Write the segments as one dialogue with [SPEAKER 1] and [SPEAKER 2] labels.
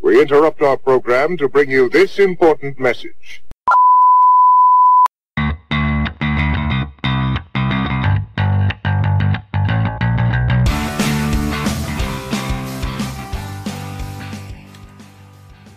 [SPEAKER 1] We interrupt our program to bring you this important message.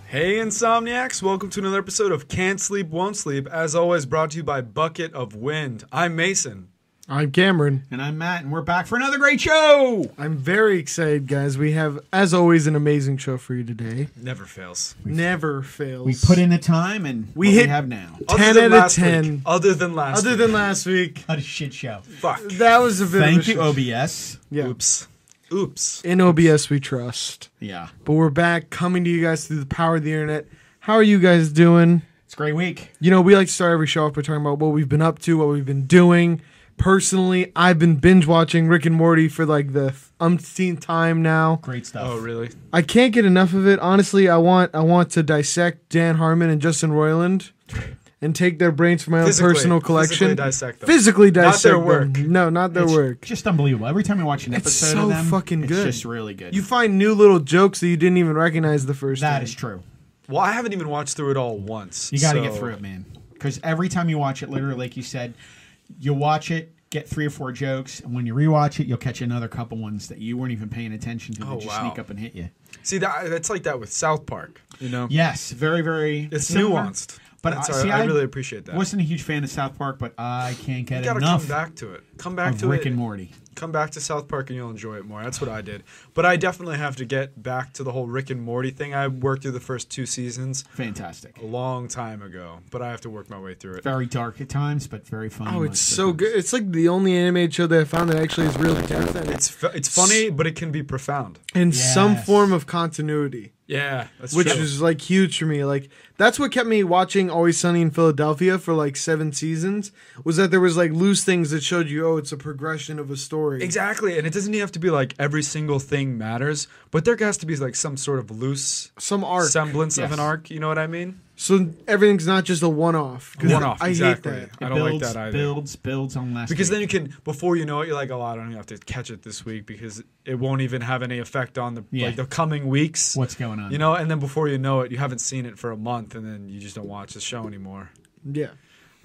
[SPEAKER 2] Hey, Insomniacs, welcome to another episode of Can't Sleep, Won't Sleep, as always brought to you by Bucket of Wind. I'm Mason.
[SPEAKER 3] I'm Cameron.
[SPEAKER 4] And I'm Matt, and we're back for another great show.
[SPEAKER 3] I'm very excited, guys. We have, as always, an amazing show for you today.
[SPEAKER 2] Never fails.
[SPEAKER 3] Never fails.
[SPEAKER 4] We put in the time, and
[SPEAKER 3] We
[SPEAKER 4] what
[SPEAKER 3] hit-
[SPEAKER 4] we have now.
[SPEAKER 3] 10
[SPEAKER 2] than
[SPEAKER 3] out of
[SPEAKER 2] last week.
[SPEAKER 3] 10.
[SPEAKER 2] Other than last
[SPEAKER 3] Other
[SPEAKER 2] week.
[SPEAKER 3] than last week,
[SPEAKER 4] What a shit show.
[SPEAKER 2] Fuck.
[SPEAKER 3] that was a bit of
[SPEAKER 4] Thank
[SPEAKER 3] a
[SPEAKER 4] you,
[SPEAKER 3] shit-
[SPEAKER 4] OBS.
[SPEAKER 3] Yeah.
[SPEAKER 2] Oops. Oops.
[SPEAKER 3] In OBS, we trust.
[SPEAKER 4] Yeah,
[SPEAKER 3] But we're back coming to you guys through the power of the internet. How are you guys doing?
[SPEAKER 4] it's a great week.
[SPEAKER 3] You know, we like to start every show off by talking about what we've been up to, what we've been doing. Personally, I've been binge watching Rick and Morty for like the umpteenth time now.
[SPEAKER 4] Great stuff.
[SPEAKER 2] Oh, really?
[SPEAKER 3] I can't get enough of it. Honestly, I want I want to dissect Dan Harmon and Justin Roiland and take their brains for my own
[SPEAKER 2] Physically-
[SPEAKER 3] personal
[SPEAKER 2] physically
[SPEAKER 3] collection.
[SPEAKER 2] dissect them.
[SPEAKER 3] Physically dissect
[SPEAKER 2] their
[SPEAKER 3] them.
[SPEAKER 2] work.
[SPEAKER 3] No, not their
[SPEAKER 4] It's
[SPEAKER 3] work.
[SPEAKER 4] just unbelievable. Every time I watch an
[SPEAKER 3] It's
[SPEAKER 4] episode
[SPEAKER 3] so
[SPEAKER 4] of them,
[SPEAKER 3] fucking good.
[SPEAKER 4] It's just really good.
[SPEAKER 3] You find new little jokes that you didn't even recognize the first
[SPEAKER 4] that
[SPEAKER 3] time.
[SPEAKER 4] is true.
[SPEAKER 2] Well, I haven't even watched through it all once.
[SPEAKER 4] You got to
[SPEAKER 2] so-
[SPEAKER 4] get through it, man. Because every time you watch it, literally, like you said, you watch it, get three or four jokes, and when you rewatch it, you'll catch another couple ones that you weren't even paying attention to that
[SPEAKER 2] Oh,
[SPEAKER 4] just
[SPEAKER 2] wow.
[SPEAKER 4] sneak up and hit you.
[SPEAKER 2] See, that, that's like that with South Park, you know?
[SPEAKER 4] Yes, very, very.
[SPEAKER 2] It's
[SPEAKER 4] similar.
[SPEAKER 2] nuanced.
[SPEAKER 4] But
[SPEAKER 2] That's-
[SPEAKER 4] I,
[SPEAKER 2] I-
[SPEAKER 4] see,
[SPEAKER 2] I really appreciate that.
[SPEAKER 4] Wasn't a huge fan of South Park, but I can't get
[SPEAKER 2] You gotta
[SPEAKER 4] enough
[SPEAKER 2] come back to it. Come back
[SPEAKER 4] of
[SPEAKER 2] to
[SPEAKER 4] Rick
[SPEAKER 2] it.
[SPEAKER 4] and Morty.
[SPEAKER 2] come back to South Park and you'll enjoy it more. That's what I did. But I definitely have to get back to the whole Rick and Morty thing. I worked through the first two seasons
[SPEAKER 4] Fantastic.
[SPEAKER 2] a long time ago, but I have to work my way through it.
[SPEAKER 4] Very dark at times, but very funny.
[SPEAKER 3] Oh, it's
[SPEAKER 4] most of
[SPEAKER 3] so
[SPEAKER 4] the
[SPEAKER 3] good.
[SPEAKER 4] times.
[SPEAKER 3] It's like the only animated show that I found that actually is really depth in it.
[SPEAKER 2] It's fu- it's funny, but it can be profound.
[SPEAKER 3] And some
[SPEAKER 4] Yes.
[SPEAKER 3] form of continuity.
[SPEAKER 2] Yeah, that's
[SPEAKER 3] which
[SPEAKER 2] true.
[SPEAKER 3] was like huge for me. Like that's what kept me watching Always Sunny in Philadelphia for like seven seasons. Was that there was like loose things that showed you, oh, it's a progression of a story.
[SPEAKER 2] exactly. And it doesn't even have to be like every single thing matters, but there has to be like some sort of loose
[SPEAKER 3] Some arc.
[SPEAKER 2] semblance of
[SPEAKER 4] Yes.
[SPEAKER 2] an arc. You know what I mean?
[SPEAKER 3] so everything's not just a one-off. 'Cause
[SPEAKER 2] One-off,
[SPEAKER 3] I
[SPEAKER 2] exactly.
[SPEAKER 3] hate that.
[SPEAKER 2] I
[SPEAKER 4] It
[SPEAKER 2] don't
[SPEAKER 4] builds,
[SPEAKER 2] like that either.
[SPEAKER 4] Builds, builds on last.
[SPEAKER 2] Because
[SPEAKER 4] week.
[SPEAKER 2] then you can, before you know it, you're like, oh, I don't even have to catch it this week because it won't even have any effect on the
[SPEAKER 4] Yeah.
[SPEAKER 2] like the coming weeks.
[SPEAKER 4] What's going on?
[SPEAKER 2] You know, and then before you know it, you haven't seen it for a month, and then you just don't watch the show anymore.
[SPEAKER 3] Yeah.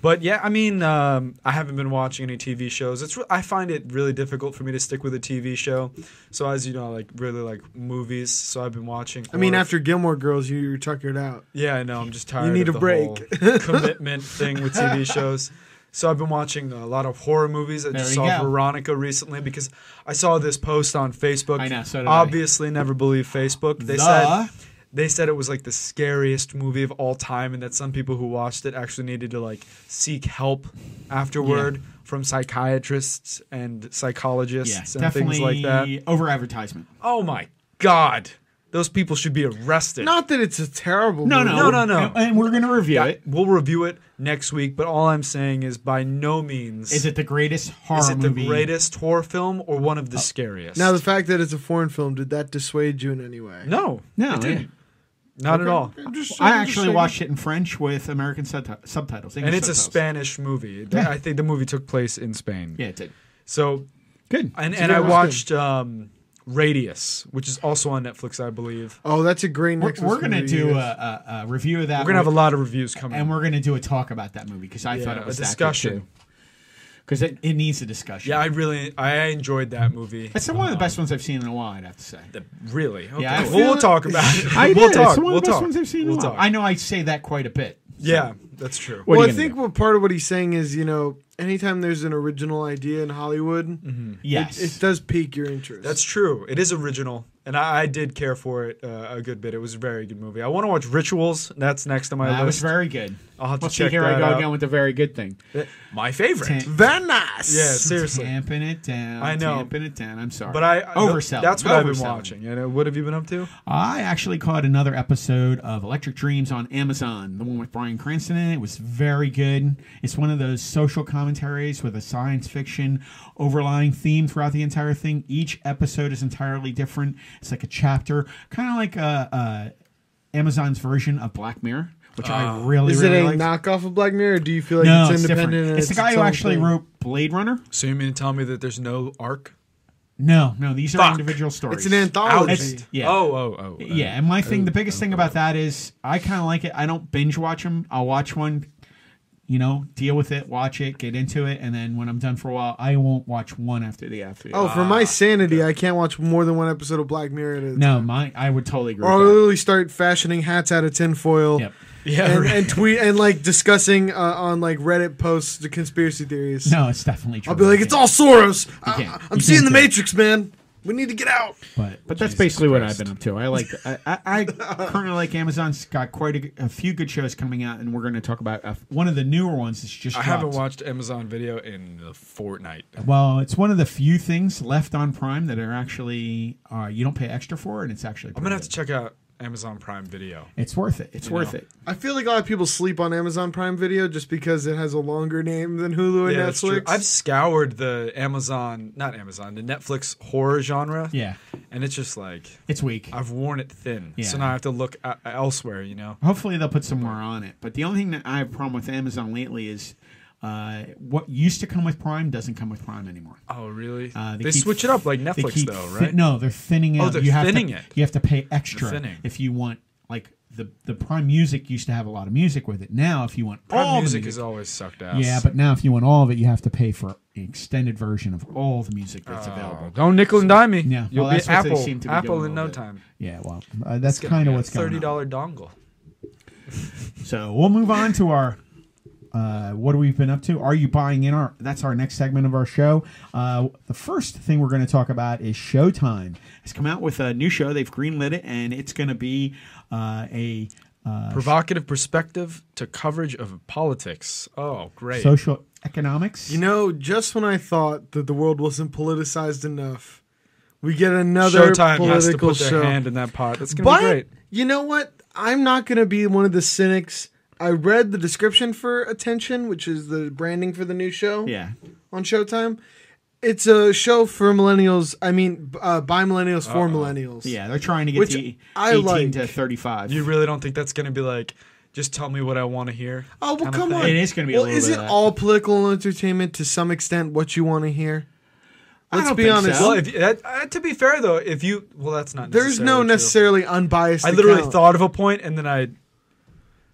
[SPEAKER 2] But yeah, I mean, um, I haven't been watching any TV shows. It's re- I find it really difficult for me to stick with a TV show. So as you know, I like really like movies. So I've been watching.
[SPEAKER 3] I mean,
[SPEAKER 2] horror-
[SPEAKER 3] after Gilmore Girls, you, you're tuckered out.
[SPEAKER 2] yeah, I know. I'm just tired.
[SPEAKER 3] You need
[SPEAKER 2] of the
[SPEAKER 3] a break.
[SPEAKER 2] whole commitment thing with TV shows. So I've been watching a lot of horror movies. I
[SPEAKER 4] There
[SPEAKER 2] just
[SPEAKER 4] you
[SPEAKER 2] saw
[SPEAKER 4] go.
[SPEAKER 2] Veronica recently because I saw this post on Facebook.
[SPEAKER 4] I know, so did I.
[SPEAKER 2] Obviously, never believe Facebook. They
[SPEAKER 4] The-
[SPEAKER 2] said they said it was like the scariest movie of all time, and that some people who watched it actually needed to like seek help afterward from psychiatrists and
[SPEAKER 4] yeah,
[SPEAKER 2] psychologists and
[SPEAKER 4] definitely
[SPEAKER 2] things like that.
[SPEAKER 4] over advertisement.
[SPEAKER 2] Oh my god, those people should be arrested.
[SPEAKER 3] Not that it's a terrible.
[SPEAKER 4] No,
[SPEAKER 3] movie.
[SPEAKER 4] no,
[SPEAKER 2] no, no.
[SPEAKER 4] And- And we're gonna review
[SPEAKER 2] Yeah,
[SPEAKER 4] it.
[SPEAKER 2] We'll review it next week, but all I'm saying is by no means
[SPEAKER 4] Is it the greatest horror
[SPEAKER 2] is it the
[SPEAKER 4] movie? Uh,
[SPEAKER 2] greatest horror film or one of the scariest.
[SPEAKER 3] Now the fact that it's a foreign film did that dissuade you in any way?
[SPEAKER 2] no,
[SPEAKER 4] No,
[SPEAKER 2] it
[SPEAKER 4] yeah.
[SPEAKER 2] didn't. not at all.
[SPEAKER 3] I'm just-
[SPEAKER 4] I
[SPEAKER 3] I'm just
[SPEAKER 4] actually
[SPEAKER 3] saying.
[SPEAKER 4] watched it in French with American subti- subtitles,
[SPEAKER 2] And
[SPEAKER 4] English
[SPEAKER 2] it's a
[SPEAKER 4] subtitles.
[SPEAKER 2] Spanish movie.
[SPEAKER 4] Yeah.
[SPEAKER 2] I think the movie took place in Spain.
[SPEAKER 4] Yeah, it did.
[SPEAKER 2] So
[SPEAKER 4] Good.
[SPEAKER 2] and
[SPEAKER 3] It's a
[SPEAKER 2] and
[SPEAKER 3] good
[SPEAKER 2] I
[SPEAKER 3] one.
[SPEAKER 2] watched um, Radius, which is also on Netflix, I believe.
[SPEAKER 3] Oh, that's a great
[SPEAKER 4] we're,
[SPEAKER 3] next.
[SPEAKER 4] we're gonna
[SPEAKER 3] movie, you
[SPEAKER 4] do uh, a,
[SPEAKER 3] guys.
[SPEAKER 4] a, a review of that.
[SPEAKER 2] We're gonna have a
[SPEAKER 4] with-
[SPEAKER 2] lot of reviews coming.
[SPEAKER 4] and we're gonna do a talk about that movie because I
[SPEAKER 2] Yeah,
[SPEAKER 4] thought it
[SPEAKER 2] a
[SPEAKER 4] was
[SPEAKER 2] discussion.
[SPEAKER 4] because it, it needs a discussion.
[SPEAKER 2] yeah, I Um, really I enjoyed that movie.
[SPEAKER 4] That's one of the best ones I've seen in a while. I'd have to say.
[SPEAKER 2] Really? Okay.
[SPEAKER 4] I
[SPEAKER 2] well,
[SPEAKER 4] feel
[SPEAKER 2] we'll
[SPEAKER 4] it-
[SPEAKER 2] talk about it.
[SPEAKER 4] I
[SPEAKER 2] we'll
[SPEAKER 4] did.
[SPEAKER 2] talk.
[SPEAKER 4] It's one
[SPEAKER 2] we'll
[SPEAKER 4] of the best
[SPEAKER 2] talk.
[SPEAKER 4] ones I've seen
[SPEAKER 2] We'll
[SPEAKER 4] in a while.
[SPEAKER 2] talk.
[SPEAKER 4] I know I say that quite a bit.
[SPEAKER 2] Yeah, that's true.
[SPEAKER 4] What are
[SPEAKER 3] well,
[SPEAKER 4] you
[SPEAKER 3] I
[SPEAKER 4] gonna
[SPEAKER 3] think
[SPEAKER 4] do?
[SPEAKER 3] what part of what he's saying is, you know, anytime there's an original idea in Hollywood,
[SPEAKER 4] Mm-hmm.
[SPEAKER 2] Mm.
[SPEAKER 4] Yes.
[SPEAKER 3] it does pique your interest.
[SPEAKER 2] That's true. It is original, and I, I did care for it uh, a good bit. It was a very good movie. I want to watch Rituals. That's next on my
[SPEAKER 4] that was
[SPEAKER 2] list.
[SPEAKER 4] very good.
[SPEAKER 2] I'll have to
[SPEAKER 4] well, see,
[SPEAKER 2] check
[SPEAKER 4] here
[SPEAKER 2] that
[SPEAKER 4] I go
[SPEAKER 2] out.
[SPEAKER 4] again with the very good thing.
[SPEAKER 2] my favorite.
[SPEAKER 4] Tan-
[SPEAKER 3] very nice.
[SPEAKER 2] yeah, seriously.
[SPEAKER 4] Tamping it down.
[SPEAKER 2] I know.
[SPEAKER 4] Tamping it down. I'm sorry.
[SPEAKER 2] But I
[SPEAKER 4] overselling.
[SPEAKER 2] That's what I've been
[SPEAKER 4] overselling.
[SPEAKER 2] watching. And uh, what have you been up to?
[SPEAKER 4] I actually caught another episode of Electric Dreams on Amazon, the one with Brian Cranston in it. It was very good. It's one of those social commentaries with a science fiction overlying theme throughout the entire thing. Each episode is entirely different. It's like a chapter, kind of like uh uh Amazon's version of Black Mirror, which I really,
[SPEAKER 3] Is
[SPEAKER 4] really
[SPEAKER 3] it a
[SPEAKER 4] liked.
[SPEAKER 3] knockoff of Black Mirror? Do you feel like
[SPEAKER 4] no,
[SPEAKER 3] it's
[SPEAKER 4] it's, different.
[SPEAKER 3] independent? and
[SPEAKER 4] It's, the guy
[SPEAKER 3] its
[SPEAKER 4] who
[SPEAKER 3] own
[SPEAKER 4] actually
[SPEAKER 3] thing?
[SPEAKER 4] wrote Blade Runner.
[SPEAKER 2] So you mean to tell me that there's no arc?
[SPEAKER 4] No, no, these are
[SPEAKER 2] Fuck.
[SPEAKER 4] individual stories.
[SPEAKER 3] It's an anthology.
[SPEAKER 4] It's- yeah.
[SPEAKER 2] Oh, oh, oh. uh,
[SPEAKER 4] Yeah, and my thing, the biggest thing about that is I kind of like it. I don't binge watch them. I'll watch one, you know, deal with it, watch it, get into it, and then when I'm done for a while, I won't watch one after the after.
[SPEAKER 3] Oh, for my sanity, I can't watch more than one episode of Black Mirror. At a
[SPEAKER 4] Ah. no, my I would totally agree.
[SPEAKER 3] or I'll
[SPEAKER 4] with
[SPEAKER 2] Oh.
[SPEAKER 4] that.
[SPEAKER 3] literally start fashioning hats out of tinfoil.
[SPEAKER 4] Yep.
[SPEAKER 2] Yeah,
[SPEAKER 3] And,
[SPEAKER 2] right.
[SPEAKER 3] and tweet and like discussing uh, on like Reddit posts the conspiracy theories.
[SPEAKER 4] No, it's definitely true.
[SPEAKER 3] I'll be like, it's all Soros.
[SPEAKER 4] can't.
[SPEAKER 3] I,
[SPEAKER 4] You
[SPEAKER 3] I'm
[SPEAKER 4] can't
[SPEAKER 3] seeing the
[SPEAKER 4] do it."
[SPEAKER 3] Matrix, man. We need to get out.
[SPEAKER 4] But, but that's basically what I've been up to. I like I, I, I currently like Amazon's got quite a, a few good shows coming out, and we're going to talk about a, one of the newer ones that's just.
[SPEAKER 2] I haven't
[SPEAKER 4] dropped.
[SPEAKER 2] watched Amazon Video in a fortnight.
[SPEAKER 4] Well, it's one of the few things left on Prime that are actually uh, you don't pay extra for, and it's actually.
[SPEAKER 2] I'm gonna have to check out Amazon Prime Video.
[SPEAKER 4] It's worth it. It's worth
[SPEAKER 2] know.
[SPEAKER 4] it.
[SPEAKER 3] I feel like a lot of people sleep on Amazon Prime Video just because it has a longer name than Hulu and
[SPEAKER 2] Yeah, that's true.
[SPEAKER 3] Netflix.
[SPEAKER 2] I've scoured the Amazon, not Amazon, the Netflix horror genre.
[SPEAKER 4] Yeah,
[SPEAKER 2] and it's just like
[SPEAKER 4] it's weak.
[SPEAKER 2] I've worn it thin.
[SPEAKER 4] Yeah.
[SPEAKER 2] So now I have to look a- elsewhere. You know.
[SPEAKER 4] Hopefully they'll put some more on it. But the only thing that I have a problem with Amazon lately is uh, what used to come with Prime doesn't come with Prime anymore.
[SPEAKER 2] Oh really?
[SPEAKER 4] Uh,
[SPEAKER 2] they
[SPEAKER 4] keep-
[SPEAKER 2] switch it up like
[SPEAKER 4] they
[SPEAKER 2] Netflix
[SPEAKER 4] keep
[SPEAKER 2] though,
[SPEAKER 4] thi-
[SPEAKER 2] right?
[SPEAKER 4] no, they're thinning
[SPEAKER 2] Oh,
[SPEAKER 4] out.
[SPEAKER 2] they're
[SPEAKER 4] you have
[SPEAKER 2] thinning
[SPEAKER 4] to,
[SPEAKER 2] it.
[SPEAKER 4] You have to pay extra
[SPEAKER 2] thinning.
[SPEAKER 4] if you want like the the Prime Music used to have a lot of music with it. Now if you want
[SPEAKER 2] Prime
[SPEAKER 4] all
[SPEAKER 2] music
[SPEAKER 4] the
[SPEAKER 2] is
[SPEAKER 4] music,
[SPEAKER 2] always sucked ass.
[SPEAKER 4] yeah, but now if you want all of it, you have to pay for an extended version of all the music that's
[SPEAKER 2] Oh,
[SPEAKER 4] available.
[SPEAKER 2] don't nickel and dime me.
[SPEAKER 4] Yeah,
[SPEAKER 2] You'll
[SPEAKER 4] well,
[SPEAKER 2] be
[SPEAKER 4] that's what they
[SPEAKER 2] Apple.
[SPEAKER 4] seem to be
[SPEAKER 2] Apple
[SPEAKER 4] doing a
[SPEAKER 2] in no
[SPEAKER 4] little bit.
[SPEAKER 2] time.
[SPEAKER 4] Yeah, well, uh, that's
[SPEAKER 2] It's gonna
[SPEAKER 4] kind of
[SPEAKER 2] be a
[SPEAKER 4] what's going on.
[SPEAKER 2] Thirty dollar dongle.
[SPEAKER 4] So we'll move on to our uh, what we've been up to. Are you buying in our? That's our next segment of our show. Uh, the first thing we're going to talk about is Showtime. It's come out with a new show. They've greenlit it, and it's going to be uh, a uh,
[SPEAKER 2] Provocative perspective to coverage of politics. Oh, great.
[SPEAKER 4] social economics.
[SPEAKER 3] you know, just when I thought that the world wasn't politicized enough, we get another
[SPEAKER 2] Showtime
[SPEAKER 3] political
[SPEAKER 2] has to put their
[SPEAKER 3] show.
[SPEAKER 2] hand in that pot. That's gonna
[SPEAKER 3] But
[SPEAKER 2] be great.
[SPEAKER 3] you know what? I'm not going to be one of the cynics. I read the description for Attention, which is the branding for the new show
[SPEAKER 4] yeah,
[SPEAKER 3] on Showtime. It's a show for millennials. I mean, b- uh, by millennials for millennials.
[SPEAKER 4] yeah. They're trying to get
[SPEAKER 3] Which
[SPEAKER 4] the
[SPEAKER 3] I
[SPEAKER 4] eighteen
[SPEAKER 3] like.
[SPEAKER 4] to thirty-five.
[SPEAKER 2] You really don't think that's gonna be like? Just tell me what I want to hear.
[SPEAKER 3] Oh well,
[SPEAKER 2] kinda
[SPEAKER 3] come
[SPEAKER 2] thing?
[SPEAKER 3] on.
[SPEAKER 4] It is gonna be a
[SPEAKER 3] Well,
[SPEAKER 4] little
[SPEAKER 3] is
[SPEAKER 4] bit
[SPEAKER 3] it
[SPEAKER 4] of that.
[SPEAKER 3] all political entertainment to some extent? What you want to hear?
[SPEAKER 4] I
[SPEAKER 3] Let's
[SPEAKER 4] don't
[SPEAKER 3] be
[SPEAKER 4] think
[SPEAKER 3] honest.
[SPEAKER 4] so.
[SPEAKER 2] Well, if that, uh, to be fair though, if you well, that's not.
[SPEAKER 3] There's no
[SPEAKER 2] true.
[SPEAKER 3] necessarily unbiased.
[SPEAKER 2] I literally
[SPEAKER 3] account.
[SPEAKER 2] thought of a point and then I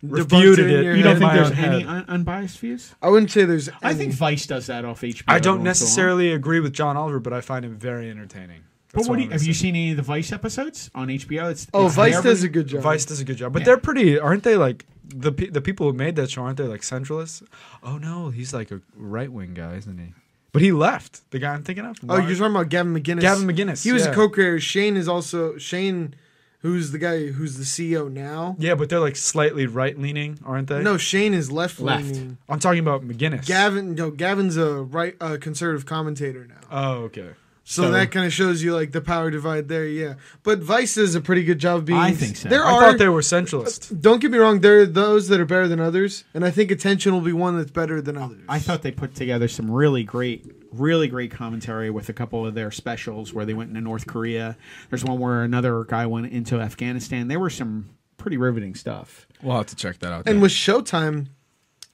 [SPEAKER 3] Debunked
[SPEAKER 2] refuted
[SPEAKER 3] in
[SPEAKER 2] it.
[SPEAKER 3] your
[SPEAKER 4] You don't
[SPEAKER 3] head.
[SPEAKER 2] in
[SPEAKER 4] think
[SPEAKER 2] my
[SPEAKER 4] there's
[SPEAKER 2] own head.
[SPEAKER 4] any un- unbiased views?
[SPEAKER 3] I wouldn't say there's.
[SPEAKER 4] I
[SPEAKER 3] any.
[SPEAKER 4] think Vice does that off HBO.
[SPEAKER 2] I
[SPEAKER 4] once in a
[SPEAKER 2] don't
[SPEAKER 4] while.
[SPEAKER 2] necessarily agree with John Oliver, but I find him very entertaining.
[SPEAKER 4] But
[SPEAKER 2] That's
[SPEAKER 4] what
[SPEAKER 2] all
[SPEAKER 4] do you,
[SPEAKER 2] I'm
[SPEAKER 4] have you
[SPEAKER 2] saying.
[SPEAKER 4] seen any of the Vice episodes on HBO? It's,
[SPEAKER 3] Oh,
[SPEAKER 4] it's
[SPEAKER 3] Vice
[SPEAKER 4] their
[SPEAKER 3] does
[SPEAKER 4] version-
[SPEAKER 3] a good job.
[SPEAKER 2] Vice does a good job, but
[SPEAKER 4] Yeah.
[SPEAKER 2] they're pretty, aren't they? Like the pe- the people who made that show, aren't they? Like centralists? Oh no, he's like a right wing guy, isn't he? But he left. The guy I'm thinking of.
[SPEAKER 3] Oh, you're talking about Gavin McGinnis.
[SPEAKER 2] Gavin McGinnis,
[SPEAKER 3] He was a
[SPEAKER 2] yeah.
[SPEAKER 3] co-creator. Shane is also Shane, who's the guy who's the CEO now.
[SPEAKER 2] yeah, but they're like slightly right leaning, aren't they?
[SPEAKER 3] No, Shane is left
[SPEAKER 4] Left.
[SPEAKER 3] leaning.
[SPEAKER 2] I'm talking about McGinnis.
[SPEAKER 3] Gavin, no, Gavin's a right uh, conservative commentator now.
[SPEAKER 2] Oh, okay.
[SPEAKER 3] So,
[SPEAKER 4] so-
[SPEAKER 3] that kind of shows you like the power divide there. Yeah, but Vice does a pretty good job of being.
[SPEAKER 4] I think so.
[SPEAKER 3] There
[SPEAKER 2] I
[SPEAKER 3] are.
[SPEAKER 2] thought they were centralist.
[SPEAKER 3] don't get me wrong. There are those that are better than others, and I think attention will be one that's better than others.
[SPEAKER 4] I thought they put together some really great, really great commentary with a couple of their specials where they went into North Korea. There's one where another guy went into Afghanistan. There were some pretty riveting stuff.
[SPEAKER 2] We'll have to check that out.
[SPEAKER 3] And with Showtime,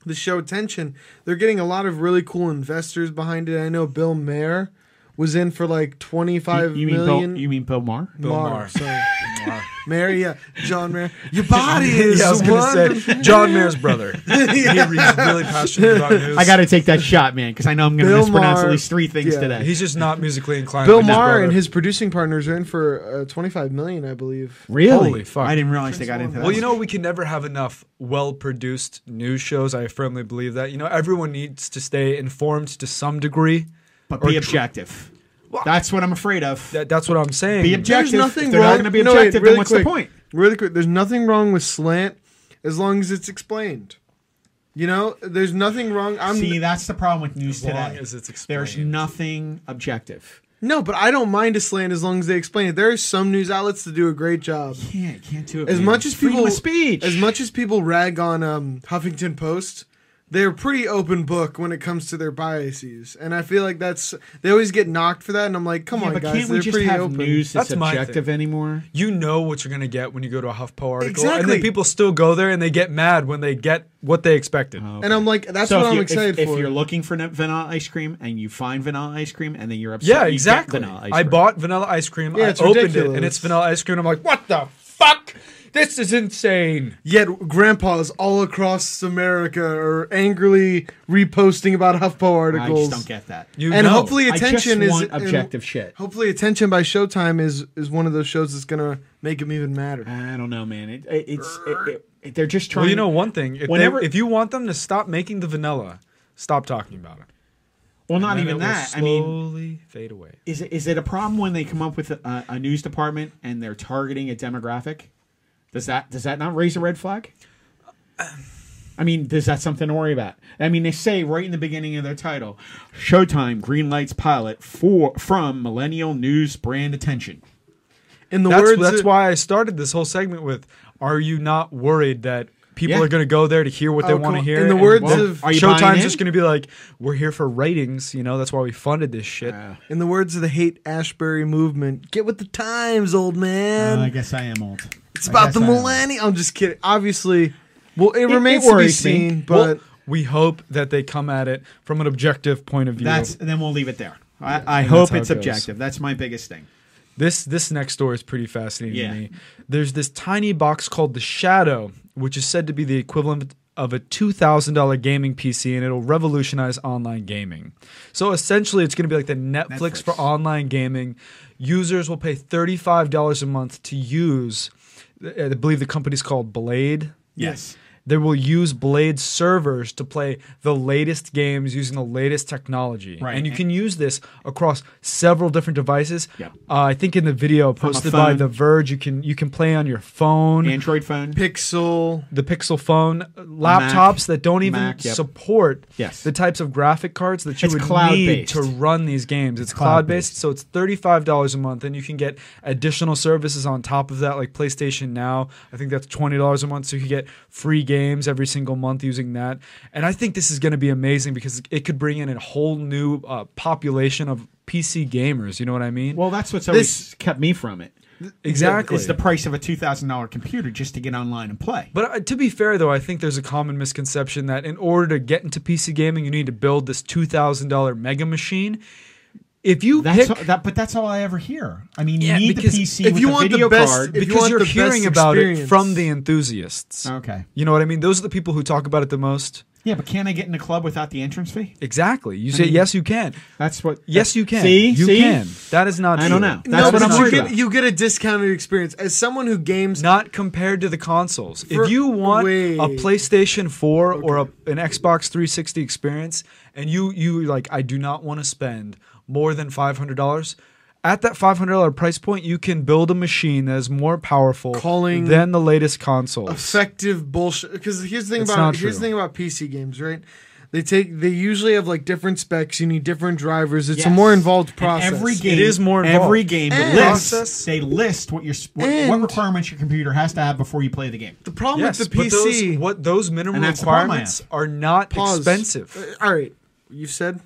[SPEAKER 3] the show attention, they're getting a lot of really cool investors behind it. I know Bill Mayer was in for like twenty
[SPEAKER 4] You,
[SPEAKER 3] five
[SPEAKER 4] you
[SPEAKER 3] million.
[SPEAKER 4] mean Bill, you mean Bill Maher?
[SPEAKER 2] Bill
[SPEAKER 3] Maher,
[SPEAKER 2] Maher.
[SPEAKER 3] sorry. Mayer, yeah, John Mayer. Your body is
[SPEAKER 2] yeah, I was
[SPEAKER 3] one.
[SPEAKER 2] gonna say John Mayer's brother. He- He's really passionate about news.
[SPEAKER 4] I got to take that shot, man, because I know I'm going to
[SPEAKER 3] Bill
[SPEAKER 4] mispronounce
[SPEAKER 3] Maher-
[SPEAKER 4] at least three things
[SPEAKER 3] yeah.
[SPEAKER 4] today.
[SPEAKER 2] He's just not musically inclined.
[SPEAKER 3] Bill
[SPEAKER 2] like his
[SPEAKER 3] Maher
[SPEAKER 2] brother.
[SPEAKER 3] and his producing partners are in for uh, twenty five million, I believe.
[SPEAKER 4] really?
[SPEAKER 2] Holy fuck.
[SPEAKER 4] I didn't realize they got into that.
[SPEAKER 2] Well, you know, we can never have enough well produced news shows. I firmly believe that. You know, everyone needs to stay informed to some degree.
[SPEAKER 4] but be
[SPEAKER 2] or-
[SPEAKER 4] objective. That's what I'm afraid of.
[SPEAKER 2] That, that's what I'm saying.
[SPEAKER 4] Be objective.
[SPEAKER 3] There's nothing
[SPEAKER 4] if they're
[SPEAKER 3] wrong.
[SPEAKER 4] not going to be
[SPEAKER 3] no, wait,
[SPEAKER 4] objective,
[SPEAKER 3] really
[SPEAKER 4] then what's
[SPEAKER 3] quick.
[SPEAKER 4] the point?
[SPEAKER 3] Really quick, there's nothing wrong with slant as long as it's explained. You know, there's nothing wrong. I'm
[SPEAKER 4] See, that's the problem with news
[SPEAKER 2] As long
[SPEAKER 4] today.
[SPEAKER 2] as it's
[SPEAKER 4] There's
[SPEAKER 2] explained.
[SPEAKER 4] nothing objective.
[SPEAKER 3] No, but I don't mind a slant as long as they explain it. There are some news outlets that do a great job.
[SPEAKER 4] Can't, can't do it.
[SPEAKER 3] As
[SPEAKER 4] man.
[SPEAKER 3] much as
[SPEAKER 4] Freedom
[SPEAKER 3] people
[SPEAKER 4] of speech.
[SPEAKER 3] as much as people rag on um, Huffington Post they're pretty open book when it comes to their biases, and I feel like that's they always get knocked for that. And I'm like, come
[SPEAKER 4] Yeah,
[SPEAKER 3] on,
[SPEAKER 4] but
[SPEAKER 3] guys,
[SPEAKER 4] can't
[SPEAKER 3] they're
[SPEAKER 4] we just
[SPEAKER 3] pretty
[SPEAKER 4] have
[SPEAKER 3] open.
[SPEAKER 4] news that's,
[SPEAKER 2] That's my
[SPEAKER 4] objective anymore?
[SPEAKER 2] You know what you're gonna get when you go to a HuffPo article, and
[SPEAKER 3] Exactly.
[SPEAKER 2] then people still go there and they get mad when they get what they expected.
[SPEAKER 3] And I'm like, that's
[SPEAKER 4] so
[SPEAKER 3] what
[SPEAKER 4] if
[SPEAKER 3] I'm
[SPEAKER 4] you-
[SPEAKER 3] excited
[SPEAKER 4] if,
[SPEAKER 3] for.
[SPEAKER 4] If you're looking for n- vanilla ice cream and you find vanilla ice cream and then you're upset,
[SPEAKER 2] yeah,
[SPEAKER 4] you get
[SPEAKER 2] exactly.
[SPEAKER 4] vanilla ice
[SPEAKER 2] I
[SPEAKER 4] cream.
[SPEAKER 2] bought vanilla ice cream.
[SPEAKER 3] Yeah,
[SPEAKER 2] I
[SPEAKER 3] it's
[SPEAKER 2] opened it, and
[SPEAKER 3] ridiculous.
[SPEAKER 2] it's vanilla ice cream. and I'm like, what the fuck? This is insane.
[SPEAKER 3] Yet grandpas all across America are angrily reposting about HuffPo
[SPEAKER 4] I
[SPEAKER 3] articles.
[SPEAKER 4] just don't get that.
[SPEAKER 2] You
[SPEAKER 3] and
[SPEAKER 2] know.
[SPEAKER 3] hopefully
[SPEAKER 4] I just
[SPEAKER 3] attention is
[SPEAKER 4] want
[SPEAKER 3] and
[SPEAKER 4] objective shit.
[SPEAKER 3] Hopefully attention by Showtime is is one of those shows that's gonna make them even madder.
[SPEAKER 4] I don't know, man. It, it, it's it, it- it- they're just trying.
[SPEAKER 2] Well, you know one thing. If,
[SPEAKER 4] Whenever-
[SPEAKER 2] they, if you want them to stop making the vanilla, stop talking about it.
[SPEAKER 4] well, not
[SPEAKER 2] And
[SPEAKER 4] even
[SPEAKER 2] then it will
[SPEAKER 4] that. I mean,
[SPEAKER 2] slowly fade away.
[SPEAKER 4] is it, is it a problem when they come up with a, a news department and they're targeting a demographic? Does that does that not raise a red flag? I mean, is that something to worry about? I mean, they say right in the beginning of their title, "Showtime green lights pilot for from millennial news brand attention."
[SPEAKER 3] In the
[SPEAKER 2] That's
[SPEAKER 3] words,
[SPEAKER 2] that's
[SPEAKER 3] of-
[SPEAKER 2] why I started this whole segment with: Are you not worried that people
[SPEAKER 4] Yeah.
[SPEAKER 2] are going to go there to hear what they
[SPEAKER 3] Oh,
[SPEAKER 2] want to
[SPEAKER 3] cool.
[SPEAKER 2] hear?
[SPEAKER 3] In the
[SPEAKER 2] and
[SPEAKER 3] words
[SPEAKER 2] won't?
[SPEAKER 3] of-
[SPEAKER 4] Are you buying
[SPEAKER 2] Showtime's
[SPEAKER 4] in?
[SPEAKER 2] just going to be like, "We're here for ratings, you know. That's why we funded this shit."
[SPEAKER 3] in the words of the Hate Ashbury movement, get with the times, old
[SPEAKER 2] Um,
[SPEAKER 3] man.
[SPEAKER 4] guess I am old.
[SPEAKER 3] it's about the millennium. I'm just kidding. Obviously, well, it,
[SPEAKER 4] it
[SPEAKER 3] remains to be
[SPEAKER 4] worries me.
[SPEAKER 3] seen,
[SPEAKER 2] Well,
[SPEAKER 3] but
[SPEAKER 2] we hope that they come at it from an objective point of view.
[SPEAKER 4] That's then we'll leave it there. I, I
[SPEAKER 2] and
[SPEAKER 4] hope
[SPEAKER 2] that's how
[SPEAKER 4] it's
[SPEAKER 2] it goes.
[SPEAKER 4] objective. That's my biggest thing.
[SPEAKER 2] This this next door is pretty fascinating
[SPEAKER 4] Yeah.
[SPEAKER 2] to me. There's this tiny box called the Shadow, which is said to be the equivalent of a $2,000 gaming PC and it'll revolutionize online gaming. So essentially it's going to be like the Netflix,
[SPEAKER 4] Netflix.
[SPEAKER 2] for online gaming. Users will pay $35 a month to use I believe the company's called Blade.
[SPEAKER 4] Yes.
[SPEAKER 2] They will use Blade servers to play the latest games using the latest technology.
[SPEAKER 4] Right.
[SPEAKER 2] And you can use this across several different devices.
[SPEAKER 4] Yep.
[SPEAKER 2] Uh, I think in the video posted by
[SPEAKER 4] phone.
[SPEAKER 2] The Verge, you can you can play on your phone,
[SPEAKER 4] Android phone.
[SPEAKER 3] Pixel.
[SPEAKER 2] the Pixel phone, uh, laptops that don't even
[SPEAKER 4] Mac, yep.
[SPEAKER 2] support
[SPEAKER 4] Yes.
[SPEAKER 2] the types of graphic cards that you
[SPEAKER 4] It's
[SPEAKER 2] would need
[SPEAKER 4] cloud-based.
[SPEAKER 2] to run these games. It's, cloud
[SPEAKER 4] cloud-based.
[SPEAKER 2] based, so it's thirty five dollars a month, and you can get additional services on top of that, like PlayStation Now. I think that's twenty dollars a month, so you can get free games every single month using that. And I think this is going to be amazing because it could bring in a whole new uh, population of PC gamers. You know what I mean?
[SPEAKER 4] Well, that's what's always
[SPEAKER 3] This-
[SPEAKER 4] kept me from it.
[SPEAKER 2] exactly.
[SPEAKER 4] It's the price of a two thousand dollar computer just to get online and play.
[SPEAKER 2] But uh, to be fair, though, I think there's a common misconception that in order to get into PC gaming, you need to build this two thousand dollar mega machine. If you
[SPEAKER 4] That's
[SPEAKER 2] pick,
[SPEAKER 4] all, that, but that's all I ever hear. I mean, you
[SPEAKER 2] Yeah,
[SPEAKER 4] need the
[SPEAKER 2] because
[SPEAKER 4] PC
[SPEAKER 3] if
[SPEAKER 4] with
[SPEAKER 3] you
[SPEAKER 4] the
[SPEAKER 3] want the
[SPEAKER 4] video
[SPEAKER 3] best-
[SPEAKER 4] card.
[SPEAKER 3] if you
[SPEAKER 2] because
[SPEAKER 3] want
[SPEAKER 2] you are
[SPEAKER 3] the best
[SPEAKER 2] hearing about it
[SPEAKER 3] experience-
[SPEAKER 2] from the enthusiasts.
[SPEAKER 4] Okay.
[SPEAKER 2] You know what I mean? Those are the people who talk about it the most.
[SPEAKER 4] Yeah, but can I get in a club without the entrance fee?
[SPEAKER 2] Exactly. You say yes, you can.
[SPEAKER 4] That's what.
[SPEAKER 2] Yes, you can.
[SPEAKER 4] See,
[SPEAKER 2] you
[SPEAKER 4] See?
[SPEAKER 2] can. That is not.
[SPEAKER 4] I don't
[SPEAKER 2] true.
[SPEAKER 4] know. That's
[SPEAKER 3] no,
[SPEAKER 4] what
[SPEAKER 3] but
[SPEAKER 4] I'm
[SPEAKER 3] you
[SPEAKER 4] worried
[SPEAKER 3] get,
[SPEAKER 4] about.
[SPEAKER 3] you get a discounted experience as someone who games.
[SPEAKER 2] Not compared to the consoles.
[SPEAKER 3] For-
[SPEAKER 2] if you want
[SPEAKER 3] wait.
[SPEAKER 2] a PlayStation 4 or a, an Xbox 360 experience, and you you like, I do not want to spend more than five hundred dollars. At that five hundred dollar price point, you can build a machine that is more powerful
[SPEAKER 3] Calling
[SPEAKER 2] than the latest console.
[SPEAKER 3] effective bullshit. Because here's the thing
[SPEAKER 2] It's
[SPEAKER 3] about
[SPEAKER 2] not
[SPEAKER 3] here's the
[SPEAKER 2] true.
[SPEAKER 3] thing about PC games, right? They take they usually have like different specs. You need different drivers. It's a
[SPEAKER 4] Yes.
[SPEAKER 3] more involved
[SPEAKER 4] And
[SPEAKER 3] process.
[SPEAKER 4] every game
[SPEAKER 2] is more involved.
[SPEAKER 4] Every game
[SPEAKER 3] And-
[SPEAKER 4] lists,
[SPEAKER 2] Process.
[SPEAKER 4] they list what your s- what, what
[SPEAKER 3] And-
[SPEAKER 4] requirements your computer has to have before you play the game.
[SPEAKER 3] the problem
[SPEAKER 2] Yes,
[SPEAKER 3] with the
[SPEAKER 2] but those-
[SPEAKER 3] PC.
[SPEAKER 2] what those minimum
[SPEAKER 4] And that's the problem I
[SPEAKER 2] requirements
[SPEAKER 4] have.
[SPEAKER 2] are not
[SPEAKER 3] Pause.
[SPEAKER 2] expensive.
[SPEAKER 3] Uh, all right, you said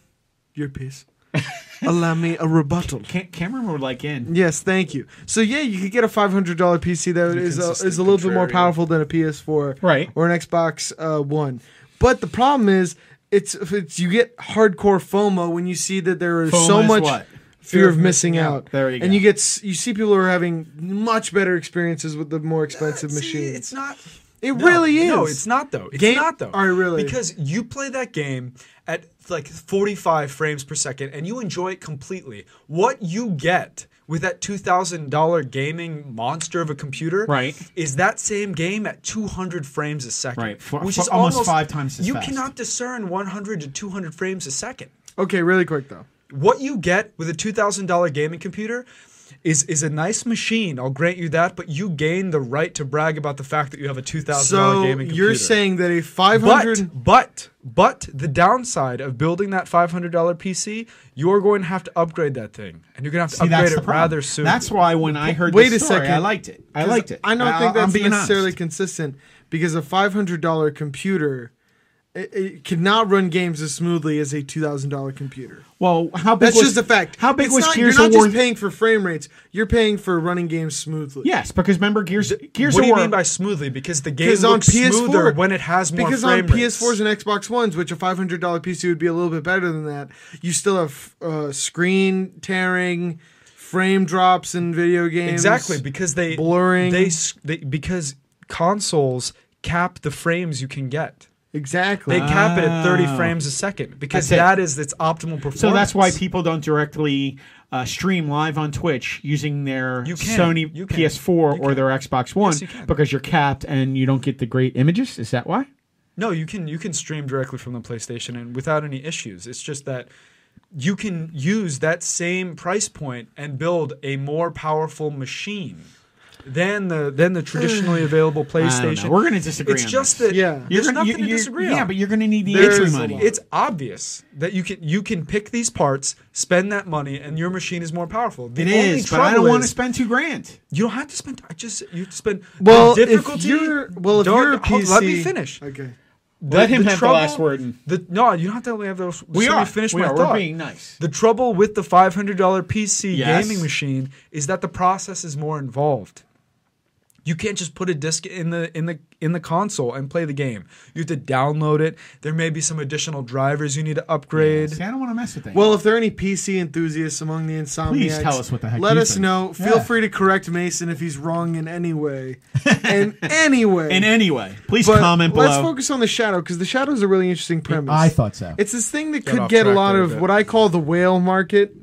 [SPEAKER 3] your piece. Allow me a rebuttal.
[SPEAKER 4] Ca- Cameron would like in.
[SPEAKER 3] Yes, thank you. So yeah, you could get a five hundred dollar PC that is a, is a little bit more
[SPEAKER 2] contrarian.
[SPEAKER 3] powerful than a PS4,
[SPEAKER 4] Right.
[SPEAKER 3] or an Xbox uh, One. But the problem is, it's, it's you get hardcore FOMO when you see that there is
[SPEAKER 4] FOMO
[SPEAKER 3] so
[SPEAKER 4] is
[SPEAKER 3] much
[SPEAKER 4] what?
[SPEAKER 3] fear of missing out.
[SPEAKER 4] There you
[SPEAKER 3] And
[SPEAKER 4] go.
[SPEAKER 3] you get s- you see people who are having much better experiences with the more expensive
[SPEAKER 2] Uh, See,
[SPEAKER 3] machines.
[SPEAKER 2] It's not.
[SPEAKER 3] it
[SPEAKER 2] No,
[SPEAKER 3] really is.
[SPEAKER 2] No, it's not though. It's
[SPEAKER 3] Game-
[SPEAKER 2] not though.
[SPEAKER 3] All right, really?
[SPEAKER 2] Because you play that game at like 45 frames per second and you enjoy it completely. What you get with that $2,000 gaming monster of a computer
[SPEAKER 4] Right.
[SPEAKER 2] is that same game at 200 frames a second.
[SPEAKER 4] Right, for-
[SPEAKER 2] Which
[SPEAKER 4] for
[SPEAKER 2] is
[SPEAKER 4] almost
[SPEAKER 2] almost,
[SPEAKER 4] five times as
[SPEAKER 2] You
[SPEAKER 4] fast.
[SPEAKER 2] cannot discern 100 to 200 frames a second.
[SPEAKER 3] Okay, really quick though.
[SPEAKER 2] what you get with a two thousand dollar gaming computer is is a nice machine. I'll grant you that, but you gain the right to brag about the fact that you have a two thousand dollar
[SPEAKER 3] So
[SPEAKER 2] gaming computer.
[SPEAKER 3] you're saying that a five hundred
[SPEAKER 2] but but but the downside of building that five hundred dollar PC, you're going to have to upgrade that thing, and you're going to have to
[SPEAKER 4] See, that's
[SPEAKER 2] upgrade
[SPEAKER 4] the
[SPEAKER 2] it
[SPEAKER 4] problem.
[SPEAKER 2] rather soon.
[SPEAKER 4] That's why when I heard
[SPEAKER 3] Wait
[SPEAKER 4] this
[SPEAKER 3] a
[SPEAKER 4] story,
[SPEAKER 3] second.
[SPEAKER 4] I liked it. I liked it.
[SPEAKER 3] I don't think
[SPEAKER 4] I'm
[SPEAKER 3] that's
[SPEAKER 4] being honest.
[SPEAKER 3] necessarily consistent because a five hundred dollar computer it, it cannot run games as smoothly as a two thousand dollar computer.
[SPEAKER 4] Well, how big
[SPEAKER 3] That's
[SPEAKER 4] was,
[SPEAKER 3] just a fact.
[SPEAKER 4] How big
[SPEAKER 3] It's
[SPEAKER 4] was
[SPEAKER 3] not,
[SPEAKER 4] Gears
[SPEAKER 3] You're
[SPEAKER 4] of
[SPEAKER 3] not
[SPEAKER 4] War?
[SPEAKER 3] just paying for frame rates. You're paying for running games smoothly.
[SPEAKER 4] yes, because remember Gears Gears
[SPEAKER 2] what
[SPEAKER 4] of
[SPEAKER 2] do you
[SPEAKER 4] War.
[SPEAKER 2] mean by smoothly? Because the game
[SPEAKER 3] Because on
[SPEAKER 2] looks smoother
[SPEAKER 3] PS4,
[SPEAKER 2] when it has more
[SPEAKER 3] because
[SPEAKER 2] frame
[SPEAKER 3] on
[SPEAKER 2] rates.
[SPEAKER 3] PS4s and Xbox Ones, which a five hundred dollar PC would be a little bit better than that, you still have uh, screen tearing, frame drops in video games.
[SPEAKER 2] exactly because they
[SPEAKER 3] blurring.
[SPEAKER 2] they, s- they because consoles cap the frames you can get.
[SPEAKER 3] exactly. Uh,
[SPEAKER 2] They cap it at 30
[SPEAKER 4] Oh.
[SPEAKER 2] frames a second because
[SPEAKER 4] That's it.
[SPEAKER 2] that is its optimal performance.
[SPEAKER 4] so that's why people don't directly uh, stream live on Twitch using their
[SPEAKER 2] You can.
[SPEAKER 4] Sony
[SPEAKER 2] You can.
[SPEAKER 4] PS4
[SPEAKER 2] You
[SPEAKER 4] or
[SPEAKER 2] can.
[SPEAKER 4] their Xbox One
[SPEAKER 2] Yes, you can.
[SPEAKER 4] because you're capped and you don't get the great images. Is that why?
[SPEAKER 2] No, you can you can stream directly from the PlayStation and without any issues. It's just that you can use that same price point and build a more powerful machine than the than the traditionally available
[SPEAKER 4] I don't
[SPEAKER 2] PlayStation.
[SPEAKER 4] know. We're going to disagree.
[SPEAKER 2] it's
[SPEAKER 4] on
[SPEAKER 2] just
[SPEAKER 4] this.
[SPEAKER 2] that
[SPEAKER 3] Yeah.
[SPEAKER 2] there's
[SPEAKER 4] gonna-
[SPEAKER 2] nothing to
[SPEAKER 4] you're-
[SPEAKER 2] disagree on.
[SPEAKER 4] Yeah, but you're going to need the
[SPEAKER 3] There
[SPEAKER 4] entry
[SPEAKER 3] is a
[SPEAKER 4] money.
[SPEAKER 3] lot.
[SPEAKER 2] it's obvious that you can you can pick these parts, spend that money, and your machine is more powerful. The
[SPEAKER 4] It
[SPEAKER 2] only
[SPEAKER 4] is, but I don't
[SPEAKER 2] trouble
[SPEAKER 4] want to
[SPEAKER 2] is
[SPEAKER 4] spend two grand.
[SPEAKER 2] You don't have to spend. I just you spend.
[SPEAKER 3] Well,
[SPEAKER 2] the
[SPEAKER 3] if
[SPEAKER 2] difficulty.
[SPEAKER 3] you're- well, if
[SPEAKER 2] dark-
[SPEAKER 3] you're a
[SPEAKER 2] hold- let me
[SPEAKER 3] PC
[SPEAKER 2] finish.
[SPEAKER 3] okay.
[SPEAKER 4] Let him have the last word and-
[SPEAKER 2] The, no, you don't have to let me have those.
[SPEAKER 4] We
[SPEAKER 2] let me
[SPEAKER 4] are.
[SPEAKER 2] Finish
[SPEAKER 4] we
[SPEAKER 2] my
[SPEAKER 4] are.
[SPEAKER 2] thought.
[SPEAKER 4] We're being nice.
[SPEAKER 2] The trouble with the $500 PC
[SPEAKER 4] Yes.
[SPEAKER 2] gaming machine is that the process is more involved. You can't just put a disc in the in the in the console and play the game. You have to download it. There may be some additional drivers you need to upgrade.
[SPEAKER 4] See, I don't want to mess with things.
[SPEAKER 3] Well, if there are any PC enthusiasts among the Insomniacs,
[SPEAKER 4] Please tell us what the heck
[SPEAKER 3] Let
[SPEAKER 4] you
[SPEAKER 3] us
[SPEAKER 4] think.
[SPEAKER 3] know. Feel
[SPEAKER 4] Yeah.
[SPEAKER 3] free to correct Mason if he's wrong in any way. In any way.
[SPEAKER 4] in any way, please
[SPEAKER 3] But
[SPEAKER 4] comment below.
[SPEAKER 3] let's focus on the shadow because the shadow is a really interesting premise.
[SPEAKER 5] I thought so.
[SPEAKER 3] It's this thing that
[SPEAKER 2] Got
[SPEAKER 3] could
[SPEAKER 2] off
[SPEAKER 3] get a
[SPEAKER 2] track
[SPEAKER 3] lot
[SPEAKER 2] there a
[SPEAKER 3] of
[SPEAKER 2] bit.
[SPEAKER 3] what I call the whale market.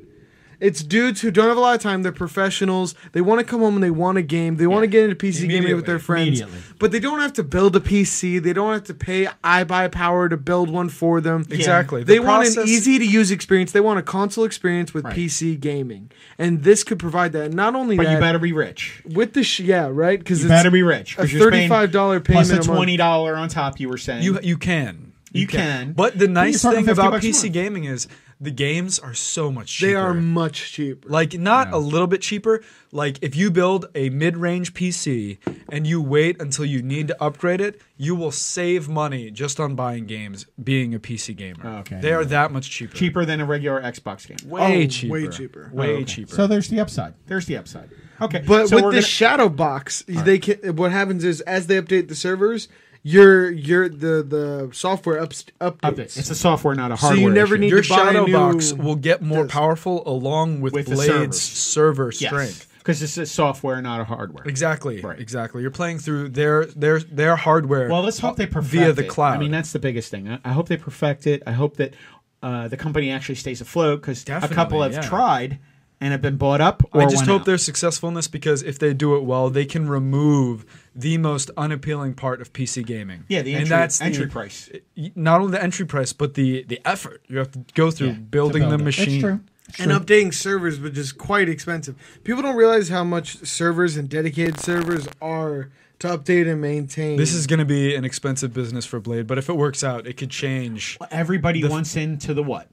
[SPEAKER 3] It's dudes who don't have a lot of time. They're professionals. They want to come home and they want a game. They want to get into PC gaming with their friends.
[SPEAKER 4] Immediately.
[SPEAKER 3] But they don't have to build a PC. They don't have to pay iBuy Power to build one for them.
[SPEAKER 2] Exactly.
[SPEAKER 3] They
[SPEAKER 2] The
[SPEAKER 3] want an
[SPEAKER 2] process-
[SPEAKER 3] easy to use experience. They want a console experience with
[SPEAKER 4] Right.
[SPEAKER 3] PC gaming. And this could provide that. Not only
[SPEAKER 4] but
[SPEAKER 3] that,
[SPEAKER 4] you better be rich.
[SPEAKER 3] with the sh- yeah, right? Because
[SPEAKER 4] You better be rich. 'cause
[SPEAKER 3] a
[SPEAKER 4] you're paying
[SPEAKER 3] $35
[SPEAKER 4] plus a
[SPEAKER 3] payment a month.
[SPEAKER 4] twenty dollar on top. You were saying
[SPEAKER 2] You you can.
[SPEAKER 4] You can.
[SPEAKER 2] But the
[SPEAKER 4] But you're
[SPEAKER 2] nice
[SPEAKER 4] talking
[SPEAKER 2] thing
[SPEAKER 4] 50
[SPEAKER 2] about
[SPEAKER 4] bucks a
[SPEAKER 2] PC
[SPEAKER 4] month.
[SPEAKER 2] gaming is the games are so much cheaper.
[SPEAKER 3] they are much cheaper.
[SPEAKER 2] Like not a little bit cheaper. Like if you build a mid-range PC and you wait until you need to upgrade it, you will save money just on buying games. Being a PC gamer,
[SPEAKER 4] Okay.
[SPEAKER 2] they are that much cheaper.
[SPEAKER 4] cheaper than a regular Xbox game.
[SPEAKER 2] way
[SPEAKER 3] Oh,
[SPEAKER 2] cheaper,
[SPEAKER 3] way cheaper.
[SPEAKER 2] way
[SPEAKER 4] Oh, okay.
[SPEAKER 2] cheaper.
[SPEAKER 5] so there's the upside.
[SPEAKER 4] There's the upside. Okay,
[SPEAKER 3] But
[SPEAKER 4] so
[SPEAKER 3] with
[SPEAKER 4] we're
[SPEAKER 3] the
[SPEAKER 4] gonna-
[SPEAKER 3] shadow box, they can. What happens is as they update the servers, your your the the software ups, updates.
[SPEAKER 4] update. it's a software, not a
[SPEAKER 3] So
[SPEAKER 4] hardware.
[SPEAKER 3] you never
[SPEAKER 4] issue.
[SPEAKER 3] need
[SPEAKER 2] Your
[SPEAKER 3] to buy
[SPEAKER 2] shadow
[SPEAKER 3] new
[SPEAKER 2] box will get more
[SPEAKER 3] disc.
[SPEAKER 2] powerful along with,
[SPEAKER 4] With the servers.
[SPEAKER 2] Blade's server strength.
[SPEAKER 4] because it's a software, not a hardware.
[SPEAKER 2] Exactly.
[SPEAKER 4] Right.
[SPEAKER 2] Exactly. You're playing through their their their hardware.
[SPEAKER 4] Well, let's hope they perfect
[SPEAKER 2] via the
[SPEAKER 4] it.
[SPEAKER 2] cloud.
[SPEAKER 4] I mean, that's the biggest thing. I, I hope they perfect it. I hope that uh, the company actually stays afloat because a
[SPEAKER 2] Definitely,
[SPEAKER 4] couple have
[SPEAKER 2] yeah.
[SPEAKER 4] tried and have been bought up. Or
[SPEAKER 2] I just
[SPEAKER 4] went
[SPEAKER 2] hope
[SPEAKER 4] out.
[SPEAKER 2] they're successful in this because if they do it well, they can remove the most unappealing part of PC gaming.
[SPEAKER 4] yeah the
[SPEAKER 2] and
[SPEAKER 4] entry,
[SPEAKER 2] that's the-
[SPEAKER 4] entry price.
[SPEAKER 2] Not only the entry price, but the the effort you have to go through
[SPEAKER 4] Yeah, to
[SPEAKER 2] building
[SPEAKER 4] build
[SPEAKER 2] the
[SPEAKER 4] it. It's
[SPEAKER 2] machine.
[SPEAKER 5] It's true. It's
[SPEAKER 3] And
[SPEAKER 5] true.
[SPEAKER 3] updating servers, which is quite expensive. People don't realize how much servers and dedicated servers are to update and maintain.
[SPEAKER 2] This is going to be an expensive business for Blade, but if it works out, it could change.
[SPEAKER 4] Everybody wants into the what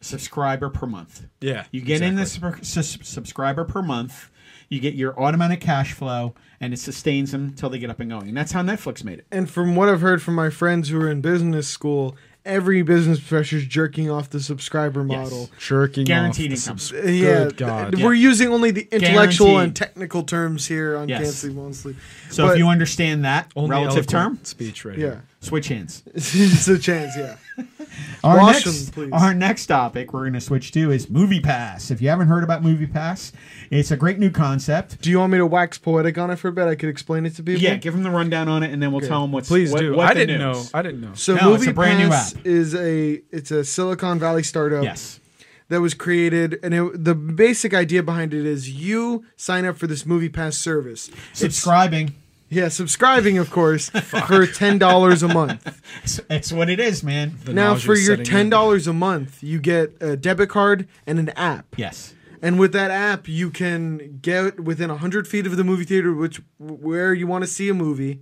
[SPEAKER 4] subscriber per month.
[SPEAKER 2] Yeah,
[SPEAKER 4] you get in the sub- sus- subscriber per month. You get your automatic cash flow, and it sustains them until they get up and going. And that's how Netflix made it.
[SPEAKER 3] and from what I've heard from my friends who are in business school, every business professor is jerking off the subscriber
[SPEAKER 4] Yes.
[SPEAKER 3] model.
[SPEAKER 2] Jerking
[SPEAKER 4] Guaranteed
[SPEAKER 2] off the
[SPEAKER 4] income.
[SPEAKER 2] subs-
[SPEAKER 3] Uh, Yeah,
[SPEAKER 2] Good God.
[SPEAKER 3] th- we're using only the intellectual
[SPEAKER 4] Guaranteed.
[SPEAKER 3] and technical terms here on
[SPEAKER 4] Yes.
[SPEAKER 3] Can't Sleep Won't Sleep.
[SPEAKER 4] So
[SPEAKER 3] But-
[SPEAKER 4] if you understand that
[SPEAKER 2] Only
[SPEAKER 4] relative
[SPEAKER 2] eloquent
[SPEAKER 4] term,
[SPEAKER 2] speech right
[SPEAKER 3] yeah,
[SPEAKER 2] here.
[SPEAKER 4] switch hands.
[SPEAKER 3] it's a chance. Yeah.
[SPEAKER 5] Our
[SPEAKER 3] Wash
[SPEAKER 5] next,
[SPEAKER 3] them, please.
[SPEAKER 5] our next topic we're going to switch to is Movie Pass. If you haven't heard about Movie Pass, it's a great new concept.
[SPEAKER 3] Do you want me to wax poetic on it for a bit? I could explain it to people.
[SPEAKER 4] Yeah, give them the rundown on it, and then we'll tell them what's
[SPEAKER 2] Please
[SPEAKER 4] what,
[SPEAKER 2] do.
[SPEAKER 4] What
[SPEAKER 2] I
[SPEAKER 4] the
[SPEAKER 2] didn't
[SPEAKER 4] news.
[SPEAKER 2] know. I didn't know.
[SPEAKER 3] So
[SPEAKER 4] No, it's
[SPEAKER 3] Movie
[SPEAKER 4] a brand new
[SPEAKER 3] Pass
[SPEAKER 4] app.
[SPEAKER 3] is a it's a Silicon Valley startup
[SPEAKER 4] Yes.
[SPEAKER 3] that was created, and it, the basic idea behind it is you sign up for this Movie Pass service.
[SPEAKER 5] Subscribing.
[SPEAKER 3] Yeah, subscribing, of course, for ten dollars a month.
[SPEAKER 5] It's, it's what it is, man.
[SPEAKER 2] The
[SPEAKER 3] now,
[SPEAKER 2] nausea
[SPEAKER 3] for
[SPEAKER 2] is
[SPEAKER 3] your
[SPEAKER 2] setting
[SPEAKER 3] ten
[SPEAKER 2] in.
[SPEAKER 3] dollars a month, you get a debit card and an app.
[SPEAKER 4] Yes.
[SPEAKER 3] And with that app, you can get within 100 feet of the movie theater, which where you want to see a movie,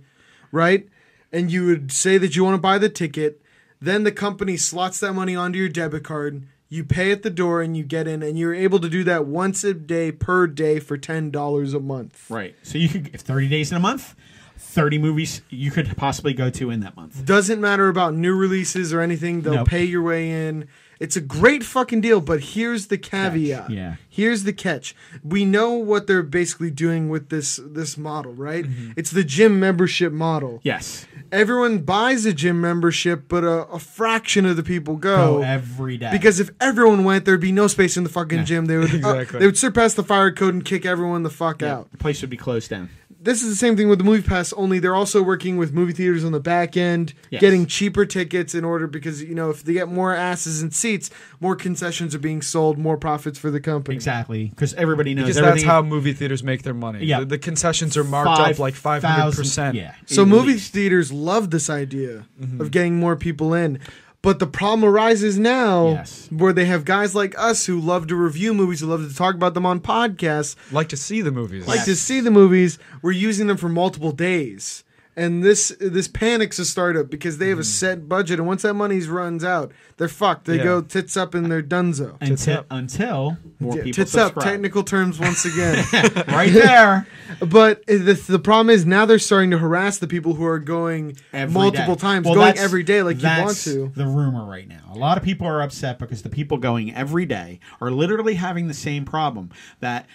[SPEAKER 3] right? And you would say that you want to buy the ticket. Then the company slots that money onto your debit card. You pay at the door and you get in, and you're able to do that once a day per day for $10 a month.
[SPEAKER 4] Right. So you could if thirty days in a month, 30 movies you could possibly go to in that month.
[SPEAKER 3] Doesn't matter about new releases or anything. They'll
[SPEAKER 4] Nope.
[SPEAKER 3] pay your way in. It's a great fucking deal, but here's the caveat.
[SPEAKER 4] yeah.
[SPEAKER 3] Here's the catch. We know what they're basically doing with this this model, right?
[SPEAKER 4] Mm-hmm.
[SPEAKER 3] It's the gym membership model.
[SPEAKER 4] Yes.
[SPEAKER 3] Everyone buys a gym membership, but a, a fraction of the people
[SPEAKER 4] Oh,
[SPEAKER 3] go.
[SPEAKER 5] Go every day.
[SPEAKER 3] because if everyone went, there'd be no space in the fucking gym. They would uh,
[SPEAKER 2] Exactly.
[SPEAKER 3] they would surpass the fire code and kick everyone the fuck out
[SPEAKER 4] The place would be closed down.
[SPEAKER 3] this is the same thing with the movie pass only they're also working with movie theaters on the back end
[SPEAKER 4] Yes.
[SPEAKER 3] getting cheaper tickets in order because you know if they get more asses and seats more concessions are being sold more profits for the company
[SPEAKER 4] Exactly. Because everybody knows
[SPEAKER 2] because
[SPEAKER 4] everything.
[SPEAKER 2] that's how movie theaters make their money.
[SPEAKER 4] Yeah.
[SPEAKER 2] the, the concessions are marked up like five hundred
[SPEAKER 4] 5,000
[SPEAKER 2] percent.
[SPEAKER 4] Yeah.
[SPEAKER 3] so
[SPEAKER 4] at
[SPEAKER 3] movie
[SPEAKER 4] least.
[SPEAKER 3] theaters love this idea
[SPEAKER 4] Mm-hmm.
[SPEAKER 3] of getting more people in but the problem arises now
[SPEAKER 4] Yes.
[SPEAKER 3] where they have guys like us who love to review movies who love to talk about them on podcasts
[SPEAKER 2] like to see the movies.
[SPEAKER 3] like to see the movies we're using them for multiple days and this this panics a startup because they have a
[SPEAKER 4] Mm-hmm.
[SPEAKER 3] set budget and once that money's runs out they're fucked they
[SPEAKER 2] Yeah.
[SPEAKER 3] go tits up in their dunzo
[SPEAKER 4] until, until more
[SPEAKER 3] Yeah,
[SPEAKER 4] people
[SPEAKER 3] tits
[SPEAKER 4] subscribe.
[SPEAKER 3] up technical terms once again
[SPEAKER 4] right there.
[SPEAKER 3] but uh, the, the problem is now they're starting to harass the people who are going
[SPEAKER 4] Every
[SPEAKER 3] multiple
[SPEAKER 4] day.
[SPEAKER 3] times
[SPEAKER 4] Well,
[SPEAKER 3] going
[SPEAKER 4] that's-
[SPEAKER 3] every day like you want
[SPEAKER 4] that's
[SPEAKER 3] to
[SPEAKER 4] The rumor right now. A lot of people are upset because the people going every day are literally having the same problem that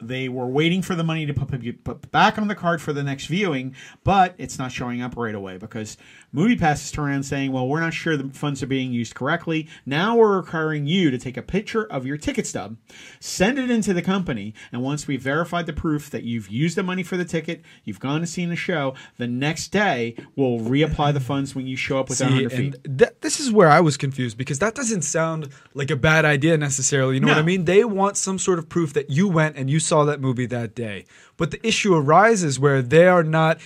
[SPEAKER 4] they were waiting for the money to put, put- put back on the card for the next viewing, but it's not showing up right away because MoviePass is turning around saying, "Well, we're not sure the funds are being used correctly. Now we're requiring you to take a picture of your ticket stub, send it into the company, and once we've verified the proof that you've used the money for the ticket, you've gone and seen the show, the next day we'll reapply the funds when you show up with that
[SPEAKER 2] See,
[SPEAKER 4] 100 feet."
[SPEAKER 2] and th- this is where I was confused because that doesn't sound like a bad idea necessarily. You know what I
[SPEAKER 4] No.
[SPEAKER 2] mean? They want some sort of proof that you went and you saw that movie that day. But the issue arises where they are not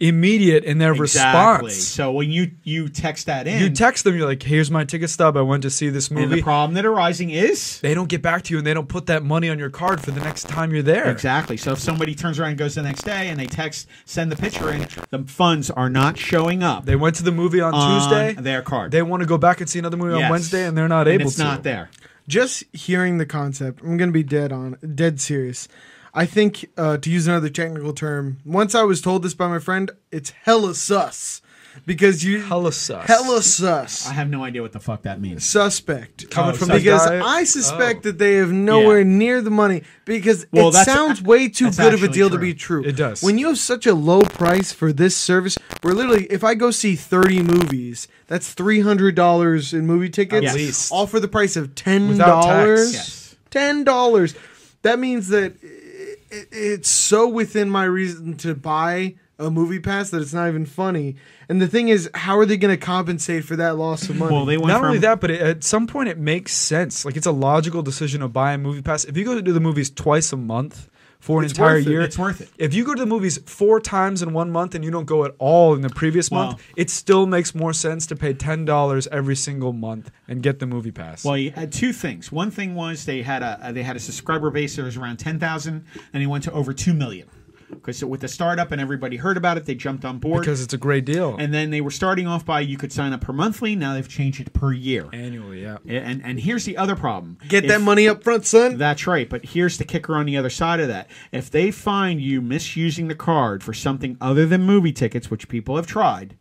[SPEAKER 2] immediate in their
[SPEAKER 4] Exactly.
[SPEAKER 2] response.
[SPEAKER 4] So when you you text that in,
[SPEAKER 2] You text them, you're like, "Here's my ticket stub. I went to see this
[SPEAKER 4] and the
[SPEAKER 2] movie."
[SPEAKER 4] problem that arising is
[SPEAKER 2] they don't get back to you, and they don't put that money on your card for the next time you're there.
[SPEAKER 4] Exactly. So if somebody turns around and goes the next day and they text, send the picture in, the funds are not showing up.
[SPEAKER 2] They went to the movie on,
[SPEAKER 4] On
[SPEAKER 2] Tuesday.
[SPEAKER 4] their card.
[SPEAKER 2] They want to go back and see another movie
[SPEAKER 4] Yes.
[SPEAKER 2] on Wednesday, and they're not
[SPEAKER 4] And
[SPEAKER 2] able
[SPEAKER 4] it's
[SPEAKER 2] to.
[SPEAKER 4] not there.
[SPEAKER 3] just hearing the concept, I'm gonna be dead on, dead serious. I think uh, to use another technical term, once I was told this by my friend, it's hella sus because you
[SPEAKER 2] Hella sus.
[SPEAKER 3] hella sus
[SPEAKER 4] I have no idea what the fuck that means.
[SPEAKER 3] suspect
[SPEAKER 2] Coming from
[SPEAKER 3] because
[SPEAKER 2] sus guy?
[SPEAKER 3] I suspect that they have nowhere
[SPEAKER 4] Yeah.
[SPEAKER 3] near the money because
[SPEAKER 4] Well,
[SPEAKER 3] it
[SPEAKER 4] that's-
[SPEAKER 3] sounds way too
[SPEAKER 4] that's
[SPEAKER 3] good of a
[SPEAKER 4] actually
[SPEAKER 3] deal to
[SPEAKER 4] true.
[SPEAKER 3] be true.
[SPEAKER 2] It does.
[SPEAKER 3] When you have such a low price for this service, where literally if I go see 30 movies, that's three hundred dollars in movie tickets,
[SPEAKER 4] Yes.
[SPEAKER 2] least.
[SPEAKER 3] all for the price of ten
[SPEAKER 2] Without tax.
[SPEAKER 3] dollars.
[SPEAKER 4] Yes.
[SPEAKER 3] Ten dollars. That means that i- i- it's so within my reason to buy a movie pass that it's not even funny. And the thing is, how are they going to compensate for that loss of money?
[SPEAKER 4] Well, they went
[SPEAKER 2] Not
[SPEAKER 4] from
[SPEAKER 2] only that, but it, at some point it makes sense. Like it's a logical decision to buy a movie pass. If you go to the movies twice a month for an
[SPEAKER 4] It's
[SPEAKER 2] entire
[SPEAKER 4] worth it.
[SPEAKER 2] year,
[SPEAKER 4] It's worth it.
[SPEAKER 2] If you go to the movies four times in one month and you don't go at all in the previous
[SPEAKER 4] Well-
[SPEAKER 2] month, it still makes more sense to pay ten dollars every single month and get the movie pass.
[SPEAKER 4] Well, you had two things. One thing was they had a uh, they had a subscriber base that was around ten thousand, and he went to over two million. Because with the startup and everybody heard about it, they jumped on board.
[SPEAKER 2] because it's a great deal
[SPEAKER 4] and then they were starting off by you could sign up per monthly. Now they've changed it per year.
[SPEAKER 2] annually. Yeah.
[SPEAKER 4] And and here's the other problem.
[SPEAKER 3] Get that
[SPEAKER 4] If-
[SPEAKER 3] money up front, son.
[SPEAKER 4] That's right. But here's the kicker on the other side of that. If they find you misusing the card for something other than movie tickets, which people have tried,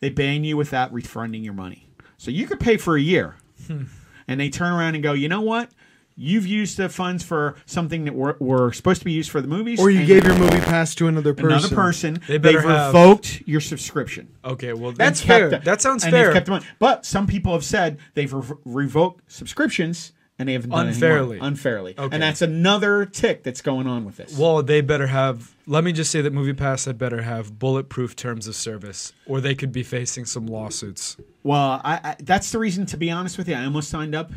[SPEAKER 4] they ban you without refunding your money. So you could pay for a year.
[SPEAKER 3] Hmm.
[SPEAKER 4] And they turn around and go, you know what? You've used the funds for something that were, were supposed to be used for the movies.
[SPEAKER 3] or you
[SPEAKER 4] and
[SPEAKER 3] gave your movie pass to another person.
[SPEAKER 4] another person.
[SPEAKER 2] They
[SPEAKER 4] They
[SPEAKER 2] better
[SPEAKER 4] have
[SPEAKER 2] have-
[SPEAKER 4] revoked your subscription.
[SPEAKER 2] Okay. Well,
[SPEAKER 3] That's
[SPEAKER 2] then-
[SPEAKER 3] fair.
[SPEAKER 4] Kept it.
[SPEAKER 2] That sounds
[SPEAKER 4] And they've
[SPEAKER 2] fair.
[SPEAKER 4] kept them on. But some people have said they've re- revoked subscriptions and they haven't done anything wrong.
[SPEAKER 2] Unfairly.
[SPEAKER 4] Unfairly.
[SPEAKER 2] Okay.
[SPEAKER 4] And that's another tick that's going on with this.
[SPEAKER 2] Well, they better have. Let me just say that MoviePass had better have bulletproof terms of service, or they could be facing some lawsuits.
[SPEAKER 4] Well, I, I, that's the reason, to be honest with you, I almost signed up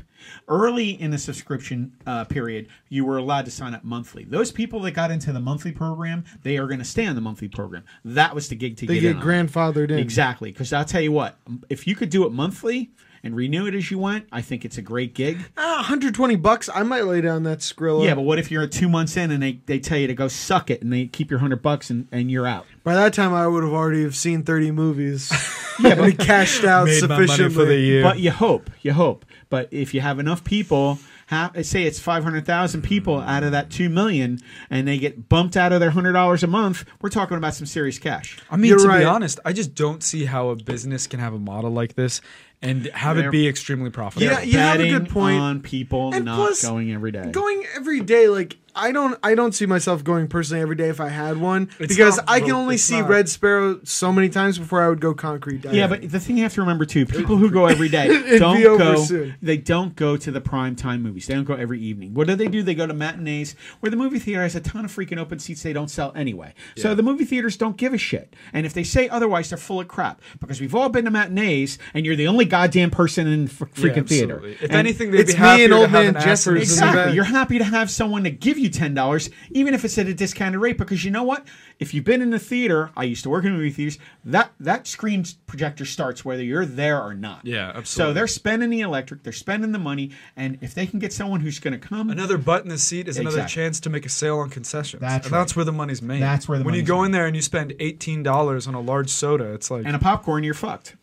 [SPEAKER 4] early in the subscription uh, period. You were allowed to sign up monthly. Those people that got into the monthly program, they are going to stay on the monthly program. That was the gig to
[SPEAKER 3] They
[SPEAKER 4] get,
[SPEAKER 3] get
[SPEAKER 4] in on.
[SPEAKER 3] grandfathered in.
[SPEAKER 4] Exactly, because I'll tell you what, if you could do it monthly and renew it as you went, I think it's a great gig.
[SPEAKER 3] Ah, 120 bucks. I might lay down that Skrilla.
[SPEAKER 4] Yeah, but what if you're two months in and they, they tell you to go suck it and they keep your hundred bucks and, and you're out?
[SPEAKER 3] By that time, I would have already have seen 30 movies. yeah, but cashed out
[SPEAKER 2] Made my money
[SPEAKER 3] sufficiently.
[SPEAKER 2] for the year.
[SPEAKER 4] But you hope, you hope. But if you have enough people ha- say it's 500,000 people out of that 2 million and they get bumped out of their $100 a month, we're talking about some serious cash.
[SPEAKER 2] I mean,
[SPEAKER 3] You're
[SPEAKER 2] to
[SPEAKER 3] right.
[SPEAKER 2] be honest, I just don't see how a business can have a model like this and have it be extremely profitable.
[SPEAKER 3] Yeah, you have a good
[SPEAKER 4] Betting
[SPEAKER 3] point.
[SPEAKER 4] on people
[SPEAKER 3] And
[SPEAKER 4] not
[SPEAKER 3] plus,
[SPEAKER 4] going every day.
[SPEAKER 3] Going every day, like I don't, I don't see myself going personally every day if I had one
[SPEAKER 2] It's
[SPEAKER 3] because
[SPEAKER 2] not
[SPEAKER 3] I can
[SPEAKER 2] real-
[SPEAKER 3] only
[SPEAKER 2] it's
[SPEAKER 3] see
[SPEAKER 2] not-
[SPEAKER 3] Red Sparrow so many times before I would go concrete diet.
[SPEAKER 4] Yeah, but the thing you have to remember too, people who go every day
[SPEAKER 3] It'd
[SPEAKER 4] don't
[SPEAKER 3] be over
[SPEAKER 4] go.
[SPEAKER 3] soon.
[SPEAKER 4] They don't go to the prime time movies. They don't go every evening. What do they do? They go to matinees where the movie theater has a ton of freaking open seats they don't sell anyway. So the movie theaters don't give a shit. And if they say otherwise, they're full of crap because we've all been to matinees and you're the only goddamn person in the fr-
[SPEAKER 2] Yeah,
[SPEAKER 4] freaking theater.
[SPEAKER 2] absolutely. If
[SPEAKER 4] And-
[SPEAKER 2] anything, they'd
[SPEAKER 3] it's
[SPEAKER 2] be
[SPEAKER 3] me
[SPEAKER 2] happier
[SPEAKER 3] and
[SPEAKER 2] to
[SPEAKER 3] old
[SPEAKER 2] have
[SPEAKER 3] man
[SPEAKER 2] an ass in the
[SPEAKER 3] Jeffers in
[SPEAKER 2] seat.
[SPEAKER 3] the
[SPEAKER 4] Exactly.
[SPEAKER 3] back.
[SPEAKER 4] You're happy to have someone to give you ten dollars, even if it's at a discounted rate, because you know what? If you've been in the theater, I used to work in movie theaters. That that screen projector starts whether you're there or not.
[SPEAKER 2] Yeah,
[SPEAKER 4] So
[SPEAKER 2] absolutely.
[SPEAKER 4] they're spending the electric, they're spending the money, and if they can get someone who's going to come,
[SPEAKER 2] Another butt in the seat is another
[SPEAKER 4] Exactly.
[SPEAKER 2] chance to make a sale on concessions.
[SPEAKER 5] That's
[SPEAKER 2] and
[SPEAKER 5] right.
[SPEAKER 2] that's where the money's made.
[SPEAKER 5] That's where the
[SPEAKER 2] When you
[SPEAKER 5] money's
[SPEAKER 2] go
[SPEAKER 5] made.
[SPEAKER 2] in there and you spend eighteen dollars on a large soda, it's like
[SPEAKER 4] and a popcorn, you're fucked.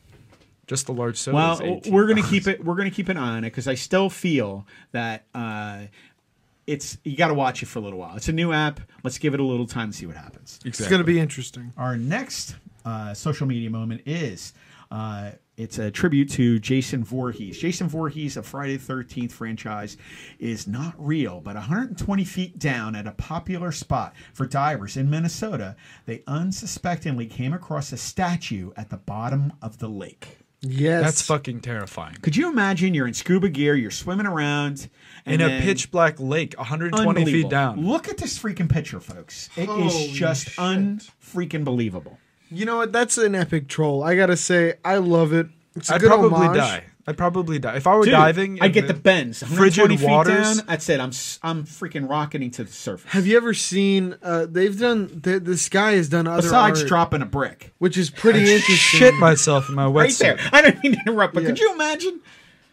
[SPEAKER 2] just the large soda. is
[SPEAKER 4] Well,
[SPEAKER 2] 18.
[SPEAKER 4] we're gonna keep it. We're gonna keep an eye on it because I still feel that uh, it's you got to watch it for a little while. It's a new app. Let's give it a little time and see what happens.
[SPEAKER 3] it's gonna be interesting.
[SPEAKER 5] Our next uh, social media moment is uh,
[SPEAKER 4] It's a tribute to Jason Voorhees. Jason Voorhees, a Friday the 13th franchise, is not real, but 120 feet down at a popular spot for divers in Minnesota, they unsuspectingly came across a statue at the bottom of the lake.
[SPEAKER 3] Yes,
[SPEAKER 2] That's fucking terrifying.
[SPEAKER 4] Could you imagine you're in scuba gear, you're swimming around
[SPEAKER 2] In
[SPEAKER 4] and
[SPEAKER 2] a
[SPEAKER 4] then-
[SPEAKER 2] pitch black lake, 120 feet
[SPEAKER 4] Unbelievable.
[SPEAKER 2] down.
[SPEAKER 4] Look at this freaking picture, folks. It is
[SPEAKER 3] Holy
[SPEAKER 4] just
[SPEAKER 3] shit.
[SPEAKER 4] unfreaking believable.
[SPEAKER 3] You know what? That's an epic troll. I gotta say, I love it. It's a
[SPEAKER 2] I'd
[SPEAKER 3] good
[SPEAKER 2] probably
[SPEAKER 3] homage.
[SPEAKER 2] die. I'd probably die if I were
[SPEAKER 4] Dude,
[SPEAKER 2] diving.
[SPEAKER 4] I
[SPEAKER 2] in
[SPEAKER 4] get the bends. 120
[SPEAKER 2] frigid
[SPEAKER 4] feet
[SPEAKER 2] waters.
[SPEAKER 4] down. That's it. I'm s- I'm freaking rocketing to the surface.
[SPEAKER 3] Have you ever seen? Uh, they've done. Th- this guy has done other
[SPEAKER 4] Besides
[SPEAKER 3] art,
[SPEAKER 4] dropping a brick.
[SPEAKER 3] which is pretty interesting.
[SPEAKER 2] Shit myself in my
[SPEAKER 4] right
[SPEAKER 2] wetsuit.
[SPEAKER 4] there. I don't mean to interrupt, but
[SPEAKER 3] Yeah.
[SPEAKER 4] could you imagine?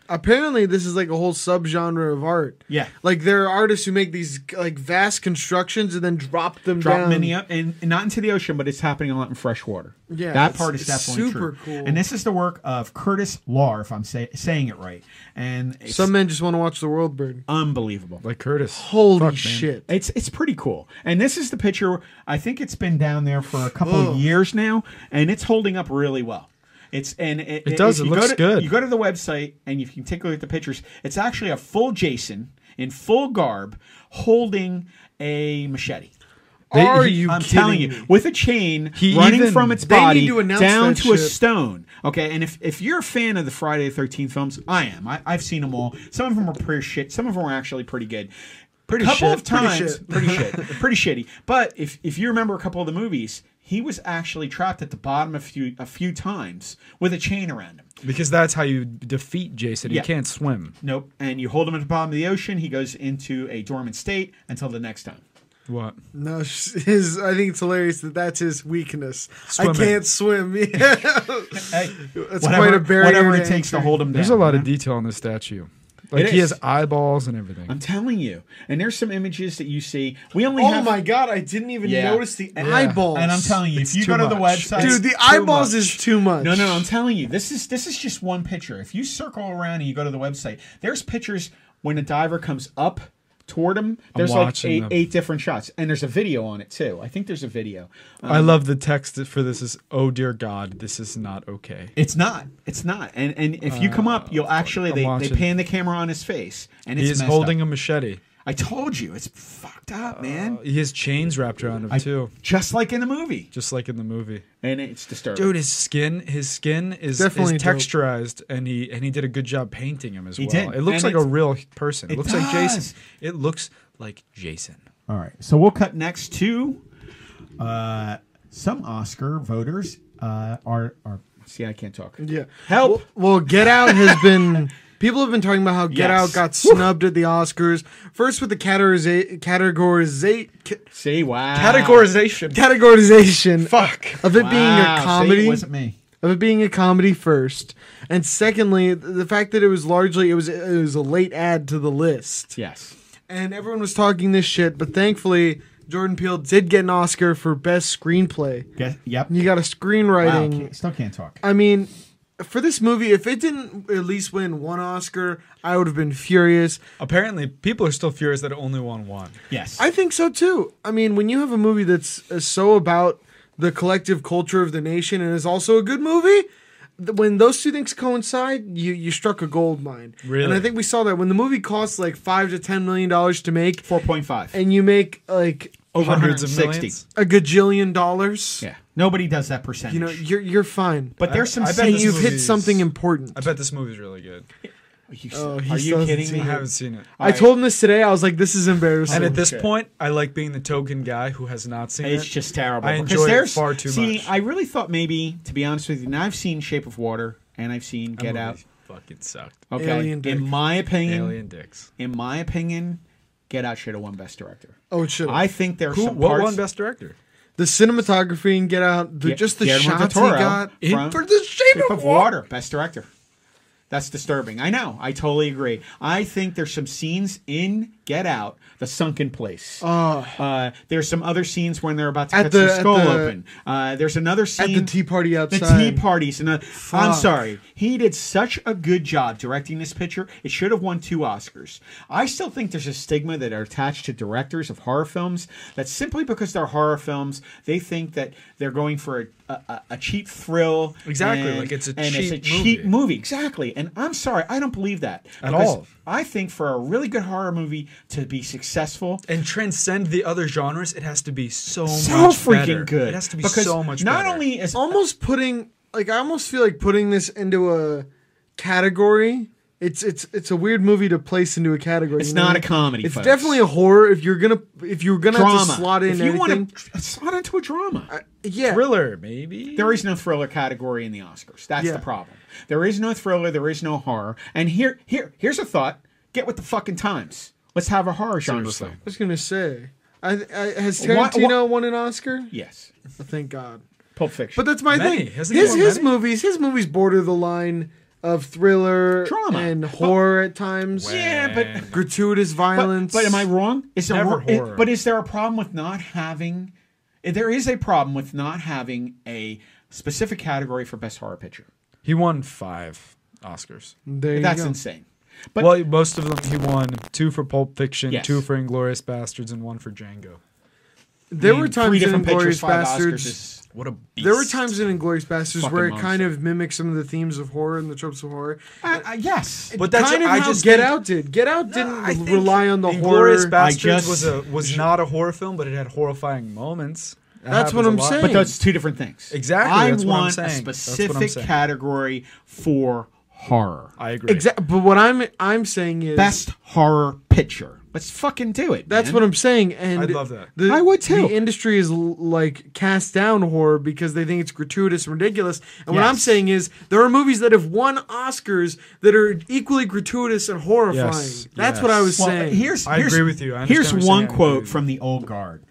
[SPEAKER 3] Apparently, this is like a whole subgenre of art.
[SPEAKER 4] Yeah.
[SPEAKER 3] like there are artists who make these like vast constructions and then drop them
[SPEAKER 4] Drop
[SPEAKER 3] down.
[SPEAKER 4] many up and and not into the ocean, but it's happening a lot in fresh water.
[SPEAKER 3] Yeah,
[SPEAKER 4] that
[SPEAKER 3] it's-
[SPEAKER 4] part is
[SPEAKER 3] it's
[SPEAKER 4] definitely
[SPEAKER 3] super
[SPEAKER 4] true.
[SPEAKER 3] cool.
[SPEAKER 4] And this is the work of Curtis Law, if I'm say, saying it right, and it's
[SPEAKER 3] Some men just want to watch the world burn.
[SPEAKER 4] unbelievable.
[SPEAKER 2] Like Curtis.
[SPEAKER 3] Holy shit!
[SPEAKER 4] It's it's pretty cool. And this is the picture. I think it's been down there for a couple
[SPEAKER 2] Oh.
[SPEAKER 4] of years now, and it's holding up really well. It's and it,
[SPEAKER 2] It does,
[SPEAKER 4] if
[SPEAKER 2] it
[SPEAKER 4] you go
[SPEAKER 2] looks
[SPEAKER 4] to-
[SPEAKER 2] good.
[SPEAKER 4] You go to the website and you can take a look at the pictures. It's actually a full Jason in full garb holding a machete.
[SPEAKER 2] They-
[SPEAKER 3] are
[SPEAKER 2] he-
[SPEAKER 3] you?
[SPEAKER 4] I'm
[SPEAKER 3] kidding
[SPEAKER 4] telling you,
[SPEAKER 3] me?
[SPEAKER 4] with a chain
[SPEAKER 2] He
[SPEAKER 4] running
[SPEAKER 2] even-
[SPEAKER 4] from its
[SPEAKER 3] They need
[SPEAKER 4] body
[SPEAKER 3] to announce
[SPEAKER 4] down
[SPEAKER 3] that
[SPEAKER 4] to a
[SPEAKER 3] shit.
[SPEAKER 4] stone. Okay, and if, if you're a fan of the Friday the Thirteenth films, I am. I, I've seen them all. Some of them are pretty shit. Some of them are actually pretty good. Pretty couple
[SPEAKER 2] shit,
[SPEAKER 4] of
[SPEAKER 2] pretty
[SPEAKER 4] times,
[SPEAKER 3] shit.
[SPEAKER 4] pretty shit, pretty shitty. But if if you remember a couple of the movies, he was actually trapped at the bottom a few a few times with a chain around him.
[SPEAKER 2] Because that's how you defeat Jason.
[SPEAKER 4] Yeah.
[SPEAKER 2] He can't swim.
[SPEAKER 4] Nope. And you hold him at the bottom of the ocean. He goes into a dormant state until the next time.
[SPEAKER 2] What?
[SPEAKER 3] No, sh- his. I think it's hilarious that that's his weakness. I
[SPEAKER 2] Swimming.
[SPEAKER 3] can't swim. Yeah,
[SPEAKER 4] Hey,
[SPEAKER 3] that's quite a barrier.
[SPEAKER 4] Whatever
[SPEAKER 3] to
[SPEAKER 4] it takes to
[SPEAKER 3] entry.
[SPEAKER 4] hold him down.
[SPEAKER 2] There's a lot
[SPEAKER 4] you
[SPEAKER 2] of
[SPEAKER 4] know?
[SPEAKER 2] detail on this statue. Like
[SPEAKER 4] It
[SPEAKER 2] he
[SPEAKER 4] is.
[SPEAKER 2] has eyeballs and everything.
[SPEAKER 4] I'm telling you. And there's some images that you see. We only
[SPEAKER 3] Oh
[SPEAKER 4] have
[SPEAKER 3] my god! I didn't even
[SPEAKER 4] Yeah.
[SPEAKER 3] notice the
[SPEAKER 2] Yeah.
[SPEAKER 3] eyeballs.
[SPEAKER 5] and I'm telling you,
[SPEAKER 2] It's
[SPEAKER 5] if you
[SPEAKER 2] too
[SPEAKER 5] go to the
[SPEAKER 2] much.
[SPEAKER 5] website,
[SPEAKER 3] dude, the
[SPEAKER 2] too
[SPEAKER 3] eyeballs
[SPEAKER 2] much.
[SPEAKER 3] is too much.
[SPEAKER 4] No, no, I'm telling you. This is this is just one picture. If you circle around and you go to the website, there's pictures when a diver comes up toward him. There's like
[SPEAKER 2] watching
[SPEAKER 4] eight,
[SPEAKER 2] them.
[SPEAKER 4] eight different shots, and there's a video on it too. I think there's a video.
[SPEAKER 2] I love the text for this is oh dear God, this is not okay.
[SPEAKER 4] It's not. It's not. And and if you come up, you'll
[SPEAKER 2] Uh,
[SPEAKER 4] actually
[SPEAKER 2] I'm
[SPEAKER 4] they, they
[SPEAKER 2] watching.
[SPEAKER 4] pan the camera on his face, and it's
[SPEAKER 2] He is
[SPEAKER 4] messed
[SPEAKER 2] holding
[SPEAKER 4] Up.
[SPEAKER 2] a machete.
[SPEAKER 4] I told you, it's fucked up, man.
[SPEAKER 2] He has chains wrapped around him too,
[SPEAKER 4] just like in the movie,
[SPEAKER 2] just like in the movie.
[SPEAKER 4] and it's disturbing.
[SPEAKER 2] Dude, his skin, his skin is, is
[SPEAKER 3] Definitely dope.
[SPEAKER 2] texturized, and he and he did a good job painting him as well.
[SPEAKER 4] did,
[SPEAKER 2] It looks like
[SPEAKER 4] and
[SPEAKER 2] a
[SPEAKER 4] it's-
[SPEAKER 2] real person. It,
[SPEAKER 4] it
[SPEAKER 2] looks like
[SPEAKER 4] does.
[SPEAKER 2] Jason. It looks like Jason.
[SPEAKER 5] all right. So
[SPEAKER 4] so we'll cut next to.
[SPEAKER 5] uh, some Oscar voters uh, are are
[SPEAKER 4] See, I can't talk.
[SPEAKER 3] Yeah.
[SPEAKER 4] Help.
[SPEAKER 3] Well, well, Get Out has been. People have been talking about how Get
[SPEAKER 4] Yes.
[SPEAKER 3] Out got snubbed at the Oscars. First with the categoriza- categoriza- ca-
[SPEAKER 4] See, wow.
[SPEAKER 2] Categorization.
[SPEAKER 3] categorization
[SPEAKER 2] Fuck.
[SPEAKER 3] of it being
[SPEAKER 4] Wow,
[SPEAKER 3] a
[SPEAKER 4] see,
[SPEAKER 3] comedy,
[SPEAKER 4] it
[SPEAKER 5] wasn't me.
[SPEAKER 3] of it being a comedy first, and secondly, th- the fact that it was largely it was it was a late add to the list,
[SPEAKER 4] Yes.
[SPEAKER 3] and everyone was talking this shit. But thankfully, Jordan Peele did get an Oscar for best screenplay.
[SPEAKER 5] Guess, yep.
[SPEAKER 3] You got a
[SPEAKER 5] Wow,
[SPEAKER 3] screenwriting.
[SPEAKER 5] can't- still can't talk.
[SPEAKER 3] I mean, for this movie, if it didn't at least win one Oscar, I would have been furious.
[SPEAKER 2] Apparently, people are still furious that it only won one.
[SPEAKER 4] Yes.
[SPEAKER 3] I think so too. I mean, when you have a movie that's uh, so about the collective culture of the nation and is also a good movie, th- when those two things coincide, you you struck a gold mine. And
[SPEAKER 2] Really?
[SPEAKER 3] I think we saw that when the movie costs like five to ten million dollars to make,
[SPEAKER 4] 4.5.
[SPEAKER 3] and you make like
[SPEAKER 4] over
[SPEAKER 2] Hundreds
[SPEAKER 4] 160.
[SPEAKER 2] of millions.
[SPEAKER 3] a gajillion dollars,
[SPEAKER 4] Yeah. Nobody does that percentage.
[SPEAKER 3] you know, you're you're fine.
[SPEAKER 4] but there's some
[SPEAKER 2] I bet
[SPEAKER 4] scenes-
[SPEAKER 2] this
[SPEAKER 3] you've hit
[SPEAKER 2] movie's-
[SPEAKER 3] something important.
[SPEAKER 2] I bet this movie's really good.
[SPEAKER 4] Are you,
[SPEAKER 3] Oh, he
[SPEAKER 4] are you
[SPEAKER 3] doesn't
[SPEAKER 4] kidding
[SPEAKER 3] see
[SPEAKER 2] I
[SPEAKER 4] me?
[SPEAKER 3] it.
[SPEAKER 2] haven't seen it.
[SPEAKER 3] I told him this today. I was like, "This is embarrassing."
[SPEAKER 2] And at this
[SPEAKER 4] shit.
[SPEAKER 2] point, I like being the token guy who has not seen
[SPEAKER 4] It's
[SPEAKER 2] it.
[SPEAKER 4] just terrible.
[SPEAKER 2] I
[SPEAKER 4] Because
[SPEAKER 2] enjoy it
[SPEAKER 4] there's-
[SPEAKER 2] far too
[SPEAKER 4] see,
[SPEAKER 2] much.
[SPEAKER 4] I really thought maybe, to be honest with you, and I've seen Shape of Water and I've seen Get
[SPEAKER 2] That
[SPEAKER 4] Out.
[SPEAKER 2] movie Fucking sucked.
[SPEAKER 4] Okay.
[SPEAKER 3] Alien dick.
[SPEAKER 4] in my opinion,
[SPEAKER 2] Alien dicks.
[SPEAKER 4] in my opinion, Get Out should have won Best Director.
[SPEAKER 3] oh, it should
[SPEAKER 4] I think there are
[SPEAKER 2] Who?
[SPEAKER 4] some
[SPEAKER 2] What
[SPEAKER 4] parts.
[SPEAKER 2] won Best Director?
[SPEAKER 3] the cinematography and Get Out, the,
[SPEAKER 4] Ge-
[SPEAKER 3] just the
[SPEAKER 4] Guillermo del
[SPEAKER 3] shots he
[SPEAKER 4] Toro
[SPEAKER 3] got.
[SPEAKER 4] in From-
[SPEAKER 2] for the shape,
[SPEAKER 4] Shape of Water, Best Director. That's disturbing. I know. I totally agree. I think there's some scenes in Get Out, the sunken place.
[SPEAKER 3] Oh.
[SPEAKER 4] Uh, there's some other scenes when they're about to
[SPEAKER 3] At
[SPEAKER 4] cut
[SPEAKER 3] the-
[SPEAKER 4] some
[SPEAKER 3] at
[SPEAKER 4] skull
[SPEAKER 3] the-
[SPEAKER 4] open. Uh, there's another
[SPEAKER 3] at
[SPEAKER 4] scene
[SPEAKER 3] the tea party
[SPEAKER 4] The
[SPEAKER 3] outside.
[SPEAKER 4] tea parties, and uh, I'm sorry, he did such a good job directing this picture. It should have won two Oscars. I still think there's a stigma that are attached to directors of horror films that simply because they're horror films, they think that they're going for a, a, a cheap thrill.
[SPEAKER 2] Exactly, like it's a
[SPEAKER 4] and it's a
[SPEAKER 2] cheap movie.
[SPEAKER 4] cheap movie, exactly. And I'm sorry, I don't believe that
[SPEAKER 2] At
[SPEAKER 4] because
[SPEAKER 2] all.
[SPEAKER 4] I think for a really good horror movie to be successful,
[SPEAKER 2] and transcend the other genres. It has to be so,
[SPEAKER 4] so
[SPEAKER 2] much
[SPEAKER 4] freaking
[SPEAKER 2] better.
[SPEAKER 4] good.
[SPEAKER 2] It has to be
[SPEAKER 4] because
[SPEAKER 2] so much.
[SPEAKER 4] Not
[SPEAKER 2] better.
[SPEAKER 4] only is
[SPEAKER 3] almost putting like I almost feel like putting this into a category. It's it's it's a weird movie to place into a category.
[SPEAKER 4] It's
[SPEAKER 3] you know?
[SPEAKER 4] not a comedy,
[SPEAKER 3] It's
[SPEAKER 4] folks.
[SPEAKER 3] definitely a horror. If you're gonna if you're gonna have to
[SPEAKER 4] drama,
[SPEAKER 3] slot in
[SPEAKER 4] if you
[SPEAKER 3] anything,
[SPEAKER 4] want to slot into a drama,
[SPEAKER 3] yeah,
[SPEAKER 2] thriller, maybe.
[SPEAKER 4] There is no thriller category in the Oscars. That's
[SPEAKER 3] Yeah.
[SPEAKER 4] the problem. There is no thriller. There is no horror. And here, here, here's a thought: get with the fucking times. Let's have a horror genre
[SPEAKER 2] Seriously.
[SPEAKER 4] film.
[SPEAKER 3] I was gonna say. I, I, has
[SPEAKER 4] What-
[SPEAKER 3] Tarantino won an Oscar?
[SPEAKER 4] Yes,
[SPEAKER 3] Oh, thank God.
[SPEAKER 4] Pulp Fiction.
[SPEAKER 3] But that's my
[SPEAKER 2] Many.
[SPEAKER 3] thing. His
[SPEAKER 2] Hasn't he won
[SPEAKER 3] his
[SPEAKER 2] many?
[SPEAKER 3] movies his movies border the line of thriller,
[SPEAKER 4] Drama.
[SPEAKER 3] and
[SPEAKER 4] But-
[SPEAKER 3] horror at times.
[SPEAKER 4] yeah, but
[SPEAKER 2] And-
[SPEAKER 3] Gratuitous violence.
[SPEAKER 4] but, but am I wrong? Is there
[SPEAKER 2] Never
[SPEAKER 4] wrong- i-
[SPEAKER 2] horror.
[SPEAKER 4] but is there a problem with not having? eh, There is a problem with not having a specific category for best horror picture.
[SPEAKER 2] he won five Oscars.
[SPEAKER 3] There you
[SPEAKER 4] That's
[SPEAKER 3] go.
[SPEAKER 4] insane. But
[SPEAKER 2] well, most of them he won two for Pulp Fiction,
[SPEAKER 4] Yes.
[SPEAKER 2] two for Inglorious Bastards, and one for Django.
[SPEAKER 3] There were
[SPEAKER 4] three
[SPEAKER 3] times in
[SPEAKER 4] different
[SPEAKER 3] Glorious
[SPEAKER 4] pictures, five Oscars
[SPEAKER 3] Bastards.
[SPEAKER 4] is-
[SPEAKER 2] What a beast.
[SPEAKER 3] There were times in Inglorious Bastards
[SPEAKER 4] Fucking
[SPEAKER 3] where it kind of mimicked some of the themes of horror and the tropes of horror.
[SPEAKER 4] Uh, uh, yes,
[SPEAKER 2] But that's
[SPEAKER 3] kind of
[SPEAKER 2] I
[SPEAKER 3] how
[SPEAKER 2] just
[SPEAKER 3] Get
[SPEAKER 2] think-
[SPEAKER 3] Out did. Get Out didn't
[SPEAKER 2] I think
[SPEAKER 3] rely on the
[SPEAKER 2] Inglourious
[SPEAKER 3] horror.
[SPEAKER 2] Bastards
[SPEAKER 4] just-
[SPEAKER 2] was a was not a horror film, but it had horrifying moments. That
[SPEAKER 3] That's
[SPEAKER 2] happens
[SPEAKER 3] what
[SPEAKER 2] a
[SPEAKER 3] I'm
[SPEAKER 2] lot.
[SPEAKER 3] saying.
[SPEAKER 4] But that's two different things.
[SPEAKER 2] Exactly,
[SPEAKER 4] I
[SPEAKER 2] that's what I'm
[SPEAKER 4] want
[SPEAKER 2] saying.
[SPEAKER 4] a
[SPEAKER 2] That's what I'm
[SPEAKER 4] specific
[SPEAKER 2] saying.
[SPEAKER 4] category for horror.
[SPEAKER 2] I agree.
[SPEAKER 3] Exactly. But what I'm I'm saying is
[SPEAKER 4] Best horror picture. Let's fucking do it.
[SPEAKER 3] That's what I'm saying. And
[SPEAKER 2] I'd love that.
[SPEAKER 3] the-
[SPEAKER 4] I would too.
[SPEAKER 3] The industry is l- like cast down horror because they think it's gratuitous and ridiculous. And what I'm
[SPEAKER 4] Yes.
[SPEAKER 3] saying is there are movies that have won Oscars that are equally gratuitous and horrifying.
[SPEAKER 2] Yes.
[SPEAKER 3] That's what I was
[SPEAKER 4] well,
[SPEAKER 3] saying.
[SPEAKER 4] Here's,
[SPEAKER 2] I
[SPEAKER 4] here's-
[SPEAKER 2] agree with you. I understand
[SPEAKER 4] here's
[SPEAKER 2] what you're
[SPEAKER 4] one
[SPEAKER 2] saying. I agree
[SPEAKER 4] quote
[SPEAKER 2] with
[SPEAKER 4] from the old guard.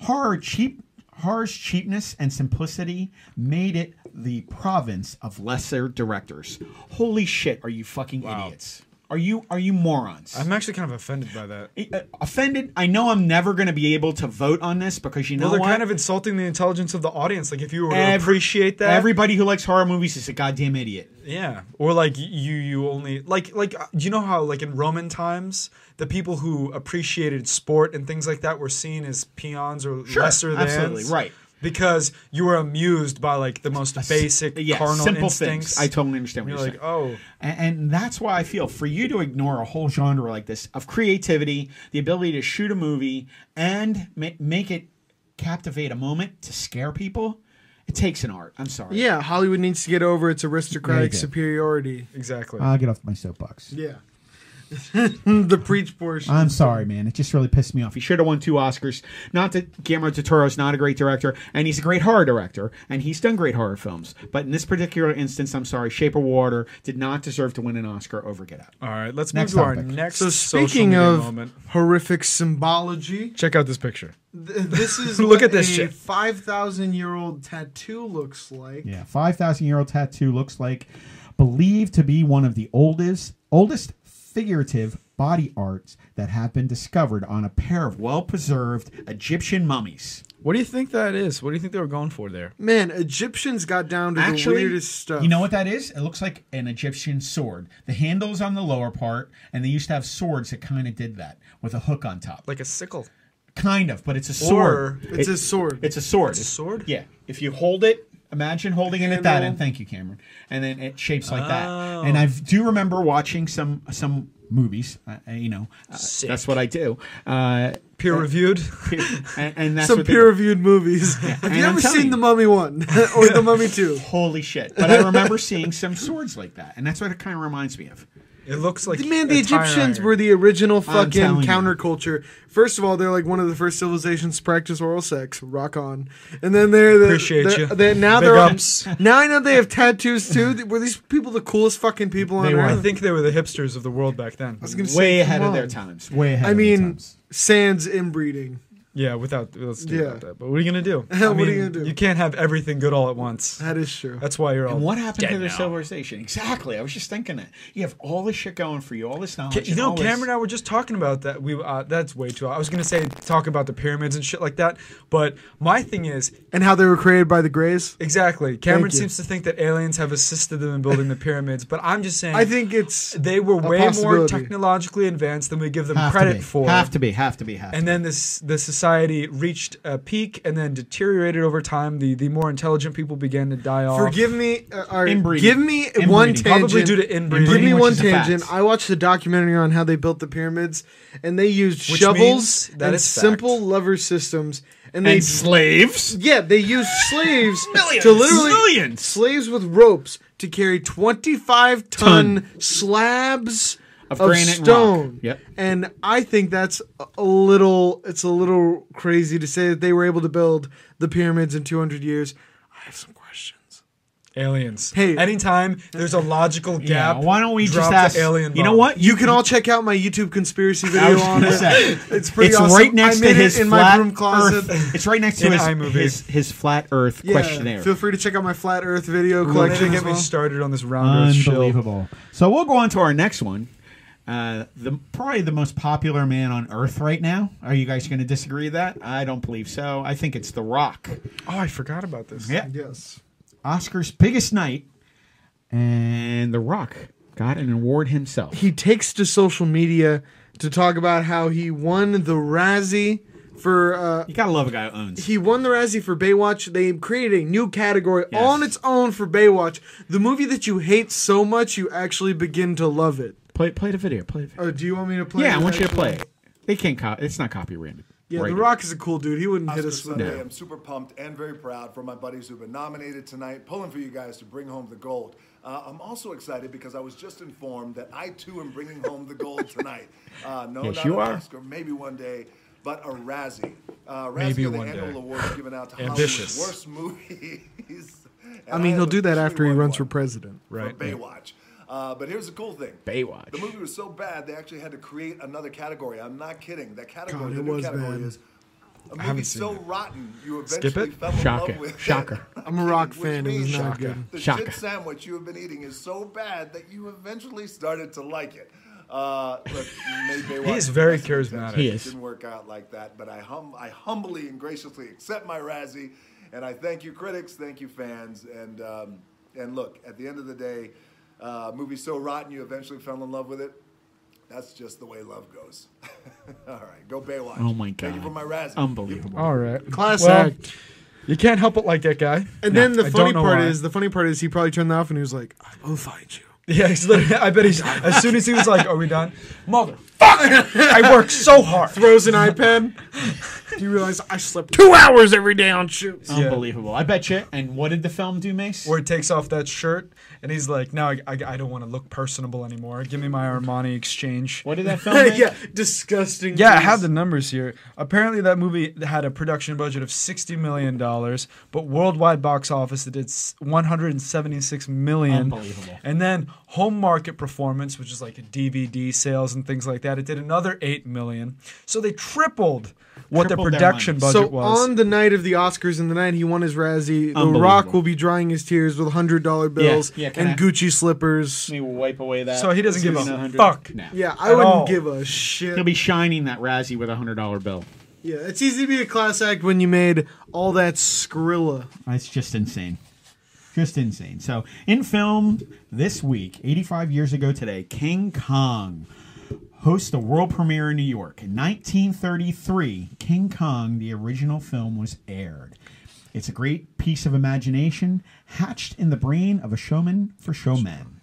[SPEAKER 4] Horror cheap horror's cheapness and simplicity made it the province of lesser directors. Holy shit, are you fucking idiots? Are you are you morons?
[SPEAKER 2] I'm actually kind of offended by that.
[SPEAKER 4] Uh, offended. I know I'm never going to be able to vote on this because you know
[SPEAKER 2] Well, they're
[SPEAKER 4] what?
[SPEAKER 2] kind of insulting the intelligence of the audience. Like if you were to
[SPEAKER 4] Every-
[SPEAKER 2] appreciate that,
[SPEAKER 4] Everybody who likes horror movies is a goddamn idiot.
[SPEAKER 2] yeah, or like you you only like like uh, you know how like in Roman times the people who appreciated sport and things like that were seen as peons or
[SPEAKER 4] Sure,
[SPEAKER 2] lesser than
[SPEAKER 4] absolutely, right.
[SPEAKER 2] because you were amused by like the most basic
[SPEAKER 4] Uh, Yeah,
[SPEAKER 2] carnal
[SPEAKER 4] simple
[SPEAKER 2] instincts.
[SPEAKER 4] things. I totally understand what
[SPEAKER 2] you're
[SPEAKER 4] you're,
[SPEAKER 2] like, oh,
[SPEAKER 4] saying. And, and that's why I feel for you to ignore a whole genre like this of creativity, the ability to shoot a movie and ma- make it captivate a moment to scare people, it takes an art. I'm sorry.
[SPEAKER 3] yeah, Hollywood needs to get over its aristocratic
[SPEAKER 5] There you go.
[SPEAKER 3] superiority.
[SPEAKER 2] exactly.
[SPEAKER 5] I'll get off my soapbox.
[SPEAKER 3] Yeah. the preach portion.
[SPEAKER 4] Uh,
[SPEAKER 5] I'm sorry, man. It just really pissed me off.
[SPEAKER 4] He should have won two Oscars. Not that Guillermo del Toro is not a great director, and he's a great horror director, and he's done great horror films. But in this particular instance, I'm sorry, Shape of Water did not deserve to win an Oscar over Get Out.
[SPEAKER 2] All right, let's
[SPEAKER 5] Next
[SPEAKER 2] move to
[SPEAKER 5] topic.
[SPEAKER 2] our next.
[SPEAKER 3] so
[SPEAKER 2] social
[SPEAKER 3] speaking
[SPEAKER 2] media
[SPEAKER 3] of
[SPEAKER 2] moment.
[SPEAKER 3] horrific symbology,
[SPEAKER 2] check out this picture.
[SPEAKER 3] th- this is
[SPEAKER 2] Look
[SPEAKER 3] what
[SPEAKER 2] at this
[SPEAKER 3] a
[SPEAKER 2] shit.
[SPEAKER 3] 5,000 year old tattoo looks like.
[SPEAKER 5] Yeah, five thousand year old tattoo looks like believed to be one of the oldest oldest figurative
[SPEAKER 4] body arts that have been discovered on a pair of well preserved Egyptian mummies.
[SPEAKER 2] What do you think that is? What do you think they were going for there?
[SPEAKER 3] Man, Egyptians got down to the weirdest stuff.
[SPEAKER 4] You know what that is? It looks like an Egyptian sword. The handle's on the lower part, and they used to have swords that kind of did that with a hook on top.
[SPEAKER 2] Like a sickle.
[SPEAKER 4] kind of, but it's a sword.
[SPEAKER 3] It's
[SPEAKER 4] It-
[SPEAKER 3] a sword.
[SPEAKER 4] It's a sword. It's
[SPEAKER 2] a sword?
[SPEAKER 4] Yeah. If you hold it, imagine holding it at that
[SPEAKER 3] Handle.
[SPEAKER 4] end. Thank you, Cameron. And then it shapes like that. And I do remember watching some some movies. Uh, uh, you know, uh,
[SPEAKER 2] Sick.
[SPEAKER 4] that's what I do. Uh,
[SPEAKER 2] Peer reviewed.
[SPEAKER 4] and, and that's
[SPEAKER 3] Some
[SPEAKER 4] what they-
[SPEAKER 3] peer reviewed movies. Have
[SPEAKER 4] and
[SPEAKER 3] you
[SPEAKER 4] I'm
[SPEAKER 3] ever
[SPEAKER 4] telling
[SPEAKER 3] seen
[SPEAKER 4] you.
[SPEAKER 3] The Mummy 1 or The Mummy 2?
[SPEAKER 4] Holy shit! But I remember seeing some swords like that, and that's what it kind of reminds me of.
[SPEAKER 2] It looks like
[SPEAKER 3] Man, the
[SPEAKER 2] a tire
[SPEAKER 3] Egyptians
[SPEAKER 2] iron.
[SPEAKER 3] were the original
[SPEAKER 4] telling
[SPEAKER 3] fucking
[SPEAKER 4] you.
[SPEAKER 3] counterculture. First of all, they're like one of the first civilizations to practice oral sex. Rock on. And then they're the,
[SPEAKER 2] Appreciate
[SPEAKER 3] they're,
[SPEAKER 2] you.
[SPEAKER 3] they're- now
[SPEAKER 2] Big
[SPEAKER 3] they're
[SPEAKER 2] ups.
[SPEAKER 3] now I know they have tattoos too. Th- Were these people the coolest fucking people on
[SPEAKER 4] They were.
[SPEAKER 2] I
[SPEAKER 3] earth?
[SPEAKER 2] think they were the hipsters of the world back then.
[SPEAKER 3] was gonna say,
[SPEAKER 4] Way ahead
[SPEAKER 3] come
[SPEAKER 4] of their
[SPEAKER 3] on.
[SPEAKER 4] times.
[SPEAKER 6] Way ahead.
[SPEAKER 3] I
[SPEAKER 6] of the
[SPEAKER 3] mean,
[SPEAKER 6] times.
[SPEAKER 3] sans inbreeding.
[SPEAKER 2] Yeah, without let's do
[SPEAKER 3] Yeah.
[SPEAKER 2] without that. But what are you gonna do?
[SPEAKER 3] What are you gonna do?
[SPEAKER 2] You can't have everything good all at once.
[SPEAKER 3] That is true.
[SPEAKER 2] That's why you're all.
[SPEAKER 4] And what happened to
[SPEAKER 2] dead
[SPEAKER 4] their
[SPEAKER 2] now.
[SPEAKER 4] civilization? Exactly. I was just thinking that you have all this shit going for you, all this knowledge.
[SPEAKER 2] Ca- You
[SPEAKER 4] and
[SPEAKER 2] know,
[SPEAKER 4] all this-
[SPEAKER 2] Cameron and I were just talking about that. We uh, that's way too. I was gonna say talk about the pyramids and shit like that, but my thing is
[SPEAKER 3] and how they were created by the Greys.
[SPEAKER 2] exactly. Cameron
[SPEAKER 3] you.
[SPEAKER 2] seems to think that aliens have assisted them in building the pyramids, but I'm just saying
[SPEAKER 3] I think it's
[SPEAKER 2] they were
[SPEAKER 3] a
[SPEAKER 2] way more
[SPEAKER 3] possibility.
[SPEAKER 2] technologically advanced than we give them
[SPEAKER 4] Have to
[SPEAKER 2] credit
[SPEAKER 4] be.
[SPEAKER 2] for.
[SPEAKER 4] Have to be. Have to be. Have to
[SPEAKER 2] and then this the society reached a peak and then deteriorated over time. The the more intelligent people began to die off.
[SPEAKER 3] Forgive me. Uh, all right,
[SPEAKER 4] Inbreeding.
[SPEAKER 3] Give me
[SPEAKER 4] Inbreeding.
[SPEAKER 3] one tangent.
[SPEAKER 4] Probably
[SPEAKER 2] due to inbreeding,
[SPEAKER 3] Give me
[SPEAKER 4] which
[SPEAKER 3] one
[SPEAKER 4] is a fact.
[SPEAKER 3] tangent. I watched a documentary on how they built the pyramids, and they used
[SPEAKER 2] Which
[SPEAKER 3] shovels
[SPEAKER 2] means that
[SPEAKER 3] and
[SPEAKER 2] is fact.
[SPEAKER 3] simple lever systems, and they
[SPEAKER 4] and slaves.
[SPEAKER 3] yeah they used slaves
[SPEAKER 4] Millions.
[SPEAKER 3] to literally
[SPEAKER 4] Millions.
[SPEAKER 3] slaves with ropes to carry twenty five ton, slabs.
[SPEAKER 4] Of
[SPEAKER 3] Of,
[SPEAKER 4] granite and rock.
[SPEAKER 3] stone.
[SPEAKER 4] Yep.
[SPEAKER 3] And I think that's a- a little it's a little crazy to say that they were able to build the pyramids in 200 years. I have some questions.
[SPEAKER 2] aliens.
[SPEAKER 3] Hey.
[SPEAKER 2] anytime there's a logical
[SPEAKER 4] Yeah,
[SPEAKER 2] gap,
[SPEAKER 4] why don't we
[SPEAKER 2] drop
[SPEAKER 4] just
[SPEAKER 2] the
[SPEAKER 4] ask?
[SPEAKER 2] alien?
[SPEAKER 4] you know
[SPEAKER 2] bomb.
[SPEAKER 4] what?
[SPEAKER 3] You can all check out my YouTube conspiracy
[SPEAKER 4] I
[SPEAKER 3] video
[SPEAKER 4] was
[SPEAKER 3] on
[SPEAKER 4] gonna
[SPEAKER 3] it.
[SPEAKER 4] say
[SPEAKER 3] It's pretty
[SPEAKER 4] it's
[SPEAKER 3] awesome.
[SPEAKER 4] right next
[SPEAKER 3] I made
[SPEAKER 4] to his
[SPEAKER 3] it in
[SPEAKER 4] flat
[SPEAKER 3] my broom closet.
[SPEAKER 4] Earth. It's right next to
[SPEAKER 2] In
[SPEAKER 4] his,
[SPEAKER 2] iMovie.
[SPEAKER 4] his his flat Earth
[SPEAKER 3] Yeah,
[SPEAKER 4] questionnaire.
[SPEAKER 3] Feel free to check out my flat Earth video
[SPEAKER 2] Don't even
[SPEAKER 3] collection as
[SPEAKER 2] get me
[SPEAKER 3] well.
[SPEAKER 2] started on this round earth show.
[SPEAKER 4] Unbelievable. So we'll go on to our next one. Uh, the probably the most popular man on Earth right now. Are you guys going to disagree with that? I don't believe so. I think it's The Rock.
[SPEAKER 2] Oh, I forgot about this.
[SPEAKER 4] Yeah,
[SPEAKER 3] Yes.
[SPEAKER 4] Oscar's biggest night, and The Rock got an award himself.
[SPEAKER 3] He takes to social media to talk about how he won the Razzie for uh,
[SPEAKER 4] You gotta love a guy who owns.
[SPEAKER 3] he won the Razzie for Baywatch. They created a new category
[SPEAKER 4] Yes.
[SPEAKER 3] on its own for Baywatch. The movie that you hate so much, you actually begin to love it.
[SPEAKER 4] Play play the video. Play the video.
[SPEAKER 3] Oh, do you want me to play?
[SPEAKER 4] Yeah, I
[SPEAKER 3] it
[SPEAKER 4] want you to
[SPEAKER 3] actually?
[SPEAKER 4] play it. They can't. Co- it's not copyrighted.
[SPEAKER 3] Yeah,
[SPEAKER 4] Rated.
[SPEAKER 3] The Rock is a cool dude. He wouldn't hit
[SPEAKER 7] Oscar
[SPEAKER 3] us with
[SPEAKER 7] Sunday.
[SPEAKER 3] that.
[SPEAKER 7] I'm super pumped and very proud for my buddies who've been nominated tonight, pulling for you guys to bring home the gold. Uh, I'm also excited because I was just informed that I too am bringing home the gold tonight. Uh, no,
[SPEAKER 4] Yes,
[SPEAKER 7] not
[SPEAKER 4] you
[SPEAKER 7] an
[SPEAKER 4] are.
[SPEAKER 7] Oscar, maybe one day, but a Razzie. Uh, Razzie
[SPEAKER 2] Maybe
[SPEAKER 7] are the
[SPEAKER 2] one
[SPEAKER 7] annual
[SPEAKER 2] day.
[SPEAKER 7] awards given out to
[SPEAKER 2] Ambitious.
[SPEAKER 7] Hollywood's worst movies.
[SPEAKER 3] I mean, he'll do that after he runs for
[SPEAKER 7] president
[SPEAKER 3] president.
[SPEAKER 2] Right.
[SPEAKER 7] for Baywatch. Uh, but here's the cool thing.
[SPEAKER 4] Baywatch.
[SPEAKER 7] The movie was so bad they actually had to create another category. I'm not kidding. That category,
[SPEAKER 3] God,
[SPEAKER 7] the
[SPEAKER 3] it
[SPEAKER 7] new
[SPEAKER 3] was
[SPEAKER 7] category
[SPEAKER 3] bad.
[SPEAKER 7] is a
[SPEAKER 2] haven't
[SPEAKER 7] movie
[SPEAKER 2] seen
[SPEAKER 7] so
[SPEAKER 2] it.
[SPEAKER 7] rotten you eventually
[SPEAKER 2] Skip it?
[SPEAKER 7] fell in
[SPEAKER 4] Shocker.
[SPEAKER 7] love with. it.
[SPEAKER 4] Shocker.
[SPEAKER 3] I'm a rock
[SPEAKER 7] Which
[SPEAKER 3] fan. It was
[SPEAKER 7] means
[SPEAKER 3] not good.
[SPEAKER 7] The
[SPEAKER 4] Shocker.
[SPEAKER 7] shit sandwich you have been eating is so bad that you eventually started to like it. Uh, look, maybe Baywatch
[SPEAKER 2] is
[SPEAKER 7] was the
[SPEAKER 2] very
[SPEAKER 7] best of its
[SPEAKER 2] charismatic.
[SPEAKER 7] actions.
[SPEAKER 4] He
[SPEAKER 7] It
[SPEAKER 4] is.
[SPEAKER 7] didn't work out like that, but I hum I humbly and graciously accept my Razzie, and I thank you critics, thank you fans, and um, and look, at the end of the day, uh, movie so rotten you eventually fell in love with it. That's just the way love goes. All right, go Baywatch.
[SPEAKER 4] Oh my god!
[SPEAKER 7] Thank you for my Razzie.
[SPEAKER 4] Unbelievable.
[SPEAKER 2] All right.
[SPEAKER 3] Class
[SPEAKER 2] Well,
[SPEAKER 3] act.
[SPEAKER 2] You can't help it like that guy.
[SPEAKER 3] And then the
[SPEAKER 2] I
[SPEAKER 3] funny
[SPEAKER 2] don't know
[SPEAKER 3] part
[SPEAKER 2] why.
[SPEAKER 3] is the funny part is he probably turned that off and he was like, I will find you.
[SPEAKER 2] Yeah, he's literally, I bet he's. As soon as he was like, "Are we done?" Motherfucker! I worked so hard.
[SPEAKER 3] Throws an iPad. Do you realize I slept two hours every day on shoots?
[SPEAKER 4] Unbelievable. I bet you. And what did the film do, Mace?
[SPEAKER 2] Where he takes off that shirt and he's like, "Now I, I, I don't want to look personable anymore. Give me my Armani exchange."
[SPEAKER 4] what did that film make?
[SPEAKER 3] yeah, disgusting.
[SPEAKER 2] Oh, Yeah, I have
[SPEAKER 3] had
[SPEAKER 2] the numbers here. Apparently, that movie had a production budget of sixty million dollars, but worldwide box office it did one hundred and seventy-six million.
[SPEAKER 4] Unbelievable.
[SPEAKER 2] And then home market performance, which is like DVD sales and things like that, it did another eight million. So they tripled what the
[SPEAKER 4] tripled their
[SPEAKER 2] production
[SPEAKER 4] money.
[SPEAKER 2] budget
[SPEAKER 3] so
[SPEAKER 2] was.
[SPEAKER 3] on the night of the Oscars and the night he won his Razzie, The
[SPEAKER 4] Unbelievable.
[SPEAKER 3] Rock will be drying his tears with hundred dollar bills
[SPEAKER 4] yeah, can
[SPEAKER 3] and
[SPEAKER 4] I-
[SPEAKER 3] Gucci slippers.
[SPEAKER 4] Let me wipe away that.
[SPEAKER 2] so he doesn't give
[SPEAKER 4] Let's see,
[SPEAKER 2] a
[SPEAKER 4] 100.
[SPEAKER 2] fuck.
[SPEAKER 4] No.
[SPEAKER 3] Yeah,
[SPEAKER 2] At
[SPEAKER 3] I wouldn't
[SPEAKER 2] all.
[SPEAKER 3] give a shit.
[SPEAKER 4] He'll be shining that Razzie with a hundred dollar bill.
[SPEAKER 3] yeah, it's easy to be a class act when you made all that Skrilla.
[SPEAKER 4] It's just insane. Just insane. So, in film this week, 85 years ago today, King Kong hosts the world premiere in New York. In 1933, King Kong, the original film, was aired. It's a great piece of imagination hatched in the brain of a showman for showman.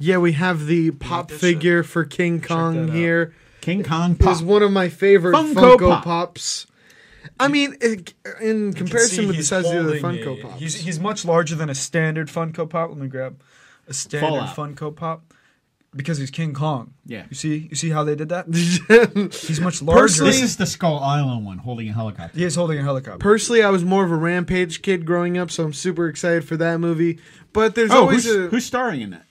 [SPEAKER 3] Yeah, we have the pop
[SPEAKER 2] that
[SPEAKER 3] figure for King Kong
[SPEAKER 2] that out.
[SPEAKER 3] here.
[SPEAKER 4] King Kong
[SPEAKER 3] Is
[SPEAKER 4] Pop.
[SPEAKER 3] one of my favorite
[SPEAKER 4] Funko
[SPEAKER 3] Funko,
[SPEAKER 4] Pop.
[SPEAKER 3] Pops. I mean, it, in
[SPEAKER 2] You can
[SPEAKER 3] comparison
[SPEAKER 2] see
[SPEAKER 3] with the
[SPEAKER 2] he's
[SPEAKER 3] size of the other
[SPEAKER 2] holding
[SPEAKER 3] Funko
[SPEAKER 2] a-
[SPEAKER 3] Pops.
[SPEAKER 2] He's, he's much larger than a standard Funko Pop. Let me grab a standard
[SPEAKER 4] Fallout.
[SPEAKER 2] Funko Pop because he's King Kong.
[SPEAKER 4] Yeah.
[SPEAKER 2] You see, you see how they did that? he's much larger.
[SPEAKER 3] Personally-
[SPEAKER 4] This is the Skull Island one holding a helicopter.
[SPEAKER 2] he is holding a helicopter.
[SPEAKER 3] Personally, I was more of a Rampage kid growing up, so I'm super excited for that movie. But there's
[SPEAKER 4] Oh,
[SPEAKER 3] always
[SPEAKER 4] who's,
[SPEAKER 3] a
[SPEAKER 4] who's starring in that?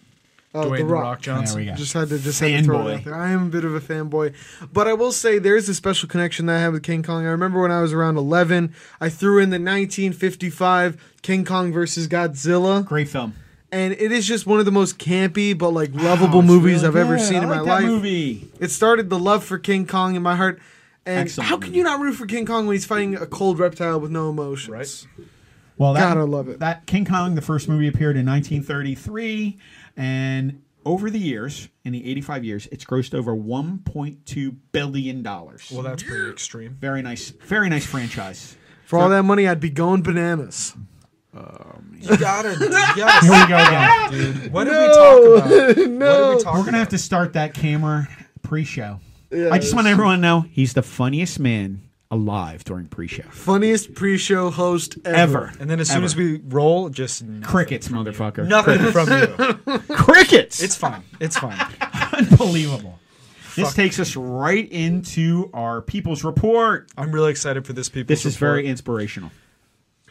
[SPEAKER 3] oh,
[SPEAKER 2] Dwayne
[SPEAKER 3] the Rock.
[SPEAKER 4] There we
[SPEAKER 2] Johnson.
[SPEAKER 4] go.
[SPEAKER 3] Just had to just had to throw it
[SPEAKER 4] Fanboy.
[SPEAKER 3] out there. I am a bit of a fanboy, but I will say there is a special connection that I have with King Kong. I remember when I was around 11, I threw in the 1955 King Kong versus Godzilla,
[SPEAKER 4] Great film.
[SPEAKER 3] and it is just one of the most campy but like
[SPEAKER 4] Oh,
[SPEAKER 3] lovable
[SPEAKER 4] it's
[SPEAKER 3] movies
[SPEAKER 4] really
[SPEAKER 3] I've ever
[SPEAKER 4] good.
[SPEAKER 3] seen
[SPEAKER 4] I
[SPEAKER 3] in
[SPEAKER 4] like
[SPEAKER 3] my
[SPEAKER 4] that
[SPEAKER 3] life.
[SPEAKER 4] Movie.
[SPEAKER 3] It started the love for King Kong in my heart. And
[SPEAKER 4] Excellent
[SPEAKER 3] how can
[SPEAKER 4] movie.
[SPEAKER 3] you not root for King Kong when he's fighting a cold reptile with no emotions?
[SPEAKER 2] Right?
[SPEAKER 4] Well, that,
[SPEAKER 3] God, I love it.
[SPEAKER 4] That King Kong, the first movie, appeared in 1933, and over the years, in the 85 years, it's grossed over 1.2 billion dollars.
[SPEAKER 2] Well, that's pretty extreme.
[SPEAKER 4] very nice, very nice franchise.
[SPEAKER 3] For all that money, I'd be going bananas.
[SPEAKER 2] You gotta, you
[SPEAKER 4] Here
[SPEAKER 2] gotta
[SPEAKER 4] we go. Again.
[SPEAKER 2] dude. What did we talk about? What did we talk
[SPEAKER 4] We're gonna have
[SPEAKER 2] about?
[SPEAKER 4] to start that camera pre-show.
[SPEAKER 3] Yeah,
[SPEAKER 4] I just want
[SPEAKER 3] it's-
[SPEAKER 4] everyone to know he's the funniest man alive during pre-show
[SPEAKER 3] Funniest pre-show host ever.
[SPEAKER 4] ever.
[SPEAKER 2] And then as soon
[SPEAKER 4] Ever.
[SPEAKER 2] as we roll, just nothing
[SPEAKER 4] Crickets,
[SPEAKER 2] from you.
[SPEAKER 4] motherfucker.
[SPEAKER 2] Nothing from you.
[SPEAKER 4] Crickets.
[SPEAKER 2] It's fine. It's fine.
[SPEAKER 4] unbelievable. This takes us right into our people's report.
[SPEAKER 2] I'm really excited for this. People,
[SPEAKER 4] This is very inspirational.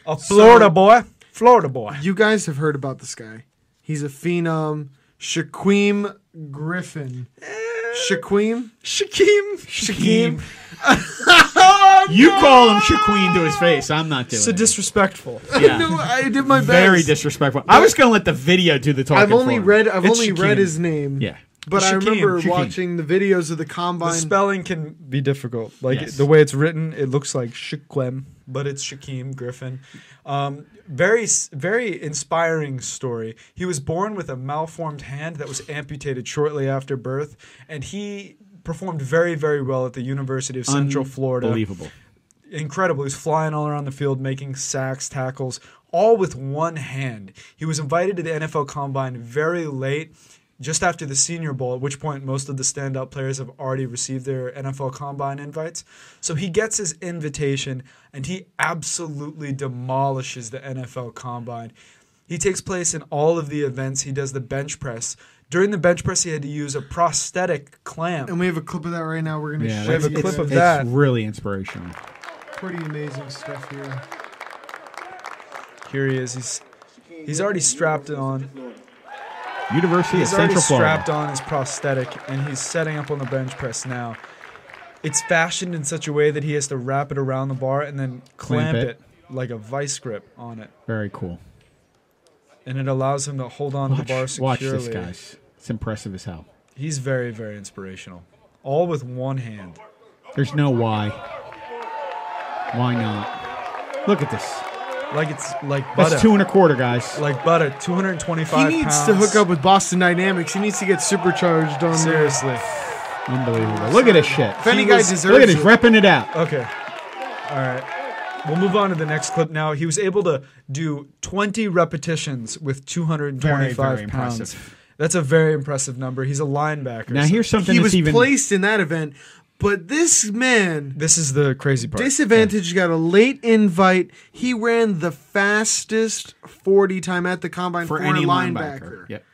[SPEAKER 2] a Florida boy. Florida boy.
[SPEAKER 3] You guys have heard about this guy. He's a phenom, Shaquem Griffin.
[SPEAKER 4] Eh.
[SPEAKER 3] Shaquem?
[SPEAKER 2] Shaquem.
[SPEAKER 3] Shaquem.
[SPEAKER 4] You call him Shaquem to his face. I'm not doing
[SPEAKER 2] So disrespectful.
[SPEAKER 4] it. Yeah.
[SPEAKER 3] No, I did my best.
[SPEAKER 4] Very disrespectful. I was going to let the video do the talking.
[SPEAKER 3] I've only
[SPEAKER 4] for him.
[SPEAKER 3] read. I've
[SPEAKER 2] It's
[SPEAKER 3] only
[SPEAKER 2] Shaquem.
[SPEAKER 3] read his name.
[SPEAKER 4] Yeah.
[SPEAKER 3] But I
[SPEAKER 2] Shaquem,
[SPEAKER 3] remember
[SPEAKER 4] Shaquem.
[SPEAKER 3] watching the videos of the
[SPEAKER 2] The
[SPEAKER 3] combine.
[SPEAKER 2] spelling can be difficult. Like
[SPEAKER 4] Yes.
[SPEAKER 2] the way it's written, it looks like Shaquem, but it's Shaquem Griffin. Um, very, s- very inspiring story. He was born with a malformed hand that was amputated shortly after birth, and he performed very, very well at the University of Central Florida.
[SPEAKER 4] Unbelievable.
[SPEAKER 2] incredible. He was flying all around the field, making sacks, tackles, all with one hand. He was invited to the NFL Combine very late, just after the Senior Bowl, at which point most of the standout players have already received their NFL Combine invites. So he gets his invitation and he absolutely demolishes the NFL Combine. He takes place in all of the events. He does the bench press. During the bench press, he had to use a prosthetic clamp.
[SPEAKER 3] and we have a clip of that right now. We're gonna
[SPEAKER 4] Yeah,
[SPEAKER 3] show
[SPEAKER 2] We have a
[SPEAKER 3] you.
[SPEAKER 2] clip
[SPEAKER 3] It's
[SPEAKER 2] of that.
[SPEAKER 4] It's really inspirational.
[SPEAKER 3] Pretty amazing stuff here.
[SPEAKER 2] Here he is. He's he's already strapped it on.
[SPEAKER 4] University
[SPEAKER 2] He's
[SPEAKER 4] of
[SPEAKER 2] already
[SPEAKER 4] Central Florida.
[SPEAKER 2] strapped on his prosthetic and he's setting up on the bench press now. It's fashioned in such a way that he has to wrap it around the bar and then clamp,
[SPEAKER 4] Clamp
[SPEAKER 2] it.
[SPEAKER 4] it.
[SPEAKER 2] like a vice grip on it.
[SPEAKER 4] Very cool.
[SPEAKER 2] And it allows him to hold on to the bar
[SPEAKER 4] Watch, watch
[SPEAKER 2] securely.
[SPEAKER 4] this, guys. It's impressive as hell.
[SPEAKER 2] He's very, very inspirational. All with one hand.
[SPEAKER 4] There's no why. Why not? Look at this.
[SPEAKER 2] Like it's like butter.
[SPEAKER 4] That's two and a quarter, guys.
[SPEAKER 2] like butter,
[SPEAKER 3] He
[SPEAKER 2] 225
[SPEAKER 3] needs
[SPEAKER 2] pounds.
[SPEAKER 3] to hook up with Boston Dynamics. He needs to get supercharged on there.
[SPEAKER 2] Seriously.
[SPEAKER 4] Unbelievable. Look at this shit.
[SPEAKER 3] If any
[SPEAKER 2] He
[SPEAKER 3] guy
[SPEAKER 2] was-
[SPEAKER 3] deserves
[SPEAKER 4] Look at this,
[SPEAKER 3] it.
[SPEAKER 4] repping it out.
[SPEAKER 2] Okay. All right. We'll move on to the next clip now. He was able to do 20 repetitions with 225
[SPEAKER 4] Very, very
[SPEAKER 2] pounds.
[SPEAKER 4] impressive.
[SPEAKER 2] That's a very impressive number. He's a linebacker.
[SPEAKER 4] Now
[SPEAKER 2] so-
[SPEAKER 4] here's something
[SPEAKER 3] he
[SPEAKER 4] that's
[SPEAKER 3] was
[SPEAKER 4] even
[SPEAKER 3] placed in that event, but this man
[SPEAKER 2] this is the crazy part.
[SPEAKER 3] disadvantaged got a late invite. He ran the fastest 40 time at the combine
[SPEAKER 4] for
[SPEAKER 3] a
[SPEAKER 4] any
[SPEAKER 3] linebacker.
[SPEAKER 4] linebacker. Yep.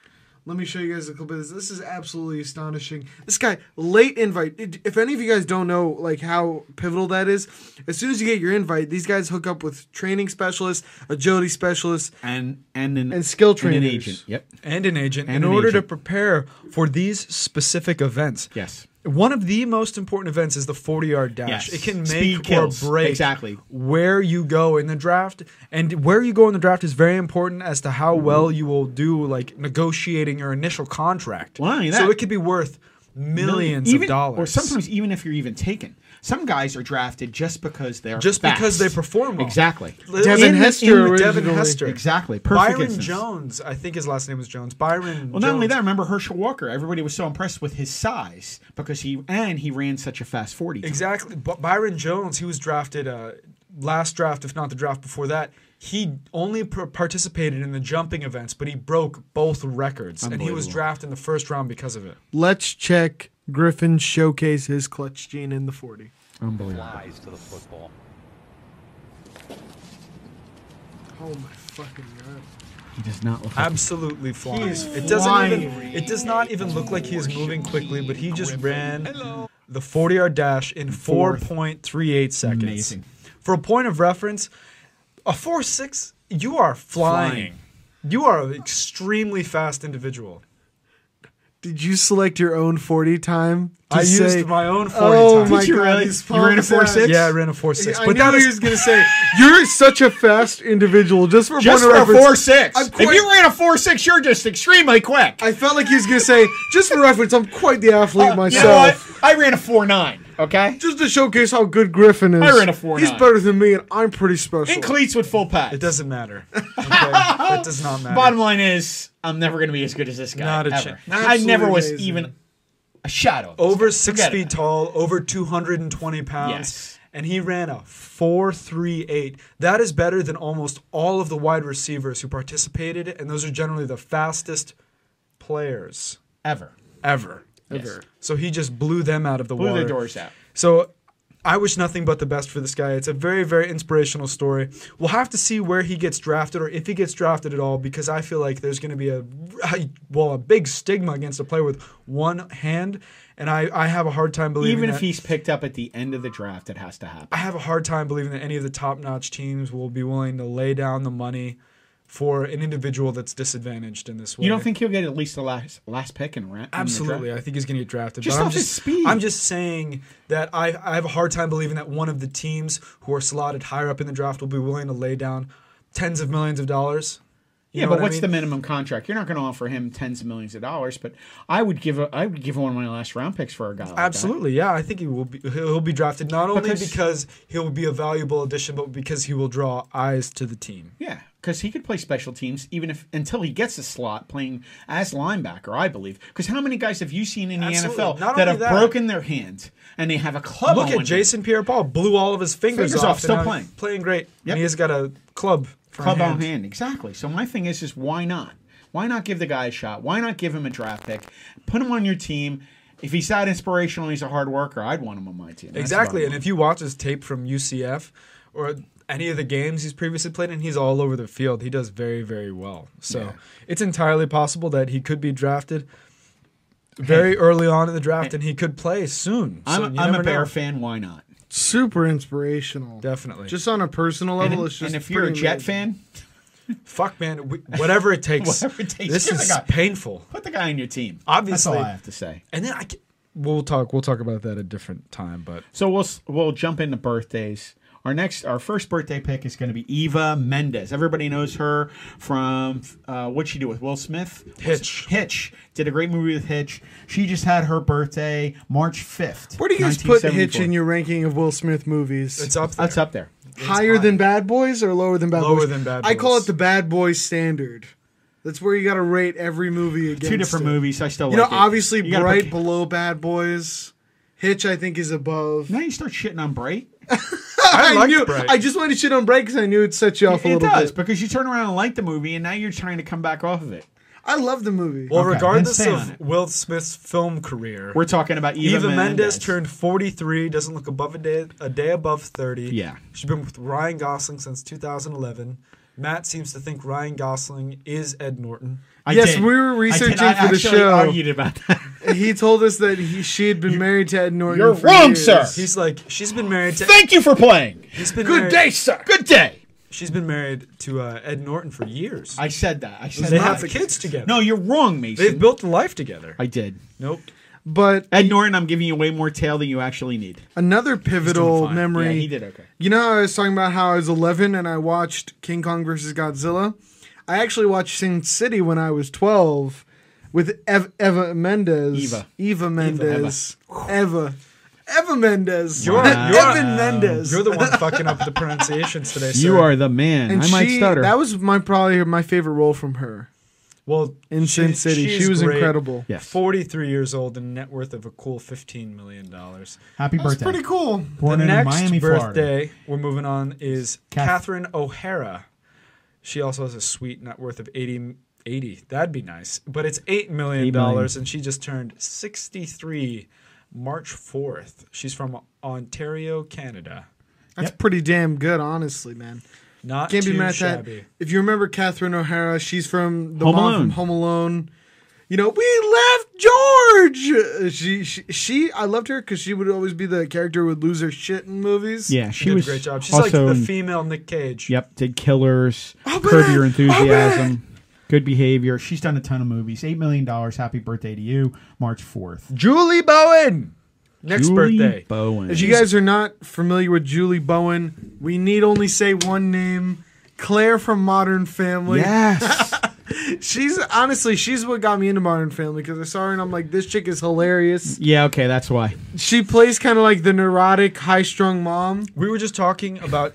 [SPEAKER 3] Let me show you guys a clip of this. This is absolutely astonishing. This guy late invite. It- If any of you guys don't know like how pivotal that is, as soon as you get your invite, these guys hook up with training specialists, agility specialists,
[SPEAKER 4] And and an,
[SPEAKER 3] and skill
[SPEAKER 4] and
[SPEAKER 3] trainers.
[SPEAKER 4] an agent. Yep.
[SPEAKER 2] and an agent
[SPEAKER 4] And
[SPEAKER 2] in
[SPEAKER 4] an
[SPEAKER 2] order to
[SPEAKER 4] agent.
[SPEAKER 2] prepare for these specific events.
[SPEAKER 4] Yes.
[SPEAKER 2] One of the most important events is the 40 yard dash.
[SPEAKER 4] Yes.
[SPEAKER 2] It can
[SPEAKER 4] Speed
[SPEAKER 2] make or
[SPEAKER 4] kills.
[SPEAKER 2] break
[SPEAKER 4] Exactly.
[SPEAKER 2] where you go in the draft. And where you go in the draft is very important as to
[SPEAKER 4] Mm-hmm.
[SPEAKER 2] how well you will do, like negotiating your initial contract.
[SPEAKER 4] Well, not only
[SPEAKER 2] So
[SPEAKER 4] that-
[SPEAKER 2] it could be worth millions
[SPEAKER 4] Even-
[SPEAKER 2] of dollars.
[SPEAKER 4] Or sometimes even if you're even taken. Some guys are drafted just because they're
[SPEAKER 2] Just because
[SPEAKER 4] fast.
[SPEAKER 2] they perform well.
[SPEAKER 4] Exactly.
[SPEAKER 3] Devin
[SPEAKER 2] In the-
[SPEAKER 3] Hester
[SPEAKER 2] in the Devin
[SPEAKER 3] originally.
[SPEAKER 2] Hester.
[SPEAKER 4] Exactly. Perfect
[SPEAKER 2] Byron
[SPEAKER 4] instance.
[SPEAKER 2] Jones. I think his last name was Jones. Byron.
[SPEAKER 4] Well, not only
[SPEAKER 2] Jones.
[SPEAKER 4] that, remember Herschel Walker. Everybody was so impressed with his size because he and he ran such a fast forty. time.
[SPEAKER 2] Exactly. B- Byron Jones, he was drafted uh, last draft, if not the draft before that. He only par- participated in the jumping events, but he broke both records, and he was
[SPEAKER 4] Unbelievable.
[SPEAKER 2] drafted in the first round because of it.
[SPEAKER 3] Let's check Griffin showcase his clutch gene in the 40.
[SPEAKER 8] flies to the football.
[SPEAKER 3] Oh my fucking god.
[SPEAKER 4] He does not look. Like
[SPEAKER 2] Absolutely flying.
[SPEAKER 4] is
[SPEAKER 2] it doesn't even.
[SPEAKER 4] flying.
[SPEAKER 2] It does not even look like he is moving quickly, but he just ran the 40-yard dash in 4.38 seconds.
[SPEAKER 4] Amazing.
[SPEAKER 2] For a point of reference, a 4-6, you are flying. You are an extremely fast individual.
[SPEAKER 3] Did you select your own 40 time? to
[SPEAKER 2] I
[SPEAKER 3] say-
[SPEAKER 2] used my own 40
[SPEAKER 3] Oh
[SPEAKER 2] time.
[SPEAKER 3] my
[SPEAKER 4] Did you
[SPEAKER 3] god,
[SPEAKER 4] really?
[SPEAKER 3] he's
[SPEAKER 4] You ran a
[SPEAKER 3] pumped out.
[SPEAKER 4] 4.6?
[SPEAKER 2] Yeah, I ran a four six.
[SPEAKER 3] I
[SPEAKER 2] But
[SPEAKER 3] knew
[SPEAKER 2] that
[SPEAKER 3] he
[SPEAKER 2] is
[SPEAKER 3] was gonna say you're such a fast individual. Just for
[SPEAKER 4] just
[SPEAKER 3] point
[SPEAKER 4] for
[SPEAKER 3] of
[SPEAKER 4] a
[SPEAKER 3] reference,
[SPEAKER 4] four six.
[SPEAKER 3] I'm
[SPEAKER 4] If
[SPEAKER 3] quite-
[SPEAKER 4] you ran a four six, you're just extremely quick.
[SPEAKER 3] I felt like he was gonna say just for reference. I'm quite the athlete
[SPEAKER 4] Uh, You know
[SPEAKER 3] myself.
[SPEAKER 4] what? I ran a four nine. Okay,
[SPEAKER 3] Just to showcase how good Griffin is.
[SPEAKER 4] I ran a 4.9.
[SPEAKER 3] He's better than me, and I'm pretty special.
[SPEAKER 4] in cleats with full pads.
[SPEAKER 2] it doesn't matter. Okay? it does not matter.
[SPEAKER 4] Bottom line is, I'm never going to be as good as this guy.
[SPEAKER 2] Not a
[SPEAKER 4] ever.
[SPEAKER 2] chance.
[SPEAKER 4] I never was
[SPEAKER 3] Absolutely
[SPEAKER 4] even a shadow. of this
[SPEAKER 2] over
[SPEAKER 4] guy.
[SPEAKER 2] six
[SPEAKER 4] Forget
[SPEAKER 2] feet
[SPEAKER 4] about it.
[SPEAKER 2] tall, over two hundred and twenty pounds.
[SPEAKER 4] Yes.
[SPEAKER 2] And he ran a four three eight. That is better than almost all of the wide receivers who participated, and those are generally the fastest players
[SPEAKER 4] Ever.
[SPEAKER 2] ever. Ever. So he just blew them out of the
[SPEAKER 4] Blew
[SPEAKER 2] water.
[SPEAKER 4] the doors out.
[SPEAKER 2] So I wish nothing but the best for this guy. It's a very, very inspirational story. We'll have to see where he gets drafted or if he gets drafted at all because I feel like there's going to be a, well, a big stigma against a player with one hand. And I, I have a hard time believing
[SPEAKER 4] Even
[SPEAKER 2] that.
[SPEAKER 4] if he's picked up at the end of the draft, it has to happen.
[SPEAKER 2] I have a hard time believing that any of the top notch teams will be willing to lay down the money for an individual that's disadvantaged in this way.
[SPEAKER 4] You don't think he'll get at least the last last pick in round?
[SPEAKER 2] Absolutely, I think he's going to get drafted.
[SPEAKER 4] Just
[SPEAKER 2] but I'm
[SPEAKER 4] off
[SPEAKER 2] just,
[SPEAKER 4] his speed.
[SPEAKER 2] I'm just saying that I, I have a hard time believing that one of the teams who are slotted higher up in the draft will be willing to lay down tens of millions of dollars. You
[SPEAKER 4] Yeah,
[SPEAKER 2] know
[SPEAKER 4] but
[SPEAKER 2] what I
[SPEAKER 4] what's
[SPEAKER 2] mean?
[SPEAKER 4] the minimum contract? You're not going to offer him tens of millions of dollars, but I would give a, I would give one of my last round picks for a guy. like that.
[SPEAKER 2] Absolutely, yeah. I think he will be. He'll he'll be drafted not only
[SPEAKER 4] Because-
[SPEAKER 2] because he'll be a valuable addition, but because he will draw eyes to the team.
[SPEAKER 4] Yeah, because he could play special teams even if until he gets a slot playing as linebacker, I believe. Because how many guys have you seen in the
[SPEAKER 2] Absolutely.
[SPEAKER 4] NFL
[SPEAKER 2] Not
[SPEAKER 4] that
[SPEAKER 2] only
[SPEAKER 4] have
[SPEAKER 2] that-
[SPEAKER 4] broken their hand and they have a club?
[SPEAKER 2] Look
[SPEAKER 4] on
[SPEAKER 2] at
[SPEAKER 4] one
[SPEAKER 2] Jason Pierre-Paul. Blew all of his fingers,
[SPEAKER 4] Fingers off,
[SPEAKER 2] and
[SPEAKER 4] still
[SPEAKER 2] now he's
[SPEAKER 4] playing.
[SPEAKER 2] playing great.
[SPEAKER 4] Yep.
[SPEAKER 2] And he has got a club. for a
[SPEAKER 4] hand. club
[SPEAKER 2] hand.
[SPEAKER 4] on hand. Exactly. So my thing is, is why not? Why not give the guy a shot? Why not give him a draft pick? Put him on your team. If he's that inspirational, he's a hard worker. I'd want him on my team. That's
[SPEAKER 2] Exactly.
[SPEAKER 4] what I
[SPEAKER 2] And
[SPEAKER 4] want.
[SPEAKER 2] if you watch his tape from UCF or any of the games he's previously played in, he's all over the field. He does very, very well. So it's entirely possible that he could be drafted very early on in the draft and he could play soon. So
[SPEAKER 4] I'm,
[SPEAKER 2] you
[SPEAKER 4] I'm a
[SPEAKER 2] never
[SPEAKER 4] Bear
[SPEAKER 2] know.
[SPEAKER 4] fan. Why not?
[SPEAKER 3] Super inspirational.
[SPEAKER 2] Definitely. Just
[SPEAKER 3] Just on a personal
[SPEAKER 4] And,
[SPEAKER 3] level, it's just.
[SPEAKER 4] and if you're a
[SPEAKER 3] pretty
[SPEAKER 4] Jet
[SPEAKER 3] amazing.
[SPEAKER 4] fan,
[SPEAKER 2] fuck, man. We, whatever it takes.
[SPEAKER 4] Whatever it takes.
[SPEAKER 2] This
[SPEAKER 4] Give it
[SPEAKER 2] is
[SPEAKER 4] a go.
[SPEAKER 2] painful.
[SPEAKER 4] put the guy on your team.
[SPEAKER 2] Obviously.
[SPEAKER 4] That's all I have to say.
[SPEAKER 2] And then I. Can, we'll talk. We'll talk about that at a different time. But
[SPEAKER 4] So we'll we'll jump into birthdays. Our next, our first birthday pick is going to be Eva Mendes. Everybody knows her from uh, what she did with Will Smith.
[SPEAKER 2] Hitch.
[SPEAKER 4] Hitch did a great movie with Hitch. She just had her birthday March fifth.
[SPEAKER 3] Where do you guys put Hitch in your ranking of Will Smith movies?
[SPEAKER 2] it's up. There.
[SPEAKER 4] That's up there.
[SPEAKER 3] higher than Bad Boys or lower than Bad
[SPEAKER 2] Lower
[SPEAKER 3] Boys?
[SPEAKER 2] than Bad
[SPEAKER 3] I call
[SPEAKER 2] Boys.
[SPEAKER 3] it the Bad Boys standard. That's where you got to rate every movie against
[SPEAKER 4] Two different
[SPEAKER 3] it.
[SPEAKER 4] movies. I still
[SPEAKER 3] You know,
[SPEAKER 4] like it.
[SPEAKER 3] obviously,
[SPEAKER 4] You gotta
[SPEAKER 3] Bright
[SPEAKER 4] put-
[SPEAKER 3] below Bad Boys. Hitch, I think, is above.
[SPEAKER 4] now you start shitting on Bright.
[SPEAKER 2] I, liked
[SPEAKER 3] knew.
[SPEAKER 2] Bright.
[SPEAKER 3] I just wanted to shit on Bright because I knew it'd set you off a
[SPEAKER 4] It
[SPEAKER 3] little
[SPEAKER 4] does
[SPEAKER 3] bit.
[SPEAKER 4] because you turn around and like the movie, and now you're trying to come back off of it.
[SPEAKER 3] I love the movie.
[SPEAKER 2] well,
[SPEAKER 4] Okay, then
[SPEAKER 2] regardless
[SPEAKER 4] stay on
[SPEAKER 2] of
[SPEAKER 4] it.
[SPEAKER 2] Will Smith's film career,
[SPEAKER 4] We're talking about Eva,
[SPEAKER 2] Eva Mendes
[SPEAKER 4] Mendes
[SPEAKER 2] turned 43, doesn't look above a day a day above 30.
[SPEAKER 4] Yeah.
[SPEAKER 2] She's been with Ryan Gosling since 2011. Matt seems to think Ryan Gosling is Ed Norton.
[SPEAKER 4] I
[SPEAKER 3] Yes,
[SPEAKER 4] did.
[SPEAKER 3] we were
[SPEAKER 4] I did.
[SPEAKER 3] researching
[SPEAKER 4] I
[SPEAKER 3] for the
[SPEAKER 4] actually
[SPEAKER 3] show.
[SPEAKER 4] Argued about that.
[SPEAKER 3] he told us that he, she had been married to Ed Norton.
[SPEAKER 4] you're
[SPEAKER 3] for
[SPEAKER 4] wrong,
[SPEAKER 3] years.
[SPEAKER 4] sir.
[SPEAKER 2] He's like she's been married to
[SPEAKER 4] Thank you for playing.
[SPEAKER 2] he's been married,
[SPEAKER 4] Good day, sir. Good day.
[SPEAKER 2] She's been married to uh, Ed Norton for years.
[SPEAKER 4] I said that. I said
[SPEAKER 2] they
[SPEAKER 4] that.
[SPEAKER 2] have kids together.
[SPEAKER 4] No, you're wrong, Mason.
[SPEAKER 2] They've built a life together.
[SPEAKER 4] I did.
[SPEAKER 2] nope.
[SPEAKER 3] But
[SPEAKER 5] Ed Norton, I'm giving you way more tail than you actually need.
[SPEAKER 3] another pivotal
[SPEAKER 5] fine.
[SPEAKER 3] memory.
[SPEAKER 5] Yeah, he did okay.
[SPEAKER 3] You know, how I was talking about how I was 11 and I watched King Kong versus Godzilla. I actually watched Sin City when I was 12 with Ev- Eva Mendes.
[SPEAKER 5] Eva.
[SPEAKER 3] Eva Mendes. Eva. Eva. Mendes.
[SPEAKER 2] You're- you're-
[SPEAKER 3] Evan Mendes.
[SPEAKER 2] You're the one fucking up the pronunciations today. Sir.
[SPEAKER 5] You are the man.
[SPEAKER 3] and
[SPEAKER 5] I
[SPEAKER 3] she,
[SPEAKER 5] might stutter.
[SPEAKER 3] That was my probably my favorite role from her
[SPEAKER 2] well
[SPEAKER 3] in Sin
[SPEAKER 2] she-
[SPEAKER 3] City.
[SPEAKER 2] she's
[SPEAKER 3] She was
[SPEAKER 2] great.
[SPEAKER 3] incredible.
[SPEAKER 5] Yeah. Yes.
[SPEAKER 2] 43 years old and net worth of a cool 15 million dollars.
[SPEAKER 4] Happy
[SPEAKER 3] That's
[SPEAKER 4] birthday.
[SPEAKER 3] pretty cool.
[SPEAKER 4] Born
[SPEAKER 2] the
[SPEAKER 4] in
[SPEAKER 2] next
[SPEAKER 4] Miami, Florida.
[SPEAKER 2] birthday we're moving on is
[SPEAKER 4] Kath-
[SPEAKER 2] Catherine O'Hara. She also has a sweet net worth of 80 80. That'd be nice. But it's 8 million dollars and she just turned 63 March 4th. She's from Ontario, Canada.
[SPEAKER 3] That's pretty damn good, honestly, man.
[SPEAKER 2] Not
[SPEAKER 3] Can't
[SPEAKER 2] too
[SPEAKER 3] be mad at
[SPEAKER 2] shabby.
[SPEAKER 3] that. If you remember Catherine O'Hara, she's from the
[SPEAKER 5] Home
[SPEAKER 3] mom
[SPEAKER 5] Alone.
[SPEAKER 3] from Home Alone. You know, we left George. Uh, She, she, she I loved her because she would always be the character who would lose her shit in movies.
[SPEAKER 5] yeah,
[SPEAKER 2] She,
[SPEAKER 5] she
[SPEAKER 2] did
[SPEAKER 5] was
[SPEAKER 2] a great job. She's like
[SPEAKER 5] also
[SPEAKER 2] the
[SPEAKER 5] in-
[SPEAKER 2] female Nick Cage.
[SPEAKER 5] Yep, did Killers,
[SPEAKER 3] Open
[SPEAKER 5] Curb
[SPEAKER 3] it!
[SPEAKER 5] Your Enthusiasm,
[SPEAKER 3] Open
[SPEAKER 5] Good Behavior.
[SPEAKER 4] She's done a ton of movies. $8 million. Happy birthday to you. March 4th.
[SPEAKER 2] Julie Bowen. Next
[SPEAKER 5] Julie
[SPEAKER 2] birthday.
[SPEAKER 5] Bowen.
[SPEAKER 3] If you guys are not familiar with Julie Bowen, we need only say one name. Claire from Modern Family.
[SPEAKER 5] yes.
[SPEAKER 3] She's honestly, she's what got me into Modern Family because I saw her and I'm like, this chick is hilarious.
[SPEAKER 5] yeah, okay, that's why.
[SPEAKER 3] She plays kind of like the neurotic, high strung mom.
[SPEAKER 2] We were just talking about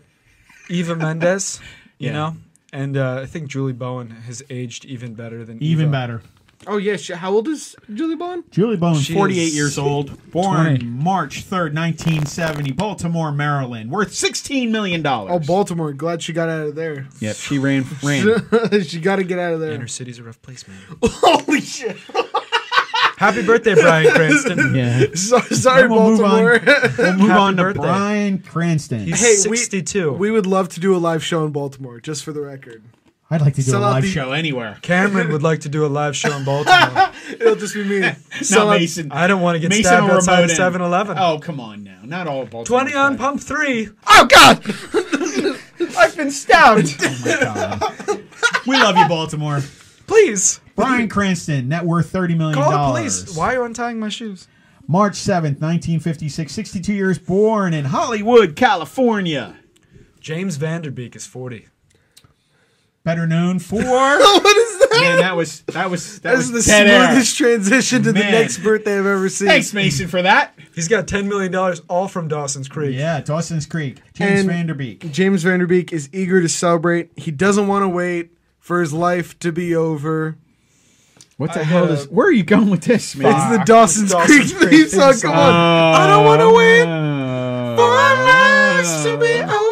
[SPEAKER 2] Eva Mendes, you
[SPEAKER 5] Yeah.
[SPEAKER 2] know, and uh, I think Julie Bowen has aged even better than
[SPEAKER 4] Even
[SPEAKER 2] Eva.
[SPEAKER 4] better.
[SPEAKER 3] Oh, yeah. She, how old is Julie Bowen?
[SPEAKER 4] Julie Bowen,
[SPEAKER 2] She
[SPEAKER 4] 48
[SPEAKER 2] is-
[SPEAKER 4] years old, born
[SPEAKER 5] 20.
[SPEAKER 4] March 3rd, 1970, Baltimore, Maryland, worth
[SPEAKER 5] $16 million.
[SPEAKER 3] Oh, Baltimore. Glad she got out of there.
[SPEAKER 5] Yep, she ran. ran.
[SPEAKER 3] she got to get out of
[SPEAKER 2] Inner
[SPEAKER 3] there.
[SPEAKER 2] city's a rough place, man.
[SPEAKER 3] Holy shit.
[SPEAKER 2] Happy birthday, Brian Cranston.
[SPEAKER 5] yeah.
[SPEAKER 3] So, sorry,
[SPEAKER 4] Then we'll move
[SPEAKER 3] Baltimore.
[SPEAKER 4] We'll move
[SPEAKER 2] Happy
[SPEAKER 4] on to
[SPEAKER 2] birthday.
[SPEAKER 4] Brian Cranston.
[SPEAKER 2] He's
[SPEAKER 3] Hey, we-
[SPEAKER 2] 62.
[SPEAKER 3] we would love to do a live show in Baltimore, just for the record.
[SPEAKER 4] I'd like to do a
[SPEAKER 3] Sell out
[SPEAKER 4] live
[SPEAKER 3] the-
[SPEAKER 4] show anywhere.
[SPEAKER 2] Cameron would like to do a live show in Baltimore.
[SPEAKER 3] It'll just be me.
[SPEAKER 4] Not
[SPEAKER 3] Sell out-
[SPEAKER 4] Mason.
[SPEAKER 2] I don't want to get
[SPEAKER 4] Mason
[SPEAKER 2] stabbed
[SPEAKER 4] will
[SPEAKER 2] outside of
[SPEAKER 4] remote in.
[SPEAKER 2] 7 Eleven.
[SPEAKER 4] Oh, come on now. Not all Baltimore.
[SPEAKER 2] 20 on pump 3.
[SPEAKER 3] Oh, God. I've been stabbed.
[SPEAKER 4] Oh my God. we love you, Baltimore.
[SPEAKER 2] Please.
[SPEAKER 4] Brian Cranston, net worth $30 million.
[SPEAKER 2] Call the police. Why are you untying my shoes?
[SPEAKER 4] March 7th, 1956, 62 years born in Hollywood.
[SPEAKER 5] Wood, California.
[SPEAKER 2] James Vanderbeek is 40.
[SPEAKER 4] Better known for.
[SPEAKER 3] what is that?
[SPEAKER 5] Man, that was that was that
[SPEAKER 3] That's
[SPEAKER 5] was
[SPEAKER 3] the
[SPEAKER 5] dead air.
[SPEAKER 3] smoothest transition to the
[SPEAKER 5] Man.
[SPEAKER 3] next birthday I've ever seen.
[SPEAKER 5] Thanks, Mason, for that.
[SPEAKER 2] He's got $10 million all from Dawson's Creek.
[SPEAKER 4] Yeah, Dawson's Creek. James
[SPEAKER 3] And-
[SPEAKER 4] Vanderbeek.
[SPEAKER 3] James Vanderbeek is eager to celebrate. He doesn't want to wait for his life to be over.
[SPEAKER 5] What the
[SPEAKER 2] I
[SPEAKER 5] hell
[SPEAKER 2] gotta-
[SPEAKER 5] is? Where are you going with this, man? Oh.
[SPEAKER 3] It's the Dawson's,
[SPEAKER 2] Dawson's
[SPEAKER 3] Creek
[SPEAKER 2] Creek
[SPEAKER 3] theme song.
[SPEAKER 2] theme
[SPEAKER 3] Come on. I don't want to wait for our lives to be
[SPEAKER 5] win.
[SPEAKER 3] over.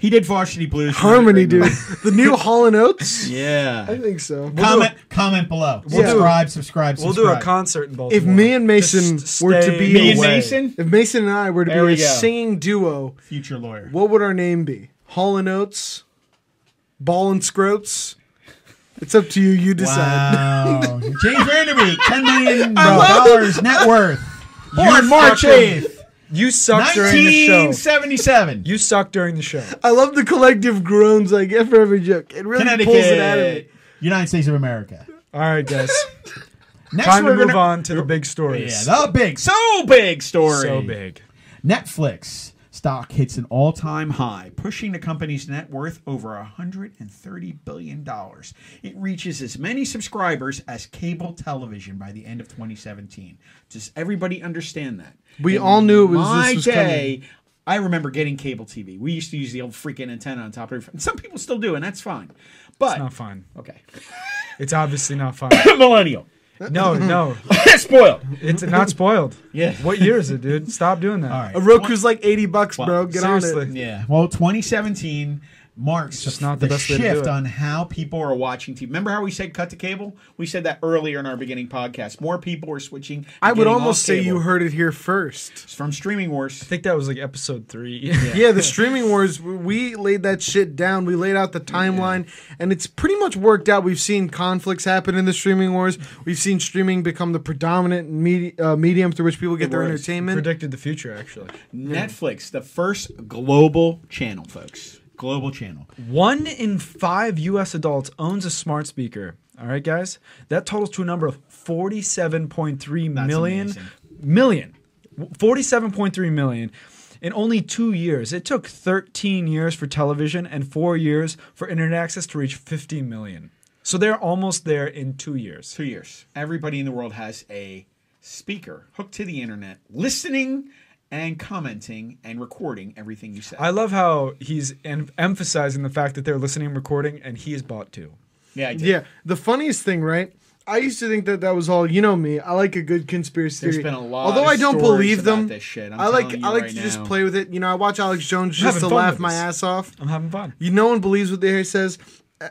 [SPEAKER 4] He did Varsity Blues.
[SPEAKER 3] Harmony, dude. the new Hall and Oates? I
[SPEAKER 5] Yeah.
[SPEAKER 3] think so.
[SPEAKER 4] Comment, comment below.
[SPEAKER 3] We'll do-
[SPEAKER 4] subscribe, subscribe,
[SPEAKER 2] We'll
[SPEAKER 4] subscribe.
[SPEAKER 2] do a concert in Baltimore.
[SPEAKER 3] If me and Mason
[SPEAKER 2] Just
[SPEAKER 3] were to
[SPEAKER 2] stay
[SPEAKER 3] be
[SPEAKER 5] Me and
[SPEAKER 2] away.
[SPEAKER 5] Mason.
[SPEAKER 3] If Mason and I were to
[SPEAKER 5] There
[SPEAKER 3] be
[SPEAKER 5] we
[SPEAKER 3] a
[SPEAKER 5] go.
[SPEAKER 3] singing duo,
[SPEAKER 4] Future lawyer.
[SPEAKER 3] what would our name be? Hall and Oates? Ball and Scroats? It's up to you. You decide.
[SPEAKER 4] Wow. James Vanderbeek, $10 million
[SPEAKER 3] love
[SPEAKER 4] dollars net worth.
[SPEAKER 5] Born March
[SPEAKER 4] fucking-
[SPEAKER 5] 8th,
[SPEAKER 2] You suck during the show.
[SPEAKER 5] 1977.
[SPEAKER 2] You suck during the show.
[SPEAKER 3] I love the collective groans I get for every joke. It really pulls it out of me.
[SPEAKER 5] Connecticut.
[SPEAKER 4] United States of America.
[SPEAKER 2] All right, guys.
[SPEAKER 4] Next,
[SPEAKER 2] Time to
[SPEAKER 4] we're
[SPEAKER 2] move
[SPEAKER 4] gonna-
[SPEAKER 2] on to the big stories.
[SPEAKER 4] Yeah, the big. So
[SPEAKER 5] So big story.
[SPEAKER 2] so big.
[SPEAKER 4] Netflix stock hits an all-time high, pushing the company's net worth over 130 billion dollars. It reaches as many subscribers as cable television by the end of 2017. Does everybody understand that?
[SPEAKER 3] We all knew it was
[SPEAKER 4] My
[SPEAKER 3] this was
[SPEAKER 4] day, I remember getting cable TV. We used to use the old freaking antenna on top of it. Some people still do, and that's fine. But
[SPEAKER 2] Not fine.
[SPEAKER 4] okay,
[SPEAKER 2] It's obviously not fine.
[SPEAKER 5] Millennial.
[SPEAKER 2] No, no.
[SPEAKER 5] Spoiled.
[SPEAKER 2] It's not spoiled.
[SPEAKER 4] Yeah.
[SPEAKER 2] What year is it, dude? Stop doing that.
[SPEAKER 4] all right.
[SPEAKER 3] coming. A Roku's like eighty bucks, bro. Get on it.
[SPEAKER 2] Seriously.
[SPEAKER 4] Yeah. Well, 2017 marks just
[SPEAKER 2] not the best way to do
[SPEAKER 4] shift
[SPEAKER 2] it.
[SPEAKER 4] on how people are watching TV. Remember how we said cut to cable? We said that earlier in our beginning podcast. More people are switching. to
[SPEAKER 3] I would
[SPEAKER 4] getting
[SPEAKER 3] almost
[SPEAKER 4] off
[SPEAKER 3] say
[SPEAKER 4] cable.
[SPEAKER 3] you heard it here first.
[SPEAKER 4] It's from streaming wars.
[SPEAKER 2] I think that was like episode three.
[SPEAKER 3] Yeah. the streaming wars. We laid that shit down. We laid out the timeline, and it's pretty much worked out. We've seen conflicts happen in the streaming wars. We've seen streaming become the predominant media, uh, medium through which people get their
[SPEAKER 4] was.
[SPEAKER 3] entertainment.
[SPEAKER 2] Predicted the future, actually.
[SPEAKER 4] Netflix, the first global channel, folks. Global channel.
[SPEAKER 2] One in five U.S. adults owns a smart speaker. All right, guys. That totals to a number of 47.3 million.
[SPEAKER 4] amazing.
[SPEAKER 2] Million. 47.3 million. In only two years, it took 13 years for television and four years for internet access to reach 50 million. So they're almost there in two years.
[SPEAKER 4] two years. Everybody in the world has a speaker hooked to the internet, listening and commenting and recording everything you say.
[SPEAKER 2] I love how he's em- emphasizing the fact that they're listening and recording, and he is bought too.
[SPEAKER 4] yeah, I did.
[SPEAKER 3] Yeah. The funniest thing, right? I used to think that that was all. You know me. I like a good conspiracy
[SPEAKER 4] There's
[SPEAKER 3] theory.
[SPEAKER 4] been a lot
[SPEAKER 3] Although
[SPEAKER 4] of
[SPEAKER 3] I don't
[SPEAKER 4] stories
[SPEAKER 3] believe them.
[SPEAKER 4] about this shit, I'm
[SPEAKER 3] I like.
[SPEAKER 4] telling you
[SPEAKER 3] I like
[SPEAKER 4] right
[SPEAKER 3] to just
[SPEAKER 4] now.
[SPEAKER 3] play with it. You know, I watch Alex Jones just
[SPEAKER 2] having
[SPEAKER 3] to
[SPEAKER 2] fun
[SPEAKER 3] laugh
[SPEAKER 2] with
[SPEAKER 3] my
[SPEAKER 2] this.
[SPEAKER 3] ass off.
[SPEAKER 2] I'm having fun.
[SPEAKER 3] You no one believes what they says.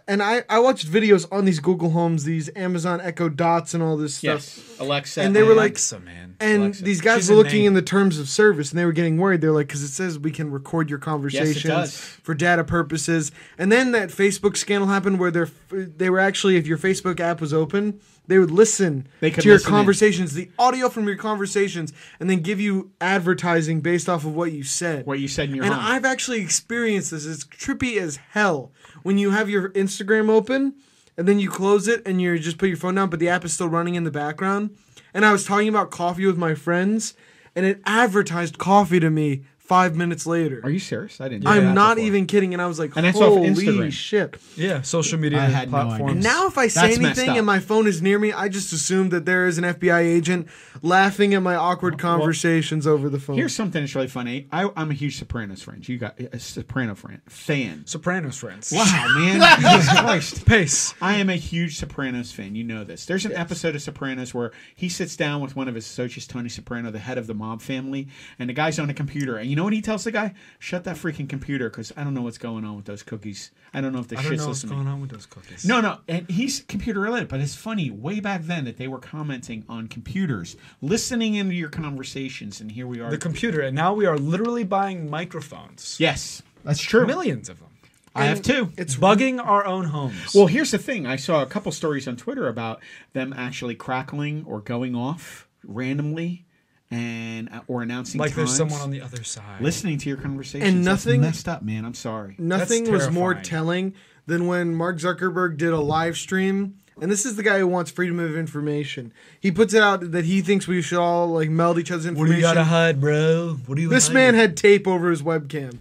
[SPEAKER 3] And I, I watched videos on these Google Homes, these Amazon Echo Dots, and all this stuff.
[SPEAKER 4] Yes, Alexa.
[SPEAKER 3] And they were like,
[SPEAKER 2] Alexa, man.
[SPEAKER 3] and
[SPEAKER 4] Alexa.
[SPEAKER 3] these guys
[SPEAKER 2] She's
[SPEAKER 3] were
[SPEAKER 2] a
[SPEAKER 3] looking
[SPEAKER 2] name.
[SPEAKER 3] in the terms of service, and they were getting worried. They're like, because it says we can record your conversations
[SPEAKER 4] does.
[SPEAKER 3] for data purposes. And then that Facebook scandal happened where they're, they were actually, if your Facebook app was open, they would listen
[SPEAKER 4] They could
[SPEAKER 3] to your
[SPEAKER 4] listen in.
[SPEAKER 3] conversations, the audio from your conversations, and then give you advertising based off of what you said.
[SPEAKER 4] What you said in your
[SPEAKER 3] and
[SPEAKER 4] home.
[SPEAKER 3] I've actually experienced this. It's trippy as hell when you have your Instagram open and then you close it and you just put your phone down, but the app is still running in the background. And I was talking about coffee with my friends, and it advertised coffee to me five minutes later.
[SPEAKER 4] "Are you serious? I didn't." do that
[SPEAKER 3] I'm not
[SPEAKER 4] before.
[SPEAKER 3] even kidding. And I was like,
[SPEAKER 4] And that's off
[SPEAKER 3] holy
[SPEAKER 4] Instagram.
[SPEAKER 3] shit.
[SPEAKER 2] Yeah, social media
[SPEAKER 4] I had no idea.
[SPEAKER 2] platforms.
[SPEAKER 3] Now, if I say
[SPEAKER 4] That's messed
[SPEAKER 3] anything
[SPEAKER 4] up.
[SPEAKER 3] and my phone is near me, I just assume that there is an FBI agent laughing at my awkward conversations over the phone.
[SPEAKER 4] Here's something that's really funny. I, I'm a huge Sopranos fan. You got a Soprano fan fan.
[SPEAKER 2] Sopranos friends.
[SPEAKER 4] Wow, man! Jesus Christ.
[SPEAKER 2] Pace.
[SPEAKER 4] I am a huge Sopranos fan. You know this. There's an episode of Sopranos where he sits down with one of his associates, Tony Soprano, the head of the mob family, and the guy's on a computer. And you know what he tells the guy? Shut that freaking computer because I don't know what's going on with those cookies. I don't know if the
[SPEAKER 2] I don't
[SPEAKER 4] shit's
[SPEAKER 2] know what's
[SPEAKER 4] listening.
[SPEAKER 2] going on with those cookies.
[SPEAKER 4] No, no, and he's computer related, but it's funny. Way back then, that they were commenting on computers, listening into your conversations, and here we are.
[SPEAKER 2] the computer, and now we are literally buying microphones.
[SPEAKER 4] yes, that's true.
[SPEAKER 2] millions of them.
[SPEAKER 4] I have two.
[SPEAKER 2] It's bugging our own homes.
[SPEAKER 4] Well, here's the thing. I saw a couple stories on Twitter about them actually crackling or going off randomly, and uh, or announcing
[SPEAKER 2] like there's
[SPEAKER 4] times.
[SPEAKER 2] someone on the other side.
[SPEAKER 4] listening to your conversations.
[SPEAKER 3] And
[SPEAKER 4] That's
[SPEAKER 3] nothing-
[SPEAKER 4] messed up, man. I'm sorry.
[SPEAKER 3] nothing was more
[SPEAKER 2] terrifying.
[SPEAKER 3] telling than when Mark Zuckerberg did a live stream. And this is the guy who wants freedom of information. He puts it out that he thinks we should all like meld each other's
[SPEAKER 2] What do you
[SPEAKER 3] information.
[SPEAKER 2] gotta hide, bro? What do you?
[SPEAKER 3] this
[SPEAKER 2] hide?
[SPEAKER 3] man had tape over his webcam,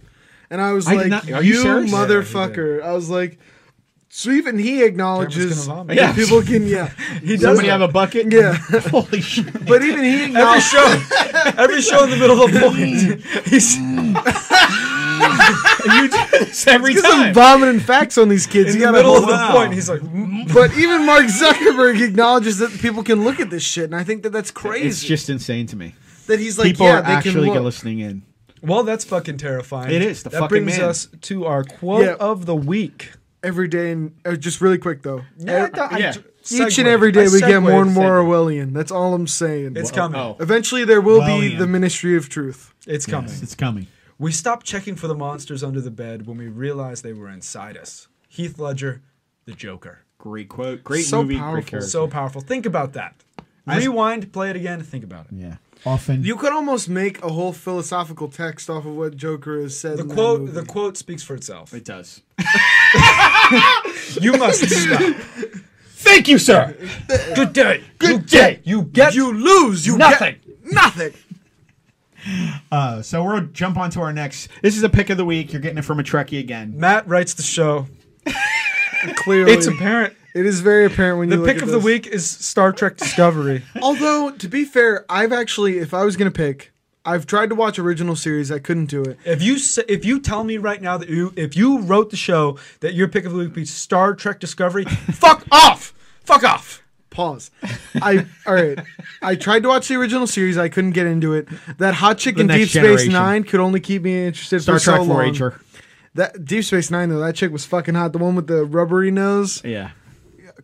[SPEAKER 3] and I was
[SPEAKER 4] I did
[SPEAKER 3] like,
[SPEAKER 4] not-
[SPEAKER 3] "You,
[SPEAKER 4] are you serious?" Yeah, he did.
[SPEAKER 3] motherfucker!" I was like, "So even he
[SPEAKER 2] Cameron's
[SPEAKER 3] acknowledges
[SPEAKER 2] gonna vomit.
[SPEAKER 3] that
[SPEAKER 4] Yeah.
[SPEAKER 3] people can, yeah, he
[SPEAKER 4] Somebody have a bucket?
[SPEAKER 3] Yeah.
[SPEAKER 4] Holy shit.
[SPEAKER 3] but even he
[SPEAKER 2] every
[SPEAKER 3] acknowledges."
[SPEAKER 2] show. Every show in the middle of a point.
[SPEAKER 4] Mm.
[SPEAKER 2] He's
[SPEAKER 4] you do this every
[SPEAKER 3] Because I'm
[SPEAKER 4] time.
[SPEAKER 3] vomiting facts on these kids.
[SPEAKER 2] in the
[SPEAKER 3] you gotta
[SPEAKER 2] middle of
[SPEAKER 3] hold
[SPEAKER 2] the
[SPEAKER 3] up.
[SPEAKER 4] Wow.
[SPEAKER 2] point. He's like, "Mm."
[SPEAKER 3] But even Mark Zuckerberg acknowledges that people can look at this shit, and I think that that's crazy.
[SPEAKER 4] It's just insane to me.
[SPEAKER 3] that he's like,
[SPEAKER 4] People
[SPEAKER 3] yeah,
[SPEAKER 4] are
[SPEAKER 3] they can
[SPEAKER 4] actually
[SPEAKER 3] look.
[SPEAKER 4] listening in.
[SPEAKER 2] well, that's fucking terrifying.
[SPEAKER 4] It is, the
[SPEAKER 2] that
[SPEAKER 4] fucking
[SPEAKER 2] brings
[SPEAKER 4] man.
[SPEAKER 2] us to our quote
[SPEAKER 3] Yeah.
[SPEAKER 2] of the week.
[SPEAKER 3] every day, and uh, just really quick though,
[SPEAKER 2] Yeah, I-
[SPEAKER 4] yeah.
[SPEAKER 3] each
[SPEAKER 2] segued.
[SPEAKER 3] and every
[SPEAKER 2] I
[SPEAKER 3] day we get
[SPEAKER 2] segued.
[SPEAKER 3] more and more Orwellian. That's all I'm saying.
[SPEAKER 2] It's
[SPEAKER 3] Well,
[SPEAKER 2] coming.
[SPEAKER 4] oh.
[SPEAKER 3] Eventually, there will be
[SPEAKER 4] Orwellian.
[SPEAKER 3] the Ministry of Truth.
[SPEAKER 2] It's coming.
[SPEAKER 4] It's coming.
[SPEAKER 2] We stopped checking for the monsters under the bed when we realized they were inside us. Heath Ledger, the Joker.
[SPEAKER 4] Great quote. Great
[SPEAKER 3] So
[SPEAKER 4] movie.
[SPEAKER 3] powerful.
[SPEAKER 4] Great character.
[SPEAKER 2] So powerful. Think about that. Rewind, play it again, think about it.
[SPEAKER 4] yeah. Often.
[SPEAKER 3] You could almost make a whole philosophical text off of what Joker has said.
[SPEAKER 2] The
[SPEAKER 3] in that
[SPEAKER 2] quote
[SPEAKER 3] movie.
[SPEAKER 2] the quote speaks for itself.
[SPEAKER 4] it does.
[SPEAKER 2] You must stop.
[SPEAKER 4] Thank you, sir.
[SPEAKER 2] Good day.
[SPEAKER 4] Good day.
[SPEAKER 2] You get
[SPEAKER 3] you lose, you
[SPEAKER 2] nothing.
[SPEAKER 3] get nothing.
[SPEAKER 4] Uh, so we'll jump on to our next. This is a pick of the week. You're getting it from a Trekkie again.
[SPEAKER 2] Matt writes the show.
[SPEAKER 3] Clearly,
[SPEAKER 2] It's apparent.
[SPEAKER 3] It is very apparent when
[SPEAKER 2] The
[SPEAKER 3] you look
[SPEAKER 2] pick
[SPEAKER 3] at
[SPEAKER 2] of the
[SPEAKER 3] this.
[SPEAKER 2] week is Star Trek Discovery.
[SPEAKER 3] Although, to be fair, I've actually, if I was gonna pick, I've tried to watch original series. I couldn't do it.
[SPEAKER 2] if you s- if you tell me right now that you if you wrote the show that your pick of the week would be Star Trek Discovery, fuck off. Fuck off.
[SPEAKER 3] Pause. I all right. I tried to watch the original series. I couldn't get into it. That hot chick in
[SPEAKER 4] Next
[SPEAKER 3] Deep Space
[SPEAKER 4] Generation.
[SPEAKER 3] Nine could only keep me interested
[SPEAKER 4] Star
[SPEAKER 3] for so
[SPEAKER 4] Trek
[SPEAKER 3] long.
[SPEAKER 4] 4-H'er.
[SPEAKER 3] That Deep Space Nine though, that chick was fucking hot. The one with the rubbery nose.
[SPEAKER 4] Yeah.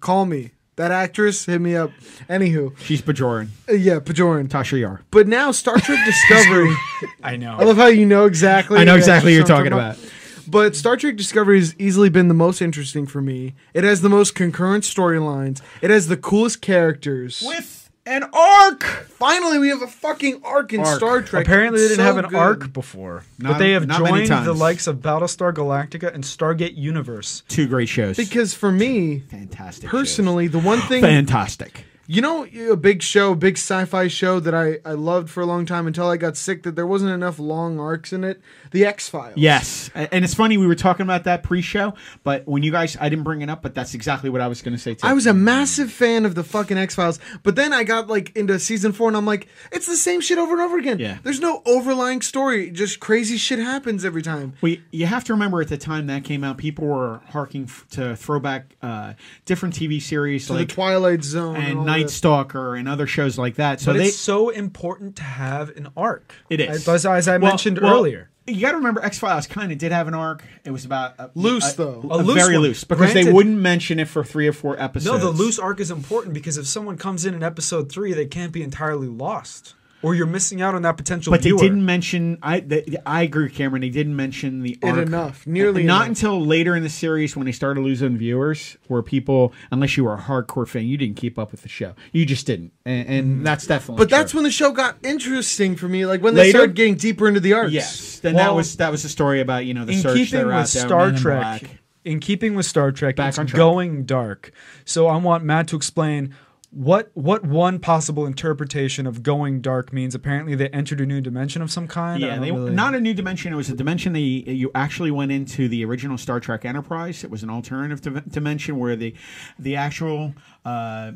[SPEAKER 3] Call me. That actress hit me up. Anywho,
[SPEAKER 4] She's Bajoran.
[SPEAKER 3] uh, yeah, Pajoran.
[SPEAKER 4] Tasha Yar.
[SPEAKER 3] But now Star Trek Discovery.
[SPEAKER 2] I know.
[SPEAKER 3] I love how you know exactly.
[SPEAKER 4] I know
[SPEAKER 3] the
[SPEAKER 4] exactly what you're
[SPEAKER 3] actress I'm
[SPEAKER 4] talking about.
[SPEAKER 3] But Star Trek Discovery has easily been the most interesting for me. It has the most concurrent storylines. It has the coolest characters.
[SPEAKER 4] With An arc.
[SPEAKER 3] Finally, we have a fucking arc in
[SPEAKER 4] Arc.
[SPEAKER 3] Star Trek.
[SPEAKER 2] Apparently, they
[SPEAKER 3] It's
[SPEAKER 2] didn't
[SPEAKER 3] so
[SPEAKER 2] have an
[SPEAKER 3] good.
[SPEAKER 2] arc before, but
[SPEAKER 4] Not-
[SPEAKER 2] they have
[SPEAKER 4] not many
[SPEAKER 2] joined the
[SPEAKER 4] times.
[SPEAKER 2] likes of Battlestar Galactica and Stargate Universe.
[SPEAKER 4] Two great shows.
[SPEAKER 3] Because for me,
[SPEAKER 4] fantastic.
[SPEAKER 3] personally, the one thing
[SPEAKER 4] shows. fantastic.
[SPEAKER 3] You know, a big show, a big sci-fi show that I, I loved for a long time until I got sick that there wasn't enough long arcs in it. The X Files.
[SPEAKER 4] Yes, A- and it's funny we were talking about that pre-show, but when you guys, I didn't bring it up, but that's exactly what I was going to say too.
[SPEAKER 3] I was a massive fan of the fucking X Files, but then I got like into season four, and I'm like, it's the same shit over and over again.
[SPEAKER 4] Yeah.
[SPEAKER 3] There's no overlying story; just crazy shit happens every time.
[SPEAKER 4] Well, you have to remember at the time that came out, people were harking f- to throwback uh, different TV series
[SPEAKER 3] To
[SPEAKER 4] like
[SPEAKER 3] the Twilight Zone
[SPEAKER 4] and,
[SPEAKER 3] all
[SPEAKER 4] Night
[SPEAKER 3] that.
[SPEAKER 4] Stalker and other shows like that. So
[SPEAKER 2] But
[SPEAKER 4] they
[SPEAKER 2] it's so important to have an arc.
[SPEAKER 4] it is
[SPEAKER 2] as, as I
[SPEAKER 4] Well-
[SPEAKER 2] mentioned
[SPEAKER 4] well,
[SPEAKER 2] earlier.
[SPEAKER 4] You got to remember X Files kind of did have an arc. It was about a,
[SPEAKER 3] Loose,
[SPEAKER 4] a-
[SPEAKER 3] though.
[SPEAKER 4] a,
[SPEAKER 2] A loose
[SPEAKER 4] very
[SPEAKER 2] one.
[SPEAKER 4] loose because they
[SPEAKER 2] Granted-
[SPEAKER 4] wouldn't mention it for three or four
[SPEAKER 2] No,
[SPEAKER 4] episodes.
[SPEAKER 2] the loose arc is important because if someone comes in in episode three, they can't be entirely lost, or you're missing out on that potential.
[SPEAKER 4] But
[SPEAKER 2] viewer.
[SPEAKER 4] they didn't mention. I the, I agree, with Cameron. They didn't mention the arc
[SPEAKER 3] enough, nearly
[SPEAKER 4] Not
[SPEAKER 3] enough.
[SPEAKER 4] until later in the series when they started losing viewers, where people, unless you were a hardcore fan, you didn't keep up with the show. You just didn't, and,
[SPEAKER 2] Mm.
[SPEAKER 4] and that's definitely.
[SPEAKER 3] But that's
[SPEAKER 4] true.
[SPEAKER 3] when the show got interesting for me. Like when they
[SPEAKER 4] Later?
[SPEAKER 3] started getting deeper into the arcs.
[SPEAKER 4] Yes, then that
[SPEAKER 2] Well,
[SPEAKER 4] was that was a story about you know the
[SPEAKER 2] in
[SPEAKER 4] search they
[SPEAKER 2] keeping
[SPEAKER 4] were
[SPEAKER 2] with
[SPEAKER 4] out there,
[SPEAKER 2] Star
[SPEAKER 4] Men in
[SPEAKER 2] Trek,
[SPEAKER 4] Black.
[SPEAKER 2] in keeping with Star Trek,
[SPEAKER 4] Back
[SPEAKER 2] it's
[SPEAKER 4] on track.
[SPEAKER 2] going dark. So I want Matt to explain what what one possible interpretation of going dark means. Apparently, they entered a new dimension of some kind. I
[SPEAKER 4] Yeah,
[SPEAKER 2] don't
[SPEAKER 4] they,
[SPEAKER 2] really-
[SPEAKER 4] not a new dimension. It was a dimension that you, you actually went into the original Star Trek Enterprise. It was an alternative dim- dimension where the the actual uh,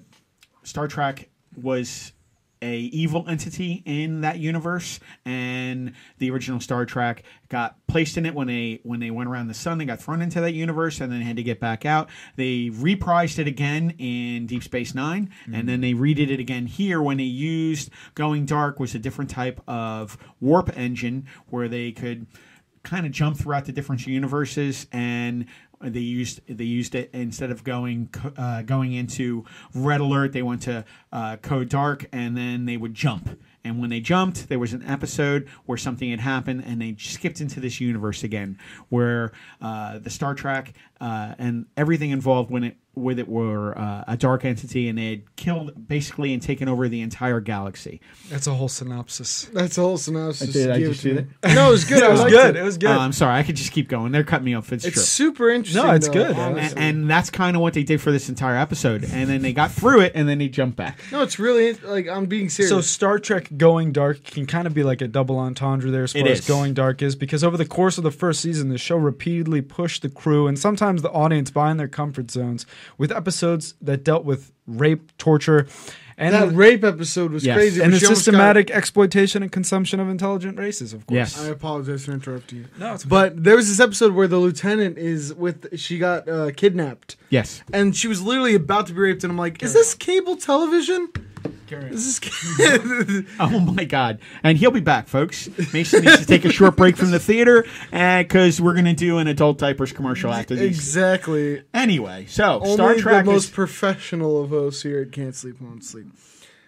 [SPEAKER 4] Star Trek was a evil entity in that universe, and the original Star Trek got placed in it when they when they went around the sun. They got thrown into that universe, and then had to get back out. They reprised it again in Deep Space 9 and then they redid it again here when they used Going Dark was a different type of warp engine where they could kind of jump throughout the different universes and they used they used it instead of going co- uh, going into red alert they went to uh, code dark and then they would jump and when they jumped there was an episode where something had happened and they skipped into this universe again where uh, the star trek uh, and everything involved when it with it were uh, a dark entity and they had killed basically and taken over the entire galaxy
[SPEAKER 2] that's a whole synopsis.
[SPEAKER 3] That's a whole synopsis.
[SPEAKER 4] did. I
[SPEAKER 3] Give
[SPEAKER 4] just
[SPEAKER 3] it to
[SPEAKER 4] did
[SPEAKER 3] me. No, it was good.
[SPEAKER 2] It
[SPEAKER 3] I
[SPEAKER 2] was
[SPEAKER 3] liked
[SPEAKER 2] good.
[SPEAKER 3] It.
[SPEAKER 2] It was good.
[SPEAKER 4] Uh, i'm sorry i could just keep going they're cutting me off it's,
[SPEAKER 3] It's
[SPEAKER 4] true
[SPEAKER 3] super interesting.
[SPEAKER 2] No, it's
[SPEAKER 3] though,
[SPEAKER 2] good.
[SPEAKER 3] honestly.
[SPEAKER 4] and, and that's kind of what they did for this entire episode. And then they got through it, and then they jumped back.
[SPEAKER 3] No, it's really like I'm being serious.
[SPEAKER 2] So Star Trek Going Dark can kind of be like a double entendre there as far
[SPEAKER 4] It
[SPEAKER 2] as
[SPEAKER 4] is.
[SPEAKER 2] Going Dark is because over the course of the first season, the show repeatedly pushed the crew and sometimes the audience behind their comfort zones with episodes that dealt with rape, torture, and
[SPEAKER 3] that
[SPEAKER 2] the-
[SPEAKER 3] rape episode was
[SPEAKER 4] Yes.
[SPEAKER 3] crazy.
[SPEAKER 2] and
[SPEAKER 3] but
[SPEAKER 2] the
[SPEAKER 3] she almost
[SPEAKER 2] systematic exploitation and consumption of intelligent races, of course.
[SPEAKER 4] Yes.
[SPEAKER 3] Got, I apologize for interrupting you.
[SPEAKER 2] No, it's okay.
[SPEAKER 3] but there was this episode where the lieutenant is with. She got uh, kidnapped,
[SPEAKER 4] Yes.
[SPEAKER 3] and she was literally about to be raped. And I'm like, is this cable television? Is this?
[SPEAKER 4] Oh my God! And he'll be back, folks. Mason needs to take a short break from the theater because we're gonna do an adult diapers commercial after these.
[SPEAKER 3] exactly.
[SPEAKER 4] Anyway, so
[SPEAKER 3] Only
[SPEAKER 4] Star Trek
[SPEAKER 3] the most
[SPEAKER 4] is
[SPEAKER 3] professional of hosts here at Can't Sleep Won't Sleep.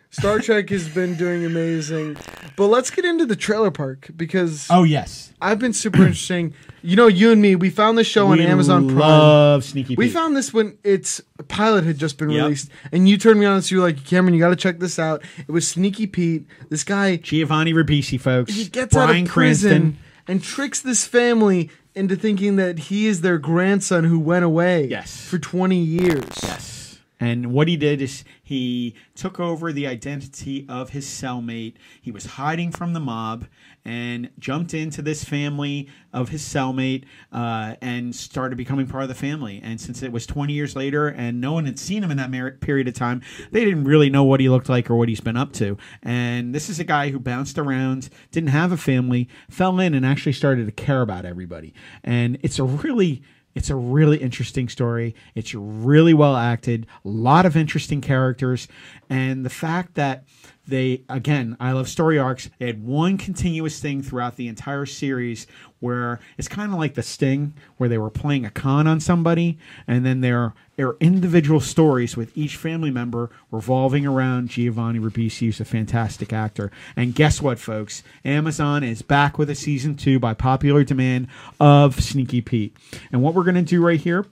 [SPEAKER 3] Star Trek has been doing amazing, but let's get into the trailer park because
[SPEAKER 4] oh yes,
[SPEAKER 3] I've been super interesting. You know, you and me, we found this show on
[SPEAKER 4] We
[SPEAKER 3] Amazon Prime.
[SPEAKER 4] Love sneaky.
[SPEAKER 3] We
[SPEAKER 4] Pete.
[SPEAKER 3] found this when its pilot had just been
[SPEAKER 4] Yep.
[SPEAKER 3] released, and you turned me on. So you were like, Cameron, you got to check this out. It was Sneaky Pete. This guy,
[SPEAKER 4] Giovanni Ribisi, folks.
[SPEAKER 3] he gets
[SPEAKER 4] Bryan
[SPEAKER 3] out of prison
[SPEAKER 4] Cranston.
[SPEAKER 3] and tricks this family into thinking that he is their grandson who went away
[SPEAKER 4] Yes.
[SPEAKER 3] for 20 years.
[SPEAKER 4] Yes. And what he did is he took over the identity of his cellmate. He was hiding from the mob and jumped into this family of his cellmate uh, and started becoming part of the family. And since it was 20 years later and no one had seen him in that mer- period of time, they didn't really know what he looked like or what he's been up to. And this is a guy who bounced around, didn't have a family, fell in, and actually started to care about everybody. And it's a really it's a really interesting story. It's really well acted, a lot of interesting characters, and the fact that they again, I love story arcs. They had one continuous thing throughout the entire series where it's kind of like the sting where they were playing a con on somebody and then their their individual stories with each family member revolving around Giovanni Ribisi, who's a fantastic actor. And guess what, folks? Amazon is back with a season two by popular demand of Sneaky Pete. And what we're going to do right here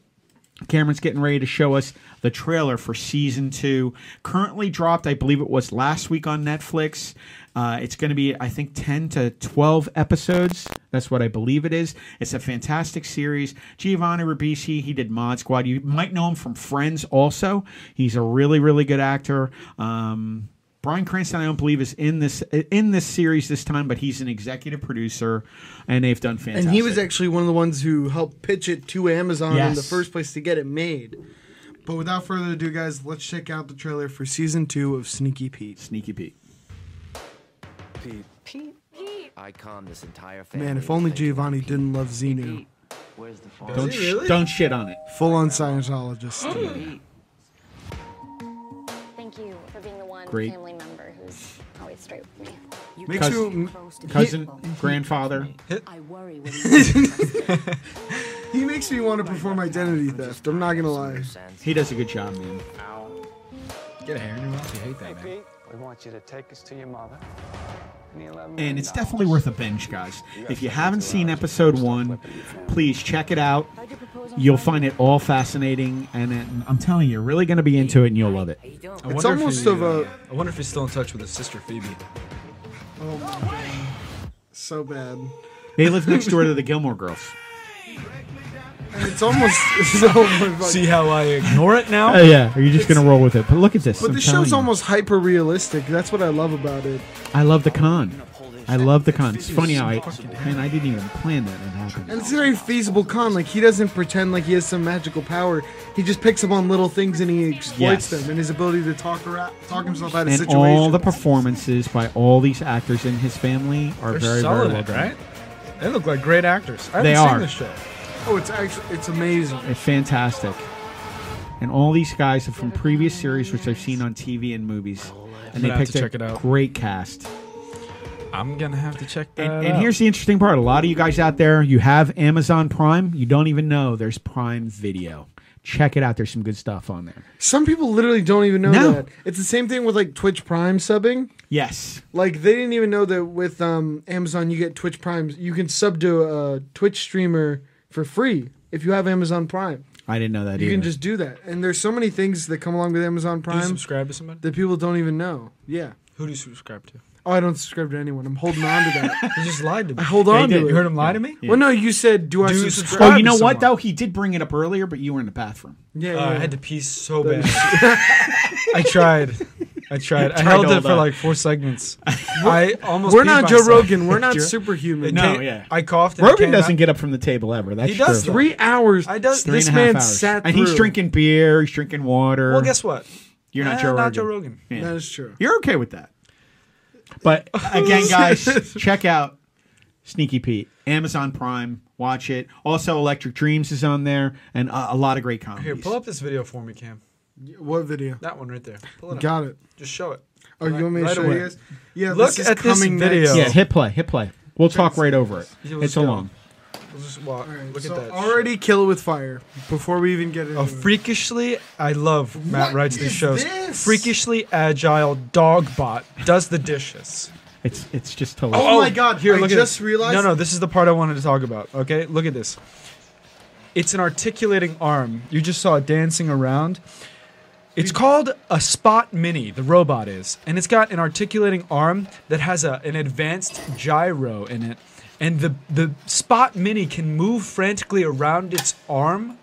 [SPEAKER 4] Cameron's getting ready to show us the trailer for season two. Currently dropped, I believe it was last week on Netflix. Uh, it's going to be, I think, 10 to 12 episodes. That's what I believe it is. It's a fantastic series. Giovanni Ribisi, he did Mod Squad. You might know him from Friends also. He's a really, really good actor. Um, Brian Cranston, I don't believe, is in this in this series this time, but he's an executive producer, and they've done fantastic.
[SPEAKER 3] And he was actually one of the ones who helped pitch it to Amazon in the
[SPEAKER 4] Yes.
[SPEAKER 3] first place to get it made. But without further ado, guys, let's check out the trailer for season two of Sneaky Pete.
[SPEAKER 4] Sneaky Pete.
[SPEAKER 9] Pete. Pete.
[SPEAKER 10] I calm this entire family.
[SPEAKER 3] Man, if only
[SPEAKER 10] of thinking
[SPEAKER 3] Giovanni
[SPEAKER 10] Pete.
[SPEAKER 3] didn't love Xenu.
[SPEAKER 10] Pete, Where's the farm?
[SPEAKER 4] Don't sh- don't shit on it.
[SPEAKER 3] Full on Scientologist.
[SPEAKER 4] Mm.
[SPEAKER 11] Thank you for being the one
[SPEAKER 4] Great.
[SPEAKER 11] family member who's always straight with me.
[SPEAKER 3] Make
[SPEAKER 4] Cousin-
[SPEAKER 3] sure m-
[SPEAKER 4] Cousin, grandfather.
[SPEAKER 9] I worry when you
[SPEAKER 3] he makes me want to perform identity theft. I'm not gonna lie.
[SPEAKER 10] Sense.
[SPEAKER 4] He does a good job, man.
[SPEAKER 12] Get a hairdo off. You hate that, man.
[SPEAKER 5] We want you to take us to your mother.
[SPEAKER 4] And it's definitely worth a binge, guys. If you haven't seen episode one, please check it out. You'll find it all fascinating, and it, I'm telling you, you're really going to be into it, and you'll love it.
[SPEAKER 2] I
[SPEAKER 3] It's
[SPEAKER 2] wonder if
[SPEAKER 3] almost
[SPEAKER 2] he,
[SPEAKER 3] of a-
[SPEAKER 2] I wonder if he's still in touch with his sister Phoebe.
[SPEAKER 3] So bad.
[SPEAKER 4] They live next door to the Gilmore Girls.
[SPEAKER 3] And it's almost. It's almost
[SPEAKER 2] See how I ignore it now?
[SPEAKER 4] Oh, yeah, are you just going to roll with it? But look at this.
[SPEAKER 3] but the show's almost hyper realistic. That's what I love about it.
[SPEAKER 4] I love the con. I love the con. It's funny how I man, I didn't even plan that it
[SPEAKER 3] And
[SPEAKER 4] happened.
[SPEAKER 3] it's a very feasible con. Like he doesn't pretend like he has some magical power. He just picks up on little things and he exploits
[SPEAKER 4] Yes.
[SPEAKER 3] them. And his ability to talk around, talk himself out of
[SPEAKER 4] And
[SPEAKER 3] situations.
[SPEAKER 4] all the performances by all these actors in his family are
[SPEAKER 2] They're
[SPEAKER 4] very,
[SPEAKER 2] solid,
[SPEAKER 4] very well done.
[SPEAKER 2] right? They look like great actors. I haven't
[SPEAKER 4] They
[SPEAKER 2] seen
[SPEAKER 4] are.
[SPEAKER 2] this show.
[SPEAKER 3] oh, it's actually it's amazing.
[SPEAKER 4] It's fantastic. And all these guys are from previous series, which I've seen on TV and movies. And they
[SPEAKER 2] Oh, gonna have
[SPEAKER 4] picked
[SPEAKER 2] to
[SPEAKER 4] a
[SPEAKER 2] check it out.
[SPEAKER 4] great cast.
[SPEAKER 2] I'm gonna have to check that
[SPEAKER 4] And,
[SPEAKER 2] out.
[SPEAKER 4] and here's the interesting part: a lot of you guys out there, you have Amazon Prime. You don't even know there's Prime Video. Check it out. There's some good stuff on there.
[SPEAKER 3] Some people literally don't even know
[SPEAKER 4] No.
[SPEAKER 3] that. It's the same thing with like Twitch Prime subbing.
[SPEAKER 4] Yes,
[SPEAKER 3] Like they didn't even know that with um, Amazon you get Twitch Prime. You can sub to a Twitch streamer for free if you have Amazon Prime.
[SPEAKER 4] I didn't know that.
[SPEAKER 3] You
[SPEAKER 4] either.
[SPEAKER 3] can just do that. And there's so many things that come along with Amazon
[SPEAKER 2] do you
[SPEAKER 3] Prime
[SPEAKER 2] subscribe to somebody?
[SPEAKER 3] that people don't even know. Yeah.
[SPEAKER 2] Who do you subscribe to?
[SPEAKER 3] Oh, I don't subscribe to anyone. I'm holding on to that.
[SPEAKER 2] You just lied to me. I
[SPEAKER 3] hold on to it.
[SPEAKER 2] You heard him lie to me?
[SPEAKER 3] Well, no, you said do I
[SPEAKER 2] Do you
[SPEAKER 3] subscribe?
[SPEAKER 4] Oh,
[SPEAKER 2] subscribe
[SPEAKER 4] you know
[SPEAKER 2] to
[SPEAKER 4] what
[SPEAKER 2] someone.
[SPEAKER 4] though? He did bring it up earlier, but you were in the bathroom.
[SPEAKER 3] Yeah,
[SPEAKER 2] Uh, I
[SPEAKER 3] yeah.
[SPEAKER 2] had to pee so bad. I tried. I tried. I
[SPEAKER 4] Tried
[SPEAKER 2] held
[SPEAKER 4] to
[SPEAKER 2] it
[SPEAKER 4] hold
[SPEAKER 2] for
[SPEAKER 4] on.
[SPEAKER 2] like four segments. I almost.
[SPEAKER 3] We're
[SPEAKER 2] peed
[SPEAKER 3] not Joe
[SPEAKER 2] myself.
[SPEAKER 3] Rogan. We're not
[SPEAKER 2] You're-
[SPEAKER 3] superhuman.
[SPEAKER 2] It
[SPEAKER 4] No,
[SPEAKER 2] came-
[SPEAKER 4] yeah.
[SPEAKER 2] I coughed. and it
[SPEAKER 4] Rogan
[SPEAKER 2] came
[SPEAKER 4] doesn't
[SPEAKER 2] out.
[SPEAKER 4] get up from the table ever. That's
[SPEAKER 2] He does though.
[SPEAKER 4] true.
[SPEAKER 3] Three hours.
[SPEAKER 2] I does-
[SPEAKER 4] Three
[SPEAKER 3] this
[SPEAKER 4] and a half
[SPEAKER 3] man
[SPEAKER 4] hours.
[SPEAKER 3] sat
[SPEAKER 4] and
[SPEAKER 3] through.
[SPEAKER 4] he's drinking beer. He's drinking water.
[SPEAKER 2] Well, guess what?
[SPEAKER 4] You're not
[SPEAKER 2] Eh,
[SPEAKER 4] Joe
[SPEAKER 2] Not Joe
[SPEAKER 4] Rogan.
[SPEAKER 2] Rogan.
[SPEAKER 4] Yeah.
[SPEAKER 3] That is true.
[SPEAKER 4] You're okay with that. But again, guys, check out Sneaky Pete, Amazon Prime. Watch it. Also, Electric Dreams is on there, and uh, a lot of great comedies.
[SPEAKER 2] Here, pull up this video for me, Cam.
[SPEAKER 3] What video?
[SPEAKER 2] That one right there. Pull it up.
[SPEAKER 3] Got it.
[SPEAKER 2] Just show it.
[SPEAKER 3] Oh, you want me to
[SPEAKER 2] Right
[SPEAKER 3] show
[SPEAKER 2] away.
[SPEAKER 3] you guys? Yeah,
[SPEAKER 2] Look
[SPEAKER 3] this is
[SPEAKER 2] at this
[SPEAKER 3] coming
[SPEAKER 2] video.
[SPEAKER 4] Yeah, hit play, hit play. We'll talk right over it.
[SPEAKER 2] Yeah, let's
[SPEAKER 4] It's a
[SPEAKER 2] go.
[SPEAKER 4] long.
[SPEAKER 2] We'll just walk.
[SPEAKER 3] Next.
[SPEAKER 2] Look
[SPEAKER 3] so
[SPEAKER 2] at that.
[SPEAKER 3] already kill it with fire before we even get into
[SPEAKER 2] A
[SPEAKER 3] it.
[SPEAKER 2] freakishly, I love Matt
[SPEAKER 3] What
[SPEAKER 2] writes these
[SPEAKER 3] is
[SPEAKER 2] shows.
[SPEAKER 3] this?
[SPEAKER 2] Freakishly agile dog bot does the dishes.
[SPEAKER 4] It's it's just hilarious.
[SPEAKER 3] Oh my God,
[SPEAKER 2] Here,
[SPEAKER 3] I
[SPEAKER 2] look
[SPEAKER 3] just
[SPEAKER 2] at this.
[SPEAKER 3] realized-
[SPEAKER 2] No, no, this is the part I wanted to talk about. Okay, look at this. It's an articulating arm. You just saw it dancing around. It's called a Spot Mini. The robot is, and it's got an articulating arm that has a, an advanced gyro in it. And the the Spot Mini can move frantically around its arm,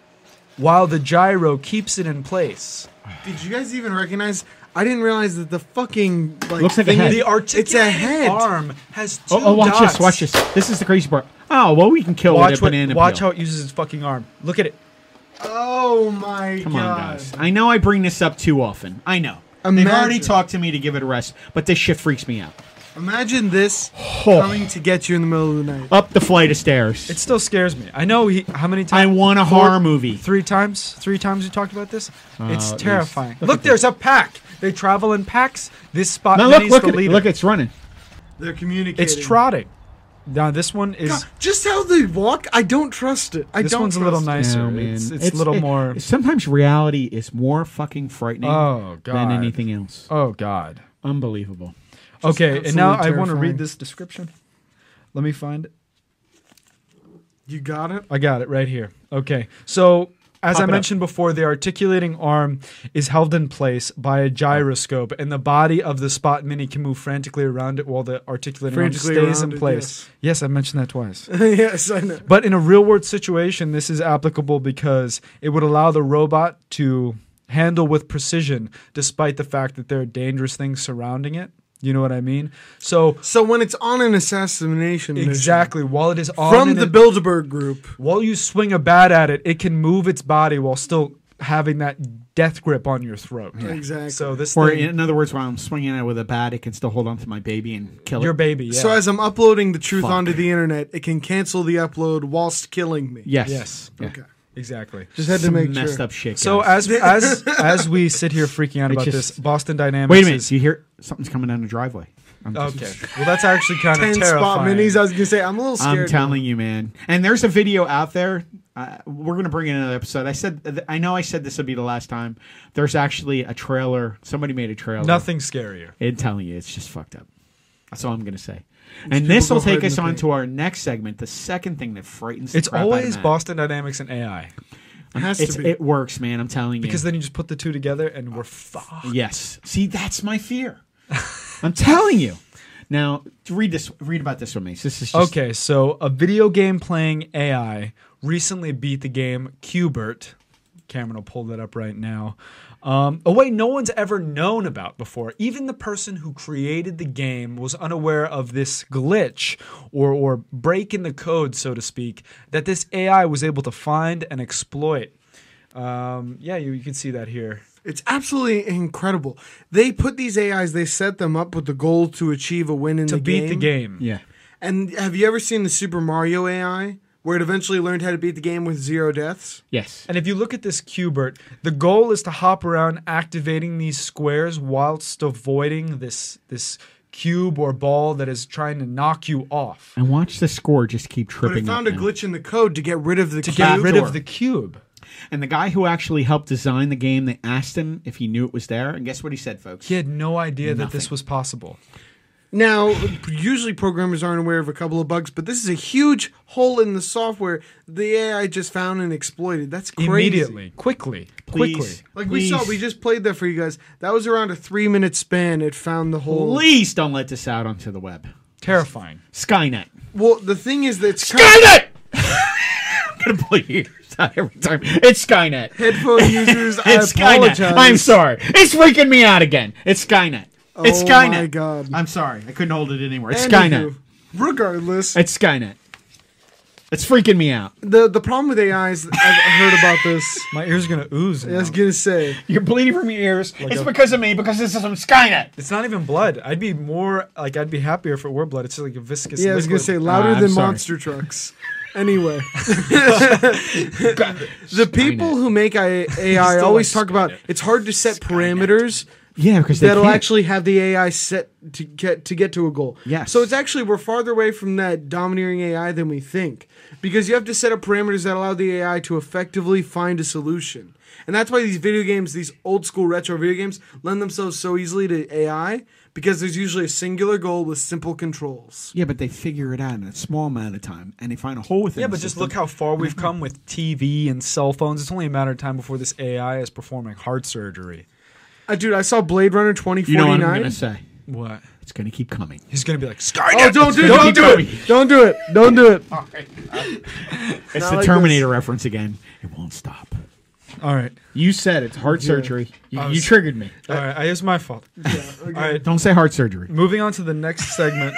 [SPEAKER 2] while the gyro keeps it in place.
[SPEAKER 3] Did you guys even recognize? I didn't realize that the fucking like
[SPEAKER 4] Looks like a
[SPEAKER 3] thing-
[SPEAKER 4] head.
[SPEAKER 2] The
[SPEAKER 3] It's a
[SPEAKER 2] articulating
[SPEAKER 3] head.
[SPEAKER 2] arm has two
[SPEAKER 4] Oh, oh, watch
[SPEAKER 2] dots.
[SPEAKER 4] this, watch this. This is the crazy part. Oh well, we can kill
[SPEAKER 2] Watch
[SPEAKER 4] it.
[SPEAKER 2] what,
[SPEAKER 4] banana
[SPEAKER 2] watch
[SPEAKER 4] peel.
[SPEAKER 2] how it uses its fucking arm. Look at it.
[SPEAKER 3] Oh my
[SPEAKER 4] Come
[SPEAKER 3] god!
[SPEAKER 4] on, guys. I know I bring this up too often. I know. They've already
[SPEAKER 3] Imagine.
[SPEAKER 4] talked to me to give it a rest, but this shit freaks me out.
[SPEAKER 3] Imagine this coming to get you in the middle of the night.
[SPEAKER 4] Up the flight of stairs.
[SPEAKER 2] It still scares me. I know he, how many
[SPEAKER 4] I
[SPEAKER 2] times.
[SPEAKER 4] want a horror movie. Uh,
[SPEAKER 2] Three times? Three times we talked about this? it's
[SPEAKER 4] at
[SPEAKER 2] terrifying.
[SPEAKER 4] least.
[SPEAKER 2] Look, there's a pack. They travel in packs. This spot
[SPEAKER 4] Now look,
[SPEAKER 2] Mini's
[SPEAKER 4] look
[SPEAKER 2] the
[SPEAKER 4] at it.
[SPEAKER 2] leader.
[SPEAKER 4] Look, it's running.
[SPEAKER 3] They're communicating.
[SPEAKER 2] it's trotting. Now, this one is.
[SPEAKER 3] Just how they walk, I don't trust it. I
[SPEAKER 2] this
[SPEAKER 3] don't.
[SPEAKER 2] one's a
[SPEAKER 3] trust
[SPEAKER 2] little
[SPEAKER 3] it.
[SPEAKER 2] nicer.
[SPEAKER 4] No, man.
[SPEAKER 2] It's, it's a little
[SPEAKER 4] it-
[SPEAKER 2] more.
[SPEAKER 4] Sometimes reality is more fucking frightening
[SPEAKER 2] Oh, God.
[SPEAKER 4] than anything else.
[SPEAKER 2] Oh, God.
[SPEAKER 4] Unbelievable.
[SPEAKER 2] Okay, and now I
[SPEAKER 3] absolutely
[SPEAKER 2] want to
[SPEAKER 3] terrifying.
[SPEAKER 2] read this description. Let me find it.
[SPEAKER 3] You got it.
[SPEAKER 2] I got it right here. Okay. So as I
[SPEAKER 4] up.
[SPEAKER 2] mentioned before, the articulating arm is held in place by a gyroscope, and the body of the Spot Mini can move frantically around it while the articulating arm
[SPEAKER 3] Frantically
[SPEAKER 2] stays in
[SPEAKER 3] around it,
[SPEAKER 2] place. yes, I mentioned that twice.
[SPEAKER 3] yes, I know.
[SPEAKER 2] But in a real world situation, this is applicable because it would allow the robot to handle with precision despite the fact that there are dangerous things surrounding it. You know what I mean? So,
[SPEAKER 3] So when it's on an assassination mission
[SPEAKER 2] exactly, while it is on
[SPEAKER 3] from
[SPEAKER 2] and
[SPEAKER 3] the
[SPEAKER 2] in-
[SPEAKER 3] Bilderberg Group,
[SPEAKER 2] while you swing a bat at it, it can move its body while still having that death grip on your throat.
[SPEAKER 3] Exactly.
[SPEAKER 2] So this
[SPEAKER 4] Or
[SPEAKER 2] thing,
[SPEAKER 4] in other words, while I'm swinging it with a bat, it can still hold on to my baby and kill
[SPEAKER 2] your
[SPEAKER 4] it.
[SPEAKER 2] baby. Yeah.
[SPEAKER 3] so as I'm uploading the truth
[SPEAKER 4] Fuck.
[SPEAKER 3] onto the internet, it can cancel the upload whilst killing me.
[SPEAKER 4] Yes.
[SPEAKER 2] yes.
[SPEAKER 4] Yeah.
[SPEAKER 3] Okay.
[SPEAKER 2] Exactly.
[SPEAKER 3] Just had to make
[SPEAKER 4] messed
[SPEAKER 3] sure.
[SPEAKER 4] up shit.
[SPEAKER 2] So
[SPEAKER 4] guys.
[SPEAKER 2] as as as we sit here freaking out about
[SPEAKER 4] just-
[SPEAKER 2] this, Boston Dynamics.
[SPEAKER 4] wait a minute,
[SPEAKER 2] is- Oh,
[SPEAKER 4] do you hear something's coming down the driveway? I'm just-
[SPEAKER 2] Okay. Well, that's actually kind of
[SPEAKER 3] Ten
[SPEAKER 2] terrifying.
[SPEAKER 3] spot minis. I was gonna say I'm a little scared.
[SPEAKER 4] I'm telling you, man. And there's a video out there. Uh, we're gonna bring in another episode. I said, I know, I said this would be the last time. There's actually a trailer. Somebody made a trailer.
[SPEAKER 2] Nothing scarier.
[SPEAKER 4] It telling you, it's just fucked up. That's all I'm gonna say. And this will
[SPEAKER 3] go hide
[SPEAKER 4] take
[SPEAKER 3] in
[SPEAKER 4] us
[SPEAKER 3] the
[SPEAKER 4] on
[SPEAKER 3] paint.
[SPEAKER 4] to our next segment. The second thing that frightens the
[SPEAKER 2] It's
[SPEAKER 4] crap out of
[SPEAKER 2] always
[SPEAKER 4] Matt.
[SPEAKER 2] Boston Dynamics and AI
[SPEAKER 3] It has
[SPEAKER 4] It's,
[SPEAKER 3] to be.
[SPEAKER 4] it works, man. I'm telling you.
[SPEAKER 2] because then you just put the two together and we're fucked.
[SPEAKER 4] Yes. See, that's my fear. I'm telling you. Now, read this. Read about this one, Mace. This is just,
[SPEAKER 2] Okay, so a video game playing AI recently beat the game Cubert. Cameron will pull that up right now. Um, a way no one's ever known about before. Even the person who created the game was unaware of this glitch or, or break in the code, so to speak, that this AI was able to find and exploit. Um, yeah, you, you can see that here.
[SPEAKER 3] It's absolutely incredible. They put these AIs. They set them up with the goal to achieve a win in
[SPEAKER 2] To
[SPEAKER 3] the
[SPEAKER 2] beat
[SPEAKER 3] game.
[SPEAKER 2] the game.
[SPEAKER 4] Yeah.
[SPEAKER 3] And have you ever seen the Super Mario AI, where it eventually learned how to beat the game with zero deaths?
[SPEAKER 4] Yes.
[SPEAKER 2] And if you look at this cubert, the goal is to hop around activating these squares whilst avoiding this this cube or ball that is trying to knock you off.
[SPEAKER 4] And watch the score just keep
[SPEAKER 3] But
[SPEAKER 4] tripping.
[SPEAKER 3] it found a
[SPEAKER 4] up now.
[SPEAKER 3] glitch in the code to get rid of the
[SPEAKER 2] To
[SPEAKER 3] cube.
[SPEAKER 2] get rid
[SPEAKER 4] Backdoor.
[SPEAKER 2] of the cube.
[SPEAKER 4] And the guy who actually helped design the game, they asked him if he knew it was there, and guess what he said, folks?
[SPEAKER 2] He had no idea that this was possible.
[SPEAKER 3] Now, usually programmers aren't aware of a couple of bugs, but this is a huge hole in the software the AI just found and exploited. That's crazy.
[SPEAKER 2] Immediately, quickly,
[SPEAKER 4] Please,
[SPEAKER 2] quickly.
[SPEAKER 3] Like we saw,
[SPEAKER 4] please-
[SPEAKER 3] we just played that for you guys. That was around a three minute span. It found the whole.
[SPEAKER 4] Please don't let this out onto the web.
[SPEAKER 2] Terrifying.
[SPEAKER 4] Skynet.
[SPEAKER 3] Well, the thing is that it's kind of
[SPEAKER 4] Skynet. I'm gonna blow your ears out every time. It's Skynet.
[SPEAKER 3] headphone users. I
[SPEAKER 4] It's Skynet.
[SPEAKER 3] apologize.
[SPEAKER 4] I'm sorry. It's freaking me out again. It's Skynet. It's
[SPEAKER 3] Oh
[SPEAKER 4] Skynet.
[SPEAKER 3] my God.
[SPEAKER 4] I'm sorry. I couldn't hold it anymore. It's Skynet.
[SPEAKER 3] Anywho, Regardless,
[SPEAKER 4] It's Skynet. It's freaking me out.
[SPEAKER 3] the the problem with AI is I've heard about this.
[SPEAKER 2] My ears are gonna ooze.
[SPEAKER 3] I was
[SPEAKER 2] now.
[SPEAKER 3] gonna say
[SPEAKER 4] You're bleeding from your ears. it's because of me. Because this is from Skynet.
[SPEAKER 2] It's not even blood. I'd be more like I'd be happier if it were blood. It's just like a viscous.
[SPEAKER 3] Yeah, I was gonna say
[SPEAKER 2] liquid.
[SPEAKER 3] louder
[SPEAKER 4] Ah, I'm
[SPEAKER 3] than
[SPEAKER 4] sorry.
[SPEAKER 3] monster trucks. Anyway, the people who make I- AI always talk about it's hard to set parameters
[SPEAKER 4] Yeah, because they
[SPEAKER 3] that'll
[SPEAKER 4] can't.
[SPEAKER 3] actually have the AI set to get to get to a goal.
[SPEAKER 4] Yes.
[SPEAKER 3] So it's actually we're farther away from that domineering AI than we think because you have to set up parameters that allow the AI to effectively find a solution. And that's why these video games, these old school retro video games, lend themselves so easily to AI because there's usually a singular goal with simple controls.
[SPEAKER 4] Yeah, but they figure it out in a small amount of time, and they find a hole within.
[SPEAKER 2] Yeah,
[SPEAKER 4] the
[SPEAKER 2] but just
[SPEAKER 4] system.
[SPEAKER 2] look how far we've come with TV and cell phones. It's only a matter of time before this AI is performing heart surgery.
[SPEAKER 3] Uh, dude, I saw Blade Runner 2049.
[SPEAKER 4] You know what I'm gonna say?
[SPEAKER 2] What?
[SPEAKER 4] It's gonna keep coming.
[SPEAKER 2] He's gonna be like Skynet.
[SPEAKER 3] oh, don't do,
[SPEAKER 4] Don't
[SPEAKER 3] don't do
[SPEAKER 4] be
[SPEAKER 3] it. Don't do it. Don't do it.
[SPEAKER 4] It's
[SPEAKER 3] Not
[SPEAKER 4] the
[SPEAKER 3] like
[SPEAKER 4] Terminator reference again. It won't stop.
[SPEAKER 2] All right,
[SPEAKER 4] You said it's heart surgery. You, you triggered me.
[SPEAKER 2] all right. I- It's my fault. All right.
[SPEAKER 4] Oh, Don't say heart surgery.
[SPEAKER 2] Moving on to the next segment.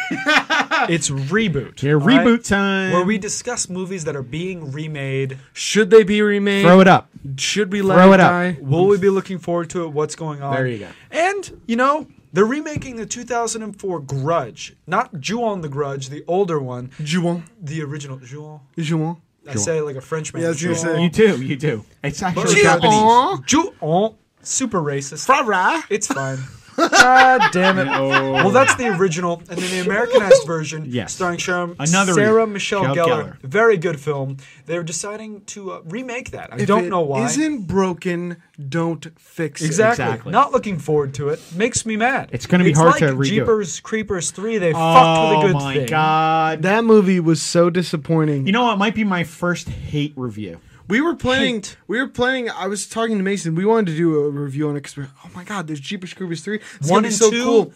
[SPEAKER 2] it's reboot.
[SPEAKER 4] Yeah,
[SPEAKER 2] all right?
[SPEAKER 4] reboot time.
[SPEAKER 2] Where we discuss movies that are being remade.
[SPEAKER 3] Should they be remade?
[SPEAKER 4] throw it up.
[SPEAKER 3] Should we let
[SPEAKER 4] Throw
[SPEAKER 3] it,
[SPEAKER 4] it up.
[SPEAKER 3] die?
[SPEAKER 2] Will we be looking forward to it? What's going on?
[SPEAKER 4] There you go.
[SPEAKER 2] And you know. They're remaking the 2004 Grudge, not Juon the Grudge, the older one,
[SPEAKER 3] Juan.
[SPEAKER 2] the original Juon.
[SPEAKER 3] Juan.
[SPEAKER 2] I say it like a Frenchman.
[SPEAKER 3] Yeah, I was gonna say-
[SPEAKER 4] You do. You do. It's actually
[SPEAKER 2] Gee,
[SPEAKER 4] Japanese.
[SPEAKER 3] aw.
[SPEAKER 2] Juon, super racist.
[SPEAKER 3] Ra-ra.
[SPEAKER 2] It's fine. God damn it.
[SPEAKER 4] Oh.
[SPEAKER 2] Well, that's the original, and then the Americanized version,
[SPEAKER 4] Yes.
[SPEAKER 2] starring Sharon,
[SPEAKER 4] Another
[SPEAKER 2] Sarah
[SPEAKER 4] re-
[SPEAKER 2] Michelle
[SPEAKER 4] Michelle
[SPEAKER 2] Gellar.
[SPEAKER 4] Gellar.
[SPEAKER 2] Very good film. They're deciding to uh, remake that. I
[SPEAKER 3] If
[SPEAKER 2] don't
[SPEAKER 3] it
[SPEAKER 2] know why.
[SPEAKER 3] Isn't broken, don't fix it.
[SPEAKER 2] exactly.
[SPEAKER 4] Exactly.
[SPEAKER 2] Not looking forward to it. Makes me mad.
[SPEAKER 4] It's gonna be hard
[SPEAKER 2] like
[SPEAKER 4] to redo it.
[SPEAKER 2] Jeepers Creepers three. They
[SPEAKER 4] Oh
[SPEAKER 2] fucked with a good
[SPEAKER 4] my
[SPEAKER 2] thing.
[SPEAKER 4] god.
[SPEAKER 3] That movie was so disappointing.
[SPEAKER 4] You know what might be my first hate review.
[SPEAKER 3] We were planning.
[SPEAKER 2] Hate.
[SPEAKER 3] We were planning. I was talking to Mason. We wanted to do a review on Express. Oh my God! There's Jeepers Creepers three. It's
[SPEAKER 2] One
[SPEAKER 3] gonna be
[SPEAKER 2] and
[SPEAKER 3] so
[SPEAKER 2] two?
[SPEAKER 3] cool.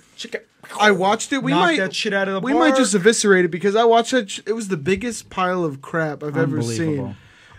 [SPEAKER 3] I watched it. We
[SPEAKER 2] Knock
[SPEAKER 3] might
[SPEAKER 2] that shit out of the
[SPEAKER 3] We might
[SPEAKER 2] park.
[SPEAKER 3] just eviscerate it because I watched it. It was the biggest pile of crap I've ever seen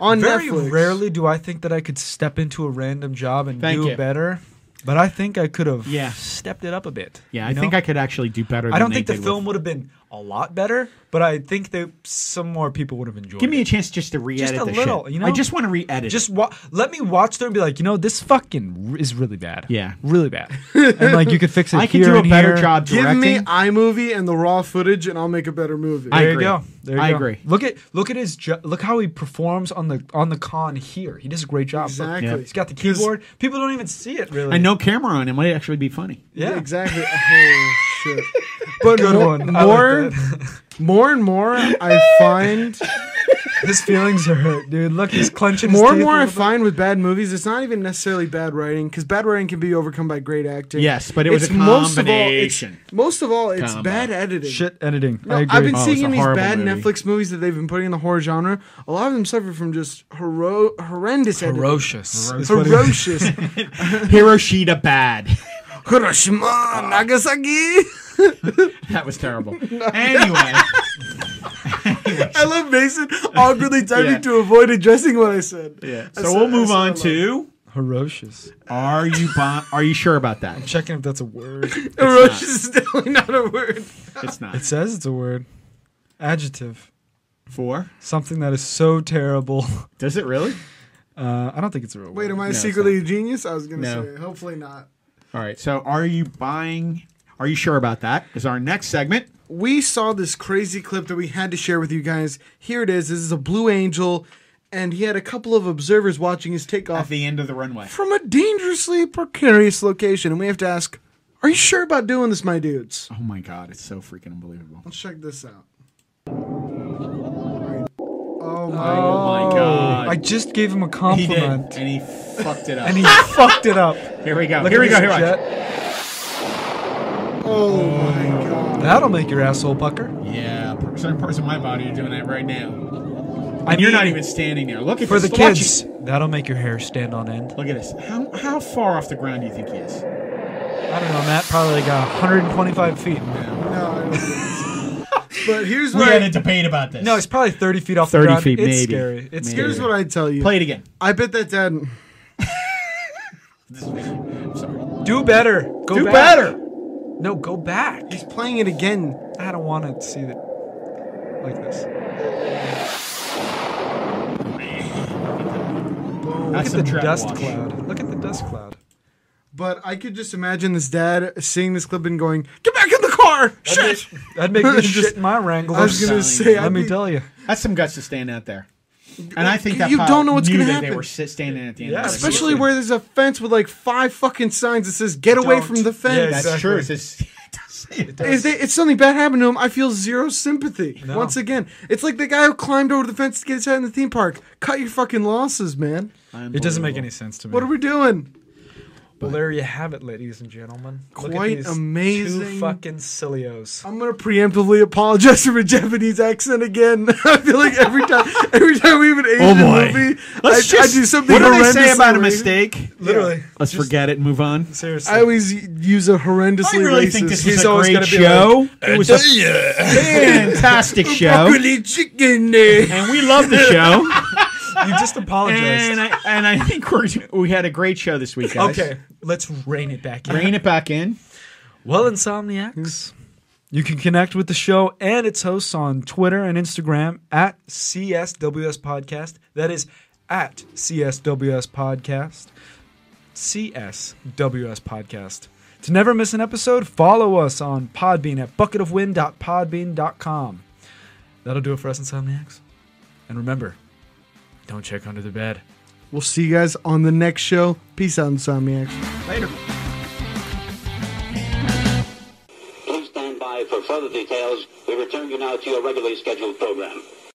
[SPEAKER 4] Unbelievable.
[SPEAKER 3] on
[SPEAKER 2] Very
[SPEAKER 3] Netflix.
[SPEAKER 2] rarely do I think that I could step into a random job and
[SPEAKER 4] Thank
[SPEAKER 2] do
[SPEAKER 4] you.
[SPEAKER 2] better, but I think I could have
[SPEAKER 4] Yeah.
[SPEAKER 2] stepped it up a bit.
[SPEAKER 4] Yeah, I
[SPEAKER 2] you know?
[SPEAKER 4] think I could actually do better. Than
[SPEAKER 2] I don't
[SPEAKER 4] they
[SPEAKER 2] think the
[SPEAKER 4] did
[SPEAKER 2] film
[SPEAKER 4] with-
[SPEAKER 2] would have been a lot better, but I think that some more people would have enjoyed.
[SPEAKER 4] Give me a
[SPEAKER 2] it.
[SPEAKER 4] chance just to re-edit
[SPEAKER 2] Just a
[SPEAKER 4] the
[SPEAKER 2] little,
[SPEAKER 4] shit.
[SPEAKER 2] you know?
[SPEAKER 4] I just want to re-edit. it.
[SPEAKER 2] Just wa- let me watch them and be like, you know, this fucking r- is really bad.
[SPEAKER 4] Yeah.
[SPEAKER 2] really bad. and like you could fix it.
[SPEAKER 4] I could
[SPEAKER 2] here
[SPEAKER 4] do a
[SPEAKER 2] and
[SPEAKER 4] better
[SPEAKER 2] here.
[SPEAKER 4] job
[SPEAKER 3] Give
[SPEAKER 4] directing.
[SPEAKER 3] me iMovie and the raw footage, and I'll make a better movie.
[SPEAKER 4] I
[SPEAKER 2] There
[SPEAKER 4] agree.
[SPEAKER 2] you go. There you
[SPEAKER 4] I
[SPEAKER 2] go.
[SPEAKER 4] agree.
[SPEAKER 2] Look at look at his jo- look how he performs on the on the con here. He does a great job. Look,
[SPEAKER 3] Exactly. Yeah.
[SPEAKER 2] He's got the keyboard. People don't even see it really.
[SPEAKER 4] I know camera on it might actually be funny.
[SPEAKER 2] Yeah.
[SPEAKER 3] exactly. Oh shit! But
[SPEAKER 2] Good
[SPEAKER 3] more,
[SPEAKER 2] one. I like
[SPEAKER 3] more,
[SPEAKER 2] that.
[SPEAKER 3] more and more, I find.
[SPEAKER 2] His feelings are hurt, dude. Look, he's clenching. his
[SPEAKER 3] more and
[SPEAKER 2] teeth
[SPEAKER 3] more
[SPEAKER 2] a
[SPEAKER 3] I
[SPEAKER 2] little bit.
[SPEAKER 3] find with bad movies, it's not even necessarily bad writing because bad writing can be overcome by great acting.
[SPEAKER 4] Yes, but it was a combination.
[SPEAKER 3] Most of all, it's, most of all, it's
[SPEAKER 4] Combo.
[SPEAKER 3] bad editing.
[SPEAKER 2] shit editing.
[SPEAKER 3] No,
[SPEAKER 2] I agree.
[SPEAKER 3] I've been
[SPEAKER 4] Oh, it's
[SPEAKER 3] seeing
[SPEAKER 4] a
[SPEAKER 3] in these
[SPEAKER 4] horrible
[SPEAKER 3] bad
[SPEAKER 4] movie.
[SPEAKER 3] Netflix movies that they've been putting in the horror genre. A lot of them suffer from just hero- horrendous editing.
[SPEAKER 2] ferocious. It's what it is.
[SPEAKER 3] Ferocious.
[SPEAKER 4] Hiroshita bad.
[SPEAKER 3] Hiroshima,
[SPEAKER 4] Ah.
[SPEAKER 3] Nagasaki.
[SPEAKER 4] That was terrible. anyway,
[SPEAKER 3] I love Mason awkwardly typing
[SPEAKER 4] Yeah.
[SPEAKER 3] to avoid addressing what I said.
[SPEAKER 4] yeah.
[SPEAKER 3] I
[SPEAKER 4] So
[SPEAKER 3] said-
[SPEAKER 4] we'll
[SPEAKER 3] I
[SPEAKER 4] move
[SPEAKER 3] said
[SPEAKER 4] on
[SPEAKER 3] I
[SPEAKER 4] to
[SPEAKER 2] Ferocious.
[SPEAKER 4] Are you bon- Are you sure about that?
[SPEAKER 2] Checking if that's a word. It
[SPEAKER 3] love- Ferocious is definitely not a word.
[SPEAKER 4] It's not
[SPEAKER 2] says it's a word. Adjective.
[SPEAKER 4] four.
[SPEAKER 2] Something that is so terrible.
[SPEAKER 4] Does it really?
[SPEAKER 2] Uh, I don't think it's a real word.
[SPEAKER 3] Wait, am I
[SPEAKER 4] it's
[SPEAKER 3] secretly a genius? I was gonna
[SPEAKER 4] No.
[SPEAKER 3] say. Hopefully not.
[SPEAKER 4] All right. So are you buying? Are you sure about that? Is our next segment.
[SPEAKER 3] we saw this crazy clip that we had to share with you guys. Here it is. This is a Blue Angel, and he had a couple of observers watching his
[SPEAKER 4] At
[SPEAKER 3] takeoff
[SPEAKER 4] the end of the runway.
[SPEAKER 3] from a dangerously precarious location. And we have to ask, are you sure about doing this, my dudes?
[SPEAKER 4] Oh my god, it's so freaking unbelievable.
[SPEAKER 3] Let's check this out. Oh my.
[SPEAKER 4] Oh, my god.
[SPEAKER 2] I just gave him a
[SPEAKER 4] he did,
[SPEAKER 2] compliment.
[SPEAKER 4] and he fucked it up.
[SPEAKER 2] And he fucked it up.
[SPEAKER 4] here we go.
[SPEAKER 2] Look
[SPEAKER 4] here
[SPEAKER 2] at
[SPEAKER 4] we go.
[SPEAKER 2] this
[SPEAKER 4] Here we go.
[SPEAKER 2] jet.
[SPEAKER 3] Oh my god.
[SPEAKER 2] That'll make your asshole pucker.
[SPEAKER 4] Yeah, certain parts of my body are doing that right now.
[SPEAKER 2] And
[SPEAKER 4] And you're not even standing there. Look at
[SPEAKER 2] for the
[SPEAKER 4] this. Watch
[SPEAKER 2] kids.
[SPEAKER 4] it.
[SPEAKER 2] That'll make your hair stand on end.
[SPEAKER 4] Look at this. How how far off the ground do you think he is?
[SPEAKER 2] I don't know, Matt. Probably like 125 feet.
[SPEAKER 3] No, I don't think so. But here's
[SPEAKER 4] We
[SPEAKER 3] what
[SPEAKER 4] had a
[SPEAKER 3] I,
[SPEAKER 4] debate about this.
[SPEAKER 2] No, it's probably 30 feet off
[SPEAKER 4] 30
[SPEAKER 2] the ground.
[SPEAKER 4] feet,
[SPEAKER 2] it's
[SPEAKER 4] maybe.
[SPEAKER 2] scary. It's
[SPEAKER 4] Maybe.
[SPEAKER 2] scary.
[SPEAKER 3] here's what I tell you.
[SPEAKER 4] play it again.
[SPEAKER 3] I bet that dad.
[SPEAKER 4] I'm sorry.
[SPEAKER 2] Do better. Go
[SPEAKER 4] Do
[SPEAKER 2] back.
[SPEAKER 4] better.
[SPEAKER 2] No, go back.
[SPEAKER 3] He's playing it again.
[SPEAKER 2] I don't want to see that like this. Look at
[SPEAKER 4] That's
[SPEAKER 2] the
[SPEAKER 4] some trap
[SPEAKER 2] dust
[SPEAKER 4] wash.
[SPEAKER 2] cloud. Look at the dust cloud.
[SPEAKER 3] But I could just imagine this dad seeing this clip and going, "Get back in the car!" Shit.
[SPEAKER 2] That'd make me
[SPEAKER 3] Just-
[SPEAKER 2] shit my wrangler.
[SPEAKER 3] I was gonna say,
[SPEAKER 2] let
[SPEAKER 3] I'd
[SPEAKER 2] me
[SPEAKER 3] be-
[SPEAKER 2] tell you.
[SPEAKER 4] That's some guts to stand out there. And I think that
[SPEAKER 3] You
[SPEAKER 4] pile
[SPEAKER 3] don't know what's
[SPEAKER 4] knew
[SPEAKER 3] gonna
[SPEAKER 4] that They
[SPEAKER 3] happen.
[SPEAKER 4] were sit- standing at the end.
[SPEAKER 2] Yeah,
[SPEAKER 4] of the race.
[SPEAKER 3] Especially where there's a fence with like five fucking signs that says "Get away
[SPEAKER 2] Don't.
[SPEAKER 3] from the
[SPEAKER 2] Yeah,
[SPEAKER 3] fence."
[SPEAKER 4] That's
[SPEAKER 2] Exactly.
[SPEAKER 4] true. It's just, it does say it.
[SPEAKER 3] If, they, if something bad happened to him, I feel zero sympathy.
[SPEAKER 2] No.
[SPEAKER 3] Once again, it's like the guy who climbed over the fence to get his head in the theme park. Cut your fucking losses, man.
[SPEAKER 2] It doesn't make any sense to me.
[SPEAKER 3] What are we doing?
[SPEAKER 2] well, there you have it, ladies and gentlemen. Look at
[SPEAKER 3] Quite
[SPEAKER 2] these Two
[SPEAKER 3] amazing.
[SPEAKER 2] fucking sillios.
[SPEAKER 3] I'm gonna preemptively apologize for my Japanese accent again. I feel like every time, every time we have an Asian movie, I,
[SPEAKER 4] Oh, Let's
[SPEAKER 3] I
[SPEAKER 4] just,
[SPEAKER 3] do something.
[SPEAKER 4] what do they
[SPEAKER 3] horrendous
[SPEAKER 4] say about a
[SPEAKER 3] and racist.
[SPEAKER 4] mistake?
[SPEAKER 2] Literally.
[SPEAKER 4] Let's forget it and move on.
[SPEAKER 2] Seriously.
[SPEAKER 3] I always use a horrendously
[SPEAKER 4] I really
[SPEAKER 3] racist.
[SPEAKER 4] think this
[SPEAKER 2] He's
[SPEAKER 4] was a
[SPEAKER 2] always
[SPEAKER 4] great
[SPEAKER 2] gonna be
[SPEAKER 4] show. it was a fantastic show,
[SPEAKER 3] broccoli chicken. eh?
[SPEAKER 4] and we love the show.
[SPEAKER 2] you just apologized.
[SPEAKER 4] and I and I think we're we had a great show this week, guys.
[SPEAKER 2] okay, let's rein it back in.
[SPEAKER 4] Rein it back in.
[SPEAKER 2] Well, Insomniacs. Hmm. You can connect with the show and its hosts on Twitter and Instagram at CSWS Podcast. That is at CSWS Podcast. CSWS Podcast. To never miss an episode, follow us on Podbean at bucketofwind.podbean.com. That'll do it for us, Insomniacs. And remember, don't check under the bed.
[SPEAKER 3] We'll see you guys on the next show. Peace out, Insomniacs.
[SPEAKER 5] Please stand by for further details. We return you now to your regularly scheduled program.